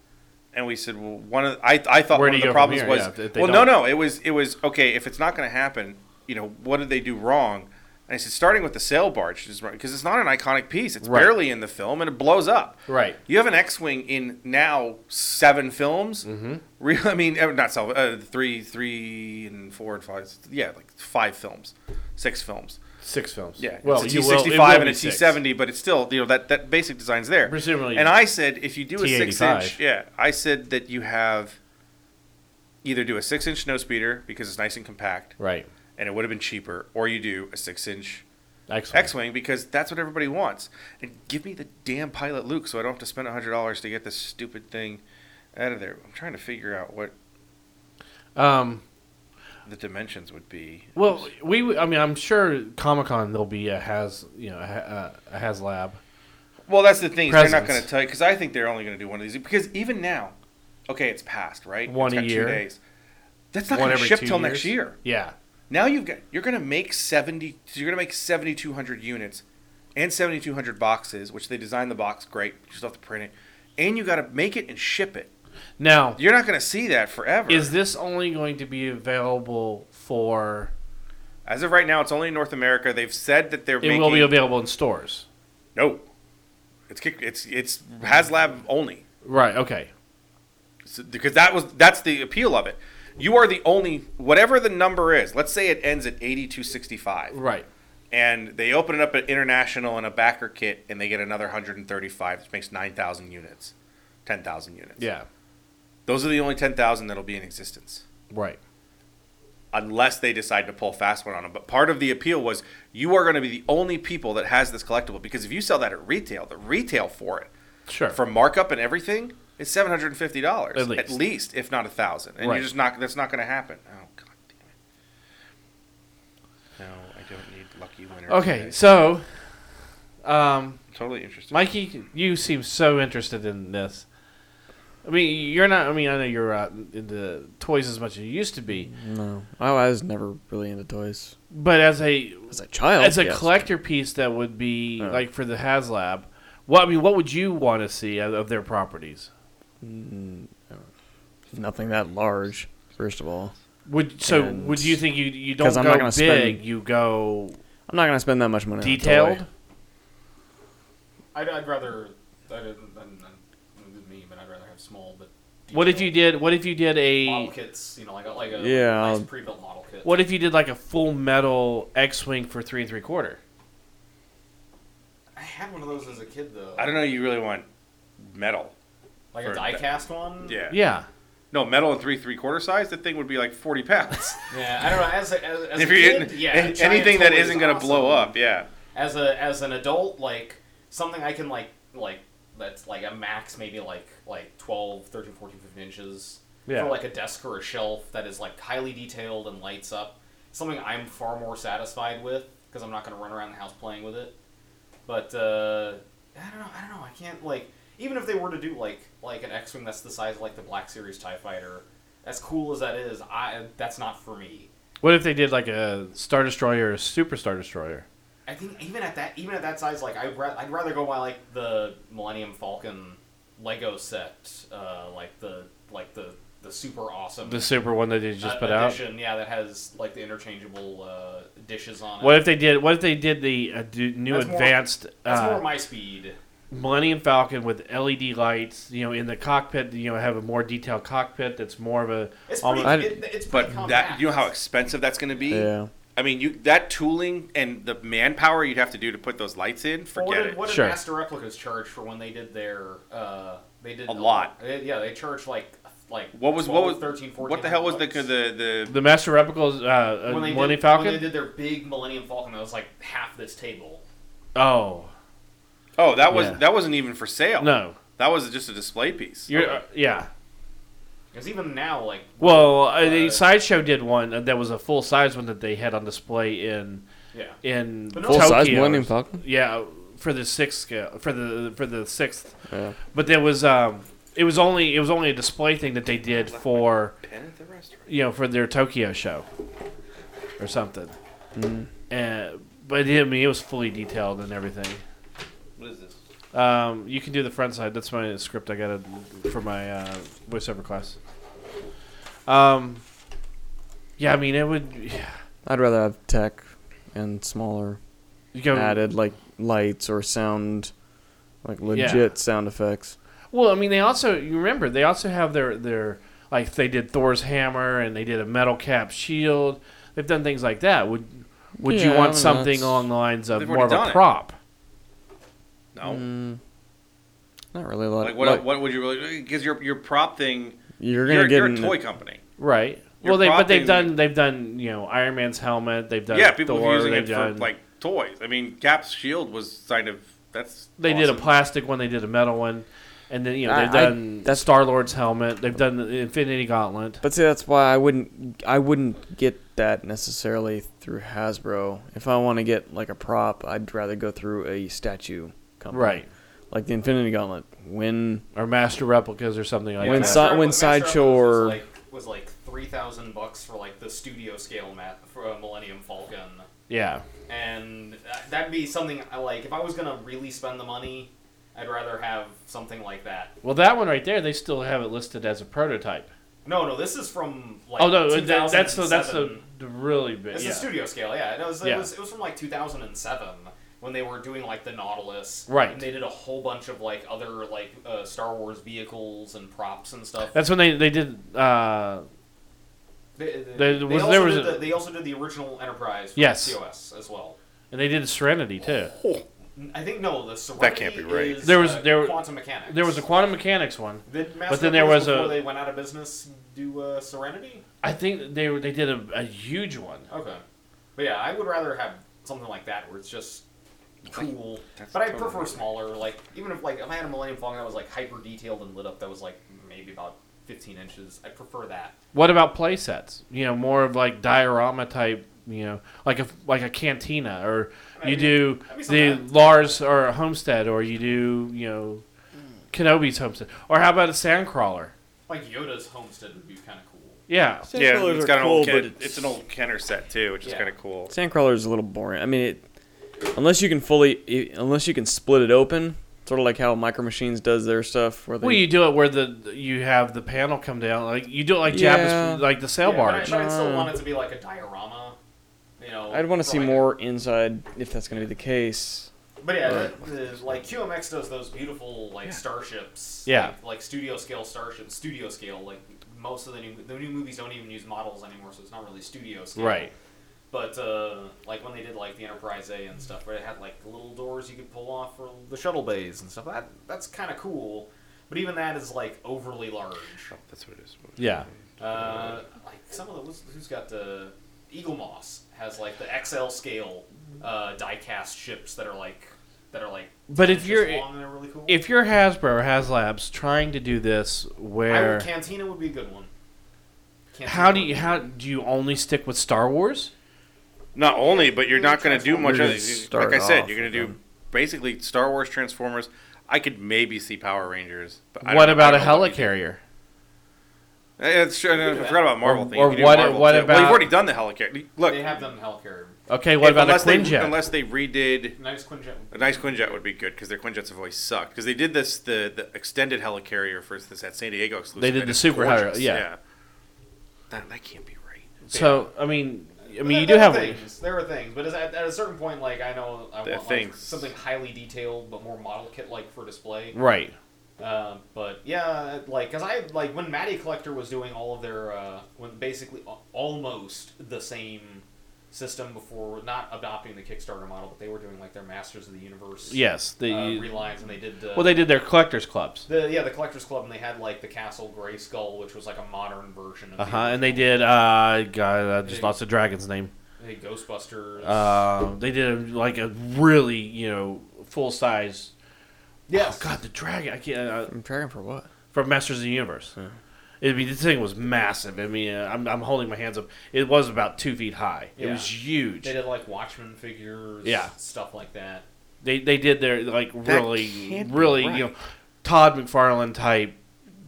S1: and we said, well, one of I, I thought
S5: Where
S1: one
S5: do
S1: of the
S5: you go from
S1: problems
S5: here?
S1: was
S5: Yeah, if they
S1: well, no,
S5: don't-
S1: no, it was it was okay if it's not going to happen, you know, what did they do wrong? And I said starting with the sail barge because it's not an iconic piece; it's
S5: Right.
S1: barely in the film, and it blows up.
S5: Right.
S1: You have an X-wing in now seven films. Mm-hmm. Real, I mean, uh, not seven, uh, three, three, and four, and five. Yeah, like five films, six films.
S5: six films.
S1: Yeah,
S5: well,
S1: it's a
S5: you will- it
S1: T65
S5: will
S1: and
S5: be
S1: a
S5: six.
S1: T70, but it's still you know that that basic design's there.
S5: Presumably
S1: And I said if you do a
S5: T85.
S1: six inch, yeah, I said that you have either do a six inch no speeder because it's nice and compact,
S5: Right.
S1: and it would have been cheaper, or you do a six inch
S5: X wing.
S1: X wing because that's what everybody wants. And give me the damn Pilot Luke, so I don't have to spend hundred dollars to get this stupid thing out of there. I'm trying to figure out what
S5: Um.
S1: the dimensions would be.
S5: Well, we. I mean, I'm sure Comic Con there'll be a has you know a, ha- uh, a has lab.
S1: Well, that's the thing. is They're not
S5: Presents.
S1: going to tell you because I think they're only going to do one of these because even now, okay, it's passed right.
S5: One
S1: It's
S5: a
S1: got
S5: year.
S1: Two days. That's not
S5: One
S1: going to
S5: every
S1: ship
S5: two
S1: till next
S5: years.
S1: year.
S5: Yeah.
S1: Now you've got you're going to make seventy. You're going to make seventy two hundred units, and seventy two hundred boxes, which they designed the box great. You just have to print it, and you got to make it and ship it.
S5: Now,
S1: You're not going to see that forever.
S5: is this only going to be available for?
S1: As of right now, it's only in North America. They've said that they're
S5: It
S1: making
S5: will be available in stores.
S1: no. It's kick- it's it's HasLab only.
S5: Right. Okay.
S1: So- because that was that's the appeal of it. You are the only whatever the number is. Let's say it ends at eighty two sixty five,
S5: Right.
S1: and they open it up at international and a backer kit, and they get another hundred and thirty five, which makes nine thousand units, ten thousand units.
S5: Yeah.
S1: those are the only ten thousand that'll be in existence
S5: Right.
S1: unless they decide to pull fast one on them. But part of the appeal was you are going to be the only people that has this collectible because if you sell that at retail, the retail for it
S5: Sure.
S1: for markup and everything, it's seven hundred and fifty dollars
S5: At least.
S1: if not a thousand. And
S5: Right.
S1: you're just not. That's not going to happen. Oh god damn it! No, I don't need lucky winner.
S5: Okay.
S1: today.
S5: So, um,
S1: totally interesting.
S5: Mikey, you seem so interested in this. I mean, you're not. I mean, I know you're uh, into toys as much as you used to be,
S6: No, Oh, I was never really into toys
S5: but as a
S6: as a child.
S5: as a
S6: Oh, yes. Oh.
S5: collector piece that would be like for the HasLab. What I mean, what would you want to see of, of their properties?
S6: nothing that large. First of all,
S5: Would so?
S6: And-
S5: would you think you you don't
S6: 'Cause I'm
S5: go
S6: not
S5: big?
S6: gonna spend-
S5: You go
S6: I'm not gonna spend that much money. on a toy.
S5: detailed.
S7: I'd, I'd rather. I'd, I'd, I'd, me, but I'd rather have small. But
S5: What if you did? What if you did
S7: model
S5: a?
S7: kits? You know, like a, like a
S6: Yeah,
S7: nice
S6: I'll-
S7: pre-built model kit.
S5: What if you did like a full metal X wing for three and three quarter?
S7: I had one of those as a kid though.
S1: I don't know. You really want metal?
S7: Like
S1: for
S7: a
S1: that-
S7: die-cast one.
S1: Yeah.
S5: Yeah.
S1: No metal and three three quarter size. That thing would be like forty
S5: [laughs]
S1: pounds.
S7: Yeah, I don't know. As a, as, as
S1: if
S7: a
S1: you're
S7: kid,
S1: in,
S7: yeah, a giant
S1: anything that
S7: toy is
S1: isn't going to blow
S7: awesome.
S1: up, yeah.
S7: As a as an adult, like something I can like like that's like a max maybe like like 12, 13, 14, 15 inches
S5: Yeah.
S7: for like a desk or a shelf that is like highly detailed and lights up. Something I'm far more satisfied with because I'm not going to run around the house playing with it. But uh, I don't know. I don't know. I can't like even if they were to do like like an X wing that's the size of like the Black Series Tie Fighter. As cool as that is, I that's not for me.
S5: What if they did like a Star Destroyer, or a Super Star Destroyer?
S7: I think even at that even at that size, like I'd, ra- I'd rather go buy like the Millennium Falcon Lego set, uh, like the like the the super awesome
S5: The super one that they just
S7: uh,
S5: put out.
S7: edition, yeah, that has like the interchangeable uh, dishes on it.
S5: What if they did? What if they did the uh, d- new
S7: That's more-
S5: advanced
S7: That's
S5: uh,
S7: more my speed.
S5: Millennium Falcon with LED lights? You know, in the cockpit, you know, have a more detailed cockpit that's more of a.
S7: It's pretty.
S5: almost-
S7: it, it's pretty
S1: But that
S7: compact.
S1: you know how expensive that's going to be.
S6: Yeah.
S1: I mean, you that tooling and the manpower you'd have to do to put those lights in.
S7: Well,
S1: Forget
S7: what
S1: it.
S7: did, what did
S5: Sure.
S7: Master Replicas charge for when they did their? Uh, they did
S1: A lot.
S7: they- yeah, they charged like like
S1: What was
S7: 12,
S1: what was
S7: 13, 14,
S1: what the hell was the
S7: bucks.
S1: the the
S5: The Master Replicals, uh, uh,
S7: when they
S5: Millennium
S7: did,
S5: Falcon.
S7: when they did their big Millennium Falcon that was like half this table.
S5: oh
S1: oh that was
S5: Yeah.
S1: that wasn't even for sale.
S5: no,
S1: That was just a display piece.
S7: Oh.
S5: You're, uh, yeah.
S7: Because even now, like
S5: Well, uh,
S7: Uh,
S5: the sideshow did one that was a full size one that they had on display in
S7: yeah,
S5: in
S7: But no-
S5: Tokyo.
S7: Full-size
S6: size Millennium Falcon.
S5: Yeah, for the sixth scale, for the for the sixth.
S6: Yeah.
S5: But there was um, it was only it was only a display thing that they did for
S1: Pen at the restaurant.
S5: you know for their Tokyo show or something.
S6: Mm-hmm.
S5: And but I mean it was fully detailed and everything.
S1: What is this?
S5: Um, you can do the front side. That's my script I got for my uh, voiceover class. Um, yeah, I mean it would.
S6: I'd rather have tech and smaller
S5: You go,
S6: added like lights or sound, like legit sound effects.
S5: Well, I mean, they also you remember they also have their their like they did Thor's hammer and they did a metal cap shield. They've done things like that. Would would
S6: Yeah,
S5: you
S6: I
S5: want
S6: mean,
S5: something
S6: that's-
S5: along the lines of
S1: They've
S5: more of
S1: already done
S5: a
S1: it.
S5: prop?
S1: No.
S6: Not really a lot.
S1: Like what?
S6: Mm, like,
S1: what would you really? Because your your prop thing.
S6: You're
S1: You're,
S6: gonna
S1: you're,
S6: get
S1: a
S6: an-
S1: toy company.
S5: Right.
S1: You're
S5: well, they but they've
S1: propping-
S5: done they've done you know Iron Man's helmet. They've done
S1: yeah, people
S5: Thor,
S1: were using
S5: they've
S1: it
S5: done,
S1: for like toys. I mean, Cap's shield was kind of that's.
S5: they did a
S1: awesome.
S5: plastic one. They did a metal one. And then you know
S6: I-
S5: they've
S6: I-
S5: done
S6: that's-
S5: Star Lord's helmet. They've done the Infinity Gauntlet.
S6: But see, that's why I wouldn't I wouldn't get that necessarily through Hasbro. If I want to get like a prop, I'd rather go through a statue company.
S5: Right.
S6: Like the Infinity Gauntlet. When
S5: Or master replicas or something like
S6: When
S5: that.
S6: si- when
S7: Master
S6: Sideshow
S7: Outlaws was
S6: or-
S7: like, was like three thousand bucks for like the studio scale map for a Millennium Falcon.
S5: yeah.
S7: and uh, that'd be something I like. If I was gonna really spend the money, I'd rather have something like that.
S5: Well, that one right there, they still have it listed as a prototype.
S7: No, no, this is from like.
S5: oh no, that, that's the that's
S7: 2007.
S5: the, the really big.
S7: It's
S5: Yeah.
S7: the studio scale, yeah. It was, it,
S5: Yeah.
S7: was, it was from like 2007 when they were doing like the Nautilus,
S5: Right.
S7: And they did a whole bunch of like other like uh, Star Wars vehicles and props and stuff.
S5: That's when they they did. Uh,
S7: they,
S5: there was-
S7: also
S5: there was
S7: did
S5: a-
S7: the, they also did the original Enterprise, for
S5: Yes.
S7: COS as well.
S5: and they did Serenity too.
S7: I think no, the Serenity
S1: can't be right.
S7: is,
S5: There was-
S7: uh,
S5: there-
S7: quantum mechanics.
S5: There was a quantum mechanics one.
S7: but then there was a. They went out of business. Do uh, Serenity?
S5: I think they were- they did a, a huge one.
S7: Okay, but yeah, I would rather have something like that where it's just cool.
S1: That's
S7: but I
S1: totally
S7: prefer
S1: right.
S7: smaller. Like even if like if I had a Millennium Falcon that was like hyper detailed and lit up, that was like maybe about fifteen inches. I prefer that.
S5: What about play sets? You know, more of like diorama type. You know, like a like a cantina, or
S7: I
S5: you
S7: mean,
S5: do
S7: that'd be
S5: the
S7: something.
S5: Lars or Homestead, or you do you know Kenobi's Homestead, or how about a Sandcrawler?
S7: Like Yoda's homestead would be kind of cool.
S5: Yeah,
S1: Yeah,
S6: Sandcrawlers
S1: it's
S6: are
S1: got an
S6: cool,
S1: old
S6: but
S1: Ken, it's,
S6: it's-
S1: an old Kenner set too, which is
S7: Yeah.
S1: kind of cool.
S6: Sandcrawler is a little boring. I mean, it, unless you can fully i- unless you can split it open, sort of like how Micro Machines does their stuff, where they
S5: Well, you do it where the you have the panel come down, like you do it like
S6: Yeah.
S5: Japanese, like the sail
S7: Yeah, but I,
S5: barge.
S7: but I still
S6: Uh,
S7: want it to be like a diorama. You know,
S6: I'd want to
S7: for,
S6: see
S7: like,
S6: more inside if that's going to be the case.
S7: But yeah, the, the, like QMX does those beautiful like starships.
S5: Yeah.
S7: Like, like studio scale starships, studio scale. Like most of the new the new movies don't even use models anymore, so it's not really studio scale.
S5: Right.
S7: But uh, like when they did like the Enterprise A and stuff, where it had like little doors you could pull off for the shuttle bays and stuff. That that's kind of cool. But even that is like overly large.
S1: That's what it is.
S5: Yeah.
S7: Uh, like some of the who's- who's got the Eagle Moss has like the XL scale uh, diecast ships that are like that are like.
S5: But
S7: 10
S5: if
S7: inches
S5: you're-
S7: long and they're really cool.
S5: If you're Hasbro or Haslabs trying to do this,
S7: I
S5: where
S7: would, Cantina would be a good one. Cantina
S5: how do
S7: would
S5: you
S7: be-
S5: how do you only stick with Star Wars?
S1: Not only, but you're not going to do much.
S6: You're
S1: Other,
S6: just
S1: like I
S6: starting
S1: said,
S6: off
S1: you're going to
S6: with
S1: do basically Star Wars Transformers. I could maybe see Power Rangers. But I
S5: What
S1: don't-
S5: about
S1: I
S5: a
S1: don't know what you do.
S5: helicarrier?
S1: Eh, It's true. I forgot about Marvel.
S5: Or-
S1: thing. You
S5: or
S1: could do
S5: what-
S1: Marvel, too.
S5: what
S1: Well, you've
S5: about-
S1: already done the helicarrier. Look,
S7: they have them in Hellcarrier?
S5: Okay, what
S1: if-
S5: about a
S1: unless They,
S5: Quinjet?
S1: unless they redid
S7: Nice Quinjet.
S1: a nice Quinjet would be good because their Quinjets have always sucked because they did this the, the extended helicarrier for this at San Diego exclusive.
S5: They did
S1: and
S5: the
S1: it's
S5: super heli-
S1: gorgeous.
S5: yeah.
S1: That, that can't be right.
S5: So I mean, I mean
S7: There-
S5: you do
S7: there
S5: have
S7: are things. There are things, but at, at a certain point, like I know I
S1: There are
S7: want like,
S1: things.
S7: something highly detailed but more model kit like for display.
S5: right.
S7: Uh, but yeah, like because I like when Matty Collector was doing all of their uh, when basically a- almost the same system before not adopting the Kickstarter model, but they were doing like their Masters of the Universe.
S5: Yes,
S7: Uh,
S5: the
S7: relines and they did. Uh,
S5: well they did their collectors clubs.
S7: The, yeah, the Collectors Club, and they had like the Castle Gray Skull, which was like a modern version. of the
S5: Uh huh. And they did uh God, I just
S7: They-
S5: lost the dragon's name.
S7: They did
S5: Uh,
S7: Ghostbusters.
S5: Um, they did like a really you know full size
S7: Yes.
S5: God, the dragon. I can't. Uh,
S6: I'm tracking for what?
S5: from Masters of the Universe. I mean, this thing was massive. I mean, uh, I'm, I'm holding my hands up. It was about two feet high. It
S7: Yeah.
S5: was huge.
S7: They did like Watchmen figures,
S5: Yeah.
S7: stuff like that.
S5: They they did their like really
S1: can't be
S5: really
S1: right.
S5: you know Todd McFarlane type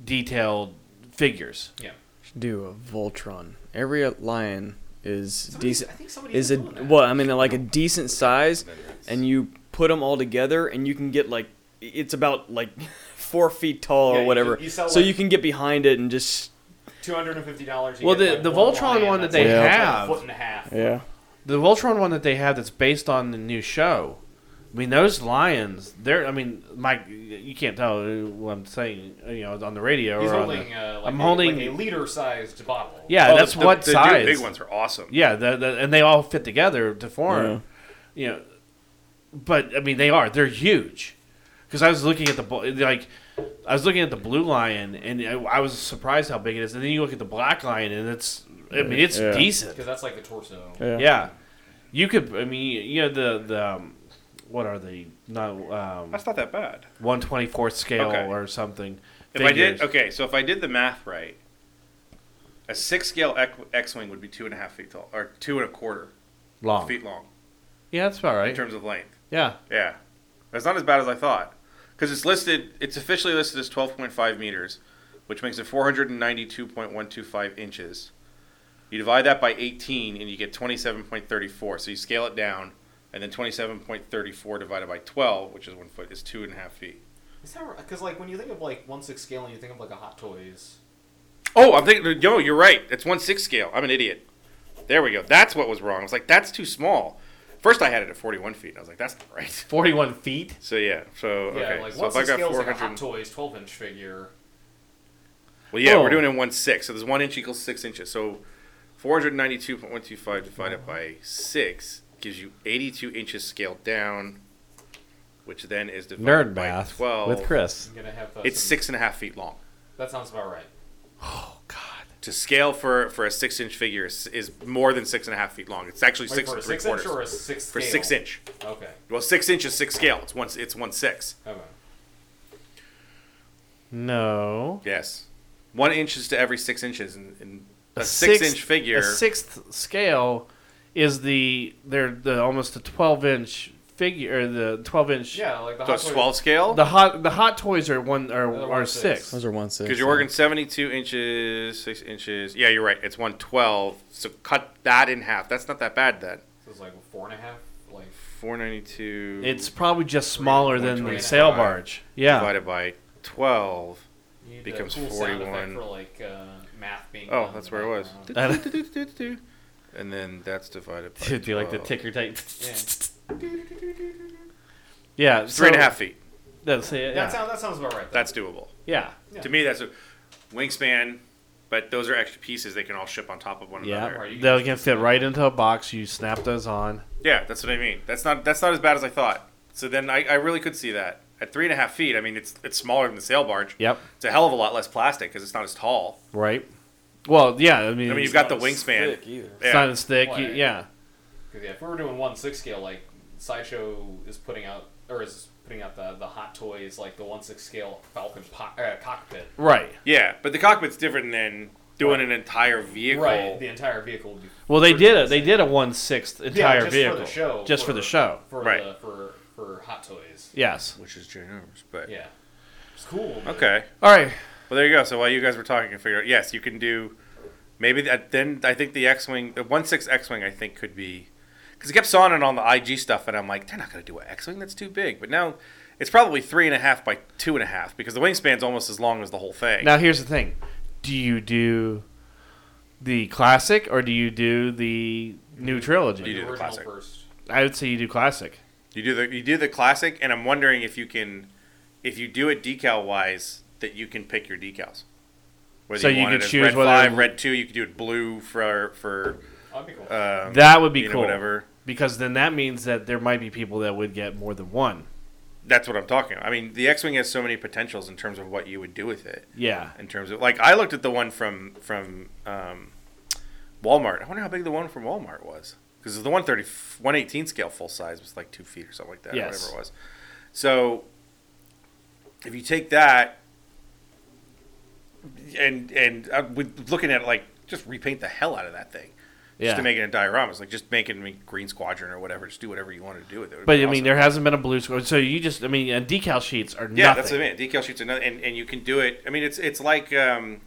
S5: detailed figures.
S7: Yeah,
S6: Should do a Voltron. Every lion is decent.
S7: I think somebody
S6: Is a
S7: even doing that.
S6: well, I mean, like a decent size, and you put them all together, and you can get like it's about like [laughs] four feet tall
S7: Yeah,
S6: or
S7: you
S6: whatever.
S7: can- you sell,
S6: so
S7: like-
S6: you can get behind it and just
S7: two hundred and fifty dollars.
S5: Well, the- the Voltron one that they have-
S7: foot and a half.
S6: yeah.
S5: The Voltron one that they have that's based on the new show. I mean those lions. They're I mean Mike, you can't tell what I'm saying. You know on the radio
S7: He's
S5: or on
S7: holding,
S5: the-
S7: uh, like
S5: I'm
S7: a,
S5: holding-
S7: like a liter-sized bottle.
S5: yeah,
S1: Oh,
S5: that's
S1: the,
S5: what
S1: the, the new
S5: size.
S1: big ones are awesome.
S5: Yeah, the, the, and they all fit together to form. You know, but I mean, they are they're huge. Because I was looking at the bl- like, I was looking at the blue lion, and I, I was surprised how big it is. And then you look at the black lion, and it's I mean, it's
S6: Yeah.
S5: decent.
S7: because that's like the torso.
S5: Yeah. you could. I mean, you know the the. Um, what are they? Not um,
S1: That's not that bad.
S5: one twenty fourth scale
S1: Okay.
S5: or something.
S1: If I did,
S5: figures.
S1: okay, so if I did the math right, a six scale X Wing would be two and a half feet tall, or two and a quarter
S5: long.
S1: feet long
S5: Yeah, that's about
S1: in
S5: right.
S1: terms of length.
S5: Yeah,
S1: Yeah. That's not as bad as I thought. Because it's listed, it's officially listed as 12.5 meters, which makes it 492.125 inches. You divide that by 18 and you get 27.34. So you scale it down, and then 27.34 divided by 12, which is one foot, is two and a half feet.
S7: Because like when you think of like one six scale and you think of like a Hot Toys.
S1: Oh, I'm thinking, no, you're right. It's one six scale. I'm an idiot. There we go. That's what was wrong. I was like, that's too small. First, I had it at 41 feet, and I was like, that's not right. [laughs]
S5: forty one feet.
S1: So yeah, so
S7: Yeah,
S1: okay.
S7: like
S1: so
S7: one
S1: if I
S7: six
S1: got
S7: scale is
S1: 400,
S7: like a Hot Toys twelve inch figure.
S1: Well, yeah,
S5: Oh.
S1: we're doing it in one six. So there's one inch equals six inches. So 492.125 divided by six gives you 82 inches scaled down, which then is divided
S9: Nerd
S1: by
S9: math
S1: 12.
S9: with Chris.
S7: I'm gonna have uh,
S1: It's
S7: some-
S1: six and a half feet long.
S7: That sounds about right.
S1: To scale for, for a six inch figure is, is more than six and a half feet long. It's actually
S7: Wait,
S1: six
S7: for
S1: and
S7: a
S1: three
S7: six
S1: quarters.
S7: inch or a six
S1: for
S7: scale?
S1: six inch.
S7: Okay.
S1: Well, six inch is six scale. It's one it's one six.
S7: Okay.
S5: No,
S1: Yes, one inch is to every six inches, and, and a, six
S5: sixth-
S1: inch figure.
S5: A sixth scale is the they're the almost the twelve inch figure or the twelve inch.
S7: Yeah, like
S1: so
S7: the Hot
S1: it's
S7: Toys.
S1: 12 scale.
S5: The hot the hot toys are one are
S7: They're
S5: are
S7: one six.
S5: six.
S6: Those are one six.
S1: Because you're working 72 inches, 6 inches. Yeah, you're right. It's 112. So cut that in half. That's not that bad then.
S7: So it's like four and a half. Like
S1: 492
S5: It's probably just smaller than the
S7: 125.
S5: sail barge. [laughs] Yeah,
S1: divided by 12.
S7: you need
S1: Becomes
S7: a cool sound effect
S1: 41.
S7: for like uh, math being.
S1: Oh,
S7: done
S1: that's
S7: in the
S1: where it was.
S7: background.
S1: And then that's divided by.
S5: [laughs]
S9: Do you like the
S1: 12.
S9: ticker tape?
S5: yeah,
S1: Three and a half feet.
S5: That's it.
S7: Yeah.
S5: Yeah,
S7: That sounds that sounds about right. Though.
S1: That's doable.
S5: yeah.
S7: Yeah.
S1: To me, that's a wingspan, but those are extra pieces they can all ship on top of one
S5: Yeah.
S1: another.
S7: Right, you
S5: They
S7: can-
S5: can fit right into a box. You snap those on.
S1: Yeah, that's what I mean. That's not that's not as bad as I thought. So then I, I really could see that. At three and a half feet, I mean, it's it's smaller than the sail barge.
S5: Yep.
S1: It's a hell of a lot less plastic because it's not as tall.
S5: Right. Well, yeah. I mean,
S1: I mean,
S5: it's
S1: you've got the wingspan.
S5: it's not as thick.
S7: Well,
S5: you-
S7: yeah.
S5: yeah.
S7: 'Cause, yeah, if we were doing one six scale, like Sideshow is putting out or is putting out the the Hot Toys like the one six scale Falcon po- uh, cockpit.
S5: Right.
S1: Yeah, but the cockpit's different than doing an entire vehicle.
S7: Right. The entire vehicle. Would be
S5: Well, they did a they did a one sixth entire
S7: yeah, just
S5: vehicle
S7: for the show.
S5: just for the show.
S7: For
S1: Right.
S7: The, for for Hot Toys.
S5: Yes.
S1: Which is ginormous, but
S7: Yeah. It's cool. but-
S1: okay.
S5: All right.
S1: Well, there you go. So while you guys were talking, I figured out yes, you can do. Maybe that, then I think the X wing, the one six X wing, I think could be, because it kept sawing it on the IG stuff, and I'm like, they're not gonna do an X wing that's too big. But now, it's probably three and a half by two and a half because the wingspan's almost as long as the whole thing.
S5: Now here's the thing: Do you do the classic or do you do the new trilogy?
S1: You do the
S7: original
S1: classic.
S7: first.
S5: I would say you do classic.
S1: You do the you do the classic, and I'm wondering if you can, if you do it decal wise, that you can pick your decals. Whether
S5: So you
S1: want
S5: could
S1: it as
S5: choose
S1: red
S5: whether-
S1: five, red two. You could do it blue for for
S7: That'd be cool.
S5: Uh,
S1: um,
S5: That would be
S1: you know,
S5: cool.
S1: whatever.
S5: Because then that means that there might be people that would get more than one.
S1: That's what I'm talking. about. I mean, the X-wing has so many potentials in terms of what you would do with it.
S5: Yeah.
S1: In terms of like, I looked at the one from from um, Walmart. I wonder how big the one from Walmart was because the 130 118 scale full size was like two feet or something like that, or
S5: Yes.
S1: whatever it was. So if you take that and and uh, with looking at it like just repaint the hell out of that thing just
S5: Yeah.
S1: to make it a diorama, it's like just make it a green squadron or whatever. Just do whatever you want to do with it. It would
S5: But
S1: be
S5: I mean,
S1: awesome.
S5: there hasn't been a blue score. So you just, I mean, uh, decal sheets are
S1: Yeah,
S5: nothing.
S1: that's what I mean. Decal sheets are another, and, and you can do it. I mean, it's it's like um,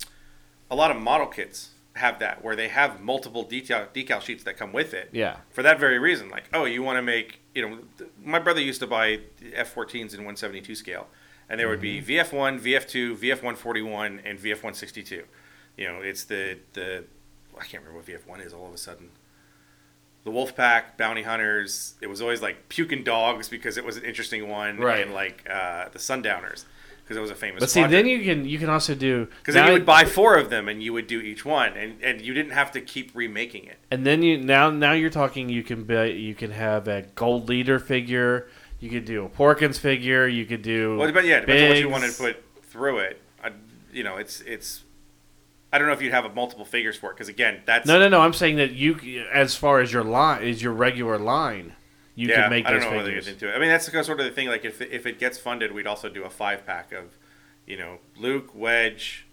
S1: a lot of model kits have that, where they have multiple decal decal sheets that come with it.
S5: Yeah.
S1: For that very reason, like, oh, you want to make, you know, th- my brother used to buy F14s in 172 scale, and there would
S5: Mm-hmm.
S1: be VF1, VF2, VF141, and VF162. You know, it's the the I can't remember what VF1 is all of a sudden the wolf pack bounty hunters it was always like puking dogs because it was an interesting one
S5: Right.
S1: and like uh, the sundowners because it was a famous
S5: But see, then you can you can also do
S1: because then
S5: now-
S1: you would buy four of them and you would do each one and, and you didn't have to keep remaking it
S5: and then you now now you're talking. You can be, you can have a gold leader figure. You could do a Porkins figure. You could do
S1: well but yeah it depends on what you
S5: Biggs.
S1: wanted to put through it I, you know it's it's i don't know if you'd have multiple figures for it because again that's
S5: No, no, no. I'm saying that you, c- as far as your line, is your regular line, you
S1: yeah,
S5: can make
S1: I don't
S5: those
S1: know whether
S5: figures.
S1: it's into it. I mean, that's the kind of sort of the thing. Like, if if it gets funded, we'd also do a five pack of, you know, Luke Wedge,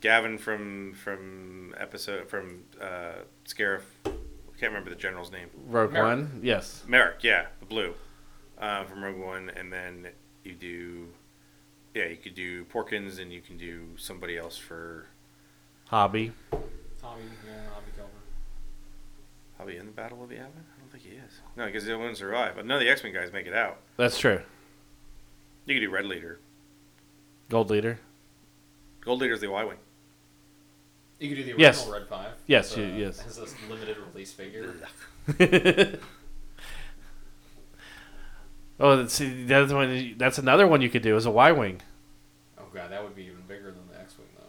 S1: Gavin from from episode from uh, Scarif. I can't remember the general's name.
S5: Rogue
S7: Merrick.
S5: One, yes.
S1: Merrick, yeah, the blue uh, from Rogue One, and then you do, yeah, you could do Porkins, and you can do somebody else for
S5: Hobby.
S7: Tommy, yeah, Tommy Calvert.
S1: probably in the Battle of Yavin. I don't think he is. No, because they wouldn't survive. But none of the X Men guys make it out.
S5: That's true.
S1: You could do Red Leader.
S5: Gold leader. [laughs]
S1: Gold Leader's the Y wing.
S7: You could do the original
S5: Yes.
S7: Red Five.
S5: Yes,
S7: It's, uh,
S5: you- yes.
S7: Has this limited release figure.
S5: oh, that's, see, that's one. That's another one you could do is a Y wing.
S7: Oh god, that would be even bigger than the X-wing though.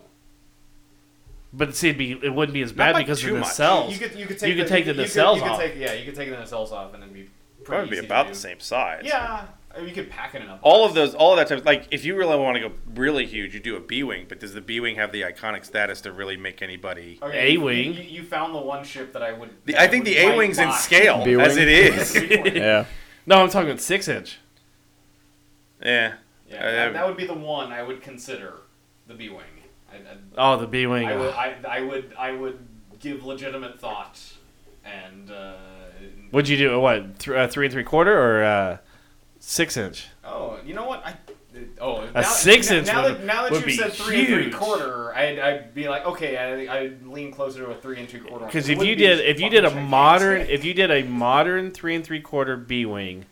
S5: But see, it'd be, it wouldn't be as
S1: Not
S5: bad
S1: by
S5: because of
S1: too
S5: the
S1: much.
S5: cells.
S7: You could you could
S5: take
S7: take
S5: You could the-
S7: the,
S5: take the you could- nacelles
S7: you could
S5: off.
S7: Take, yeah, you could take the nacelles off and then be pretty
S1: Probably be
S7: easy to
S1: about
S7: do.
S1: the same size.
S7: Yeah, I mean, you could pack it in a.
S1: all of those, all of that type. Of, like, if you really want to go really huge, you do a B wing. But does the B wing have the iconic status to really make anybody?
S7: Okay, you-
S5: A-wing.
S7: You, you, found the one ship that I would.
S1: The,
S7: that
S1: I think
S7: would
S1: the
S7: like
S1: A wing's in
S7: buy. [laughs]
S1: scale
S6: B-wing?
S1: as it is.
S7: yeah,
S6: Yeah.
S5: No, I'm talking six inch.
S1: yeah,
S7: that, that would be the one I would consider the B wing. I, I,
S5: Oh, the B wing.
S7: I would I, I would I would give legitimate thought and. Uh,
S5: Would you do a what? Th- uh, three and three quarter or uh, six inch?
S7: Oh, you know what? I oh
S5: A six-inch
S7: Now,
S5: would-
S7: that, now
S5: would
S7: that
S5: be
S7: you said three and three
S5: huge.
S7: quarter, I'd, I'd be like, okay, I I would lean closer to a three and two quarter.
S5: Because
S7: It
S5: if
S7: wouldn't
S5: you
S7: be
S5: did if you did a
S7: fucking
S5: modern
S7: gigantic.
S5: if you did a modern three and three quarter B wing,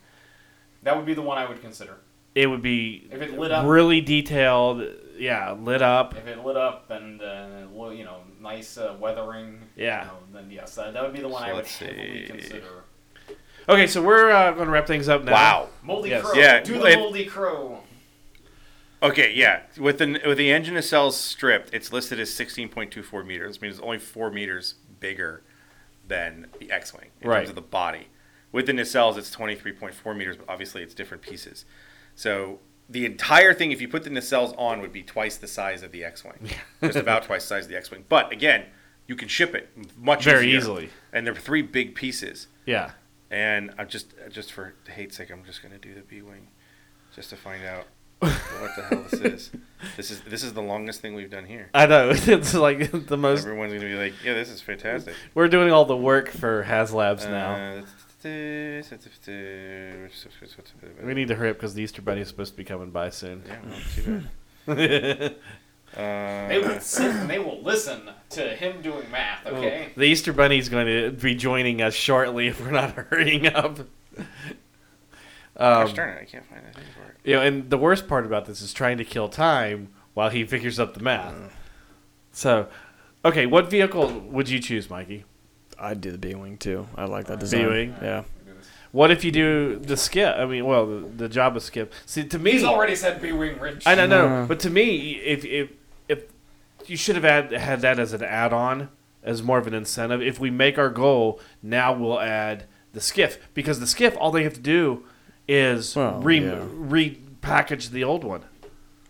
S7: that would be the one I would consider.
S5: it would be
S7: If it lit up,
S5: really detailed. Yeah, lit up.
S7: if it lit up and uh, lo- you know nice uh, weathering,
S5: Yeah.
S7: you know, then yes, that, that would be the one
S1: So
S7: I would
S1: let's see.
S7: heavily consider.
S5: Okay, so we're uh, going to wrap things up now.
S1: Wow.
S7: Moldy
S5: Yes.
S7: crow,
S1: Yeah,
S7: do
S1: it-
S7: the moldy crow.
S1: Okay, yeah. With the with the engine nacelles stripped, it's listed as sixteen point two four meters. I mean, it's only four meters bigger than the X wing in
S5: Right.
S1: terms of the body. With the nacelles, it's twenty three point four meters, but obviously it's different pieces. So the entire thing, if you put the nacelles on, would be twice the size of the X
S5: [laughs]
S1: wing, just about twice the size of the X wing. But again, you can ship it much
S5: Very
S1: easier.
S5: easily.
S1: And they're three big pieces.
S5: Yeah.
S1: And I'm just just for hate's sake, I'm just gonna do the B wing, just to find out what the hell this
S5: [laughs]
S1: is. This is this is the longest thing we've done here.
S5: I know. [laughs] It's like the most.
S1: Everyone's gonna be like, yeah, this is fantastic.
S5: We're doing all the work for HasLabs now.
S1: Uh,
S5: We need to hurry up because the Easter Bunny is supposed to be coming by soon. [laughs]
S1: Yeah, well, too bad. Uh,
S7: They will sit and they will listen to him doing math. Okay.
S5: The Easter Bunny is going to be joining us shortly if we're not [laughs] hurrying up. um,
S1: gosh darn it, I can't find that thing for it.
S5: You know, and the worst part about this is trying to kill time while he figures up the math. So, okay, what vehicle would you choose, Mikey?
S6: I'd do the B wing too. I like that design.
S5: B-wing?
S6: Yeah.
S5: What if you do the skip? I mean, well, the, the job of skip. See, to me,
S7: He's already said B wing ridge.
S5: I don't know,
S6: Uh.
S5: but to me, if if if you should have had had that as an add-on, as more of an incentive. If we make our goal, now we'll add the skiff because the skiff, all they have to do is
S6: Well,
S5: re
S6: yeah.
S5: repackage the old one.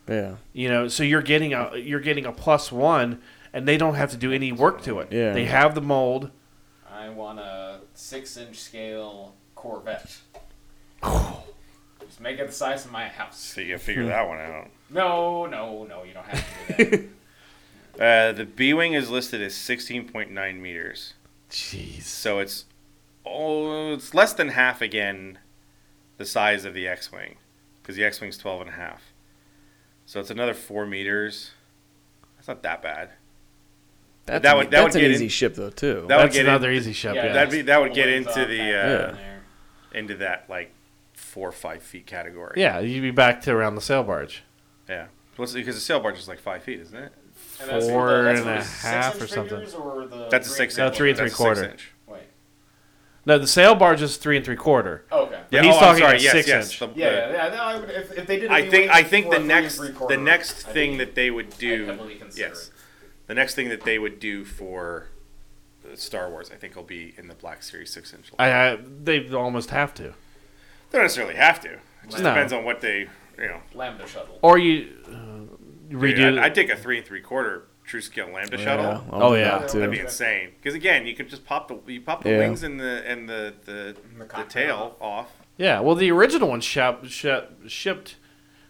S6: Yeah.
S5: You know, so you're getting a you're getting a plus one, and they don't have to do any work to it.
S6: Yeah.
S5: they have the mold.
S7: I want a six inch scale Corvette. Just make it the size of my house.
S1: So you figure that one out.
S7: No, no, no, you don't have
S5: [laughs]
S7: to do that.
S1: Uh, the B wing is listed as 16.9 meters,
S5: Jeez.
S1: so it's oh, it's less than half again the size of the X wing, because the X wing's 12 and a half. So it's another four meters. That's not that bad.
S6: That's,
S1: That
S6: an-
S1: would- that
S6: that's
S1: would
S6: an
S1: get
S6: easy
S1: in-
S6: ship though too.
S1: That would
S5: That's
S1: get
S5: another
S1: in,
S5: easy ship.
S7: Yeah,
S5: Yeah.
S1: that'd be- that would
S7: just
S1: get
S7: pull those
S1: into
S7: up
S1: the,
S7: back
S1: uh,
S7: in there.
S1: into that like four or five feet category.
S5: yeah, you'd be back to around the sail barge.
S1: Yeah. What's because the sail barge is like five feet, isn't it?
S7: And that's
S5: four
S7: what the- that's
S5: and
S7: what
S5: a
S7: the six
S5: half
S7: inch
S5: or something.
S7: fingers Or
S1: That's a
S7: the Oh, three
S1: six
S7: inch
S1: inch.
S5: No, three and
S1: That's a
S5: three
S1: six
S5: quarter.
S1: inch.
S7: Wait.
S5: No, the sail barge is three and three quarter.
S7: Oh, okay.
S1: Yeah,
S5: he's
S1: I'm
S5: talking
S1: sorry,
S5: a
S1: yes,
S5: six
S1: yes,
S5: inch.
S1: the-
S7: Yeah,
S1: the-
S7: yeah, yeah. No, I would, if, if they did, a
S1: I
S7: new
S1: think
S7: wave
S1: I think
S7: for
S1: the
S7: a three
S1: next
S7: and three-quarter,
S1: the next
S7: I
S1: thing
S7: think
S1: that they would
S7: I'd heavily
S1: do
S7: consider
S1: yes
S7: it.
S1: the next thing that they would do for uh, Star Wars I think will be in the Black Series six inch. line.
S5: I, I they almost have to.
S1: they don't necessarily have to. It just
S5: No.
S1: depends on what they you know.
S7: Lambda shuttle.
S5: Or you uh, redo.
S1: Dude, I'd, I'd take a three and three quarter true scale lambda shuttle.
S6: I'll
S5: Oh,
S6: do
S5: yeah.
S6: that,
S1: That'd
S6: too.
S1: be insane. Because again, you could just pop the you pop the
S6: Yeah.
S1: wings and the and the the,
S7: the
S1: the,
S7: cockpit
S1: tail off.
S5: yeah, well, the original one shop, shop, shipped,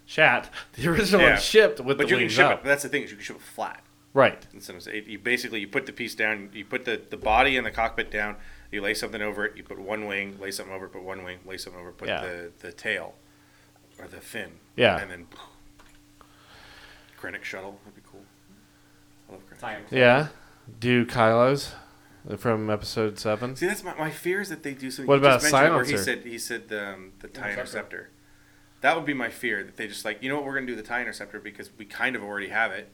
S5: shat. The original
S1: Yeah.
S5: one shipped with
S1: But you
S5: the
S1: can
S5: wings
S1: ship
S5: up.
S1: it. That's the thing is you can ship it flat.
S5: Right.
S1: And so it- you basically you put the piece down, you put the, the body and the cockpit down, you lay something over it, you put one wing, lay something over it, put one wing, lay something over it, put
S5: Yeah.
S1: the, the tail or the fin.
S5: Yeah.
S1: And then Krennic shuttle. That'd be cool. I love Krennic.
S7: Time.
S5: Yeah. Do Kylo's from episode seven.
S1: See, that's my, my fear is that they do something.
S5: What
S1: you just
S5: about a
S1: mentioned where he
S5: silencer?
S1: said he said the, um, the tie
S7: Interceptor.
S1: interceptor. That would be my fear that they just like you know what we're gonna do with the tie interceptor because we kind of already have it.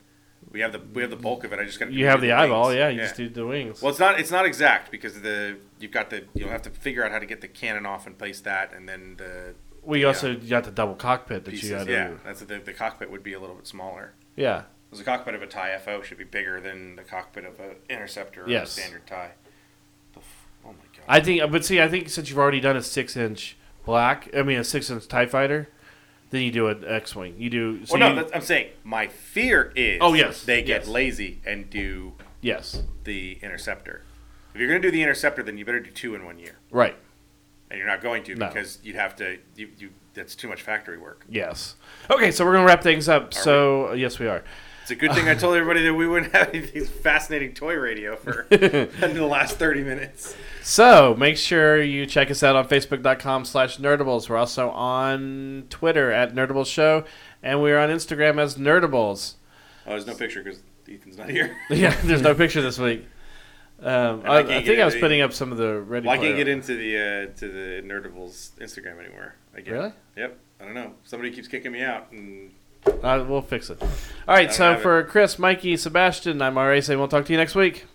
S1: We have the we have the bulk of it. I just got
S5: You have the eyeball. Yeah, you just do the wings.
S1: Well, it's not it's not exact because the you've got the you'll have to figure out how to get the cannon off and place that, and then the
S5: We also got the double cockpit that you
S1: pieces.
S5: got to.
S1: Yeah, that's the the cockpit would be a little bit smaller.
S5: yeah.
S1: 'Cause The cockpit of a tie FO should be bigger than the cockpit of an interceptor or
S5: Yes.
S1: a standard tie. The f- oh my god!
S5: I think, but see, I think since you've already done a six inch black, I mean a six inch Tie Fighter, then you do an X wing. You do.
S1: well,
S5: So
S1: no,
S5: you-
S1: that's, I'm saying my fear is
S5: Oh, yes,
S1: they get
S5: yes.
S1: lazy and do
S5: yes,
S1: the interceptor. If you're going to do the interceptor, then you better do two in one year,
S5: right,
S1: and you're not going to
S5: No.
S1: because you'd have to you, you that's too much factory work.
S5: yes. Okay, so we're gonna wrap things up. so yes, we are.
S1: It's a good thing I told everybody that we wouldn't have these fascinating toy radio for [laughs] in the last 30 minutes.
S5: So make sure you check us out on Facebook.com slash Nerdables. We're also on Twitter at Nerdables Show, and we're on Instagram as Nerdables. [laughs]
S1: Oh, there's no picture because Ethan's not here.
S5: Yeah, there's no picture this week. Um, I,
S1: I
S5: I
S1: can't
S5: think
S1: get
S5: I was
S1: it.
S5: putting up some of the ready.
S1: Well, I can't
S5: Player-
S1: get into the uh, to the Nerdables Instagram anymore. Again.
S5: Really?
S1: Yep. I don't know. Somebody keeps kicking me out, and
S5: Uh, we'll fix it. All right,
S1: don't
S5: so
S1: have it.
S5: for Chris, Mikey, Sebastian, I'm RA saying we'll talk to you next week.